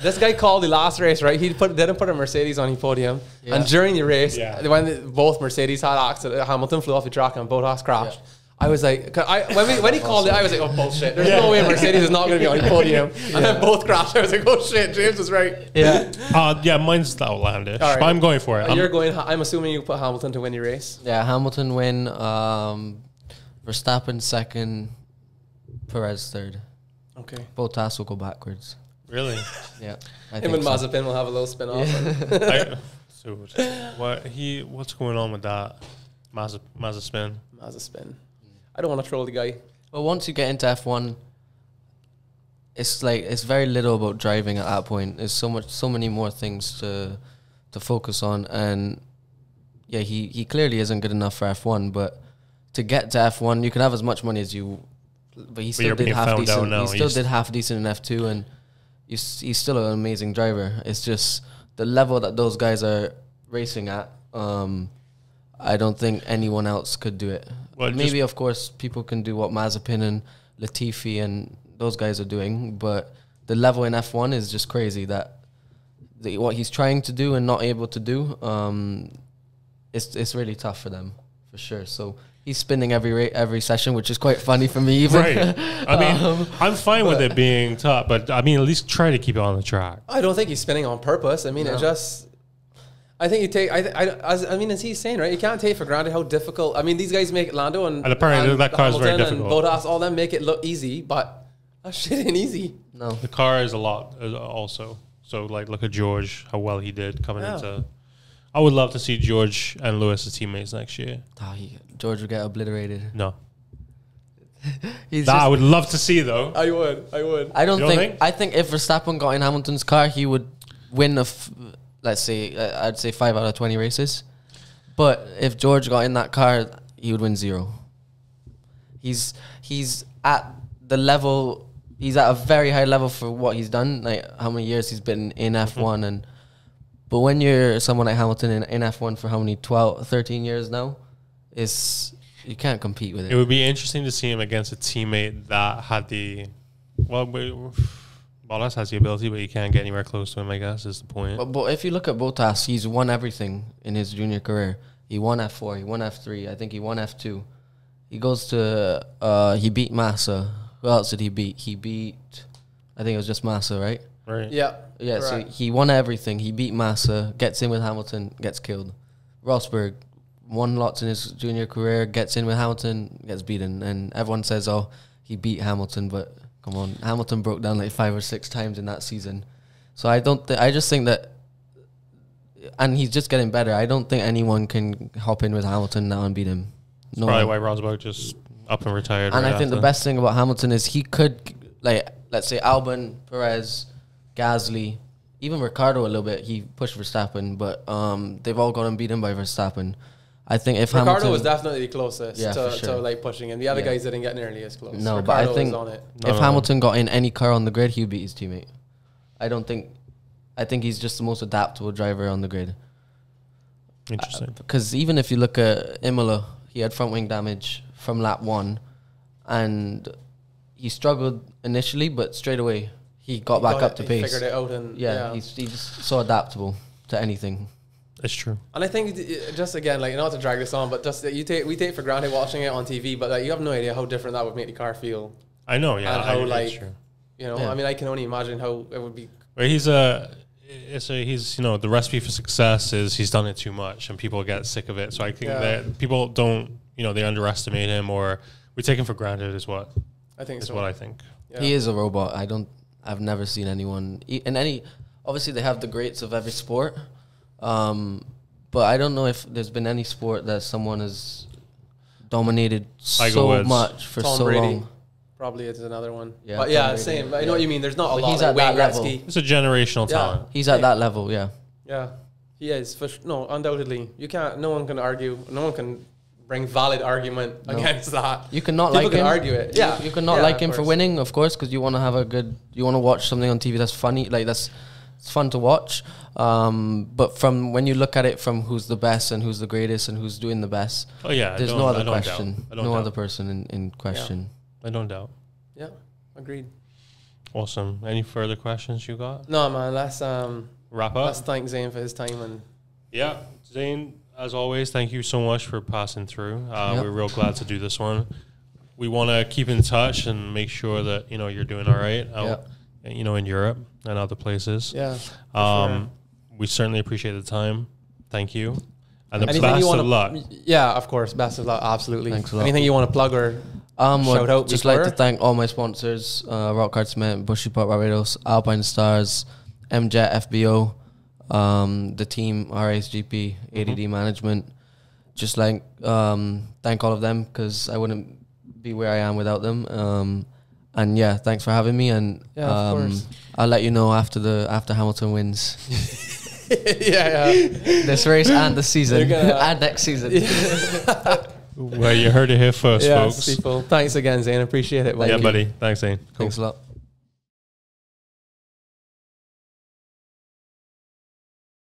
[SPEAKER 7] This guy called the last race, right? He put didn't put a Mercedes on his podium, and during the race,
[SPEAKER 5] Yeah.
[SPEAKER 7] when the- both Mercedes had accident, Hamilton flew off the track and Bottas crashed. I was like, 'cause I, when, we, when he called it, I was like, oh bullshit! There's no way Mercedes is not going to be on the podium, and then both crashed. I was like, oh shit! James was right.
[SPEAKER 6] Yeah.
[SPEAKER 5] Uh, yeah, mine's outlandish.
[SPEAKER 7] All right.
[SPEAKER 5] But I'm going for it.
[SPEAKER 7] Uh,
[SPEAKER 5] I'm-
[SPEAKER 7] You're going. I'm assuming you put Hamilton to win the race.
[SPEAKER 6] (laughs) yeah, Hamilton win. Um, Verstappen second. Perez third.
[SPEAKER 7] Okay.
[SPEAKER 6] Bottas will go backwards.
[SPEAKER 5] really.
[SPEAKER 6] Yeah. I
[SPEAKER 7] Him
[SPEAKER 6] think
[SPEAKER 7] and
[SPEAKER 6] so.
[SPEAKER 7] Mazepin will have a little spin off.
[SPEAKER 5] (laughs) I, so what he? What's going on with that? Mazda, Mazda spin.
[SPEAKER 7] Mazepin. I don't want to troll the guy.
[SPEAKER 6] But once you get into F one, it's like it's very little about driving at that point. There's so much, so many more things to to focus on, and yeah, he he clearly isn't good enough for F one. But to get to F one, you can have as much money as you, but he still
[SPEAKER 5] you're
[SPEAKER 6] did
[SPEAKER 5] being
[SPEAKER 6] half
[SPEAKER 5] found out
[SPEAKER 6] decent.
[SPEAKER 5] now.
[SPEAKER 6] He still
[SPEAKER 5] He's-
[SPEAKER 6] did half decent in F two, and you s- he's still an amazing driver. It's just the level that those guys are racing at. Um, I don't think anyone else could do it.
[SPEAKER 5] Well, just-
[SPEAKER 6] Maybe, of course, people can do what Mazepin and Latifi and those guys are doing, but the level in F1 is just crazy. That the, what he's trying to do and not able to do, um, it's it's really tough for them for sure. So he's spinning every ra- every session, which is quite funny for me. Even (laughs)
[SPEAKER 5] Right. I mean, I'm fine with it being tough, but I mean, at least try to keep it on the track.
[SPEAKER 7] I don't think he's spinning on purpose. I mean, it just. I think you take. I, I, as, I mean, as he's saying, right? You can't take for granted how difficult. I mean, these guys make Lando and,
[SPEAKER 5] And apparently that car is very
[SPEAKER 7] Hamilton
[SPEAKER 5] difficult.
[SPEAKER 7] And Bottas, all them make it look easy, but that (laughs) shit ain't easy.
[SPEAKER 6] no,
[SPEAKER 5] The car is a lot uh, also. So like, look at George, how well he did coming
[SPEAKER 7] Yeah.
[SPEAKER 5] into. I would love to see George and Lewis as teammates next year.
[SPEAKER 6] Ah, he- George will get obliterated.
[SPEAKER 5] No,
[SPEAKER 6] He's
[SPEAKER 5] that
[SPEAKER 6] just-
[SPEAKER 5] I would love to see though.
[SPEAKER 7] I would. I would.
[SPEAKER 6] I don't,
[SPEAKER 5] You don't
[SPEAKER 6] think,
[SPEAKER 5] think?
[SPEAKER 6] I think if Verstappen got in Hamilton's car, he would win a, f- let's say, uh, I'd say five out of twenty races. But if George got in that car, he would win zero. He's he's at the level. He's at a very high level for what he's done. Like how many years he's been in F one
[SPEAKER 5] Mm-hmm.
[SPEAKER 6] and. But when you're someone like Hamilton in, in F1 for how many 12, 13 years now, it's you can't compete with it.
[SPEAKER 5] It would be interesting to see him against a teammate that had the. Well, we, Bottas has the ability, but he can't get anywhere close to him. I guess is the point.
[SPEAKER 6] But, but if you look at Botas, he's won everything in his junior career. He won F four, he won F three, I think he won F two. He goes to uh, he beat Massa. Who else did he beat? He beat, I think it was just Massa, right?
[SPEAKER 5] Right.
[SPEAKER 7] yeah.
[SPEAKER 6] Yeah.
[SPEAKER 7] correct.
[SPEAKER 6] So he won everything. He beat Massa, gets in with Hamilton, gets killed. Rosberg won lots in his junior career, gets in with Hamilton, gets beaten, and everyone says, "Oh, he beat Hamilton," but come on, Hamilton broke down like five or six times in that season. So I don't. Th- I just think that, and he's just getting better. I don't think anyone can hop in with Hamilton now and beat him. No
[SPEAKER 5] Probably
[SPEAKER 6] one.
[SPEAKER 5] why Rosberg just up and retired.
[SPEAKER 6] And
[SPEAKER 5] right
[SPEAKER 6] I think the
[SPEAKER 5] after.
[SPEAKER 6] best thing about Hamilton is he could, like, let's say Albon, Perez, Gasly, even Ricardo a little bit. He pushed Verstappen, but um, they've all gone and beaten by Verstappen. I think if
[SPEAKER 7] Ricardo
[SPEAKER 6] Hamilton,
[SPEAKER 7] was definitely the closest
[SPEAKER 6] Yeah,
[SPEAKER 7] to,
[SPEAKER 6] for sure.
[SPEAKER 7] to like pushing in. The other
[SPEAKER 6] Yeah.
[SPEAKER 7] guys didn't get nearly as close.
[SPEAKER 6] no,
[SPEAKER 7] Ricardo
[SPEAKER 6] but I
[SPEAKER 7] was
[SPEAKER 6] think
[SPEAKER 7] on it.
[SPEAKER 5] No,
[SPEAKER 6] if
[SPEAKER 5] no,
[SPEAKER 6] Hamilton got in any car on the grid, he'd beat his teammate. I don't think. I think he's just the most adaptable driver on the grid.
[SPEAKER 5] Interesting.
[SPEAKER 6] because even if you look at Imola, he had front wing damage from lap one, and he struggled initially, but straight away he got back
[SPEAKER 7] Got
[SPEAKER 6] up
[SPEAKER 7] it,
[SPEAKER 6] to
[SPEAKER 7] he
[SPEAKER 6] pace.
[SPEAKER 7] Figured it out and
[SPEAKER 6] Yeah, he's he's so adaptable to anything.
[SPEAKER 5] it's true.
[SPEAKER 7] And I think th- just again, like not to drag this on, but just that you take we take for granted watching it on TV, but like you have no idea how different that would make the car feel.
[SPEAKER 5] I know. Yeah.
[SPEAKER 7] And
[SPEAKER 5] I,
[SPEAKER 7] how
[SPEAKER 5] it's
[SPEAKER 7] like
[SPEAKER 5] true.
[SPEAKER 7] you know,
[SPEAKER 6] Yeah.
[SPEAKER 7] I mean, I can only imagine how it would be.
[SPEAKER 5] But he's a. it's a, he's you know the recipe for success is he's done it too much and people get sick of it. So I think
[SPEAKER 7] Yeah.
[SPEAKER 5] that people don't you know they underestimate him or we take him for granted is what
[SPEAKER 7] I think
[SPEAKER 5] is
[SPEAKER 7] so.
[SPEAKER 5] what I think.
[SPEAKER 6] He is a robot. I don't. I've never seen anyone e- in any. Obviously, they have the greats of every sport, um, but I don't know if there's been any sport that someone has dominated
[SPEAKER 5] Tiger
[SPEAKER 6] so
[SPEAKER 5] Woods.
[SPEAKER 6] much for
[SPEAKER 7] Tom
[SPEAKER 6] so
[SPEAKER 7] Brady.
[SPEAKER 6] long.
[SPEAKER 7] Probably is another one.
[SPEAKER 6] Yeah,
[SPEAKER 7] but yeah,
[SPEAKER 6] Tom Brady.
[SPEAKER 7] same. I know what you mean. There's not a
[SPEAKER 6] But
[SPEAKER 7] lot.
[SPEAKER 6] he's
[SPEAKER 7] like
[SPEAKER 6] at that
[SPEAKER 7] Wayne Gretzky.
[SPEAKER 6] level.
[SPEAKER 5] It's a generational
[SPEAKER 7] Yeah.
[SPEAKER 5] talent.
[SPEAKER 6] He's at that level. Yeah.
[SPEAKER 7] Yeah, he is. For sh- no, undoubtedly, you can't. No one can argue. No one can bring valid argument against that.
[SPEAKER 6] You cannot
[SPEAKER 7] People
[SPEAKER 6] like
[SPEAKER 7] can
[SPEAKER 6] him.
[SPEAKER 7] argue it.
[SPEAKER 6] You-
[SPEAKER 7] Yeah,
[SPEAKER 6] you, cannot
[SPEAKER 7] yeah,
[SPEAKER 6] like
[SPEAKER 7] of
[SPEAKER 6] him for
[SPEAKER 7] course.
[SPEAKER 6] winning, of course, because you want to have a good. You want to watch something on TV that's funny, like that's it's fun to watch. Um, but from when you look at it from who's the best and who's the greatest and who's doing the best,
[SPEAKER 5] Oh yeah, I
[SPEAKER 6] there's
[SPEAKER 5] don't-
[SPEAKER 6] no
[SPEAKER 5] I
[SPEAKER 6] other
[SPEAKER 5] don't doubt.
[SPEAKER 6] question,
[SPEAKER 5] I
[SPEAKER 6] no
[SPEAKER 5] don't doubt.
[SPEAKER 6] other person in, in question.
[SPEAKER 5] I don't doubt.
[SPEAKER 7] Yeah, agreed.
[SPEAKER 5] Awesome. Any further questions you got?
[SPEAKER 7] No man, let's um,
[SPEAKER 5] Wrap up.
[SPEAKER 7] let's thank Zane for his time and
[SPEAKER 5] Yeah, Zane, as always, thank you so much for passing through. Uh,
[SPEAKER 6] Yep.
[SPEAKER 5] We're real glad to do this one. We want to keep in touch and make sure that you know you're doing all right out, you know, in Europe and other places.
[SPEAKER 7] yeah.
[SPEAKER 5] Um, we certainly appreciate the time. Thank you, and the
[SPEAKER 7] Anything
[SPEAKER 5] best
[SPEAKER 7] you want
[SPEAKER 5] of
[SPEAKER 7] (laughs)
[SPEAKER 5] luck.
[SPEAKER 7] Yeah, of course. Best of luck. Absolutely.
[SPEAKER 6] Thanks a lot.
[SPEAKER 7] Anything you want to plug
[SPEAKER 6] (laughs)
[SPEAKER 7] or
[SPEAKER 6] Um,
[SPEAKER 7] Shout
[SPEAKER 6] would
[SPEAKER 7] out
[SPEAKER 6] just
[SPEAKER 7] before.
[SPEAKER 6] like to thank all my sponsors: uh, Rock Hard Cement, Bushy Pop Barbados, Alpine Stars, MJet FBO, um, the team RSGP, ADD
[SPEAKER 7] Mm-hmm.
[SPEAKER 6] Management. Just like um, thank all of them because I wouldn't be where I am without them. Um, and yeah, thanks for having me. And
[SPEAKER 7] Yeah, of
[SPEAKER 6] um,
[SPEAKER 7] course.
[SPEAKER 6] I'll let you know after the after Hamilton wins
[SPEAKER 7] (laughs) yeah, (laughs) yeah.
[SPEAKER 6] this race and the season
[SPEAKER 7] You're gonna-
[SPEAKER 6] (laughs) and next season.
[SPEAKER 5] Well, you heard it here first,
[SPEAKER 7] Yes,
[SPEAKER 5] folks.
[SPEAKER 7] people. Thanks again, Zane. Appreciate it.
[SPEAKER 5] yeah,
[SPEAKER 7] buddy.
[SPEAKER 5] buddy. Thanks, Zane. Cool.
[SPEAKER 6] Thanks a lot.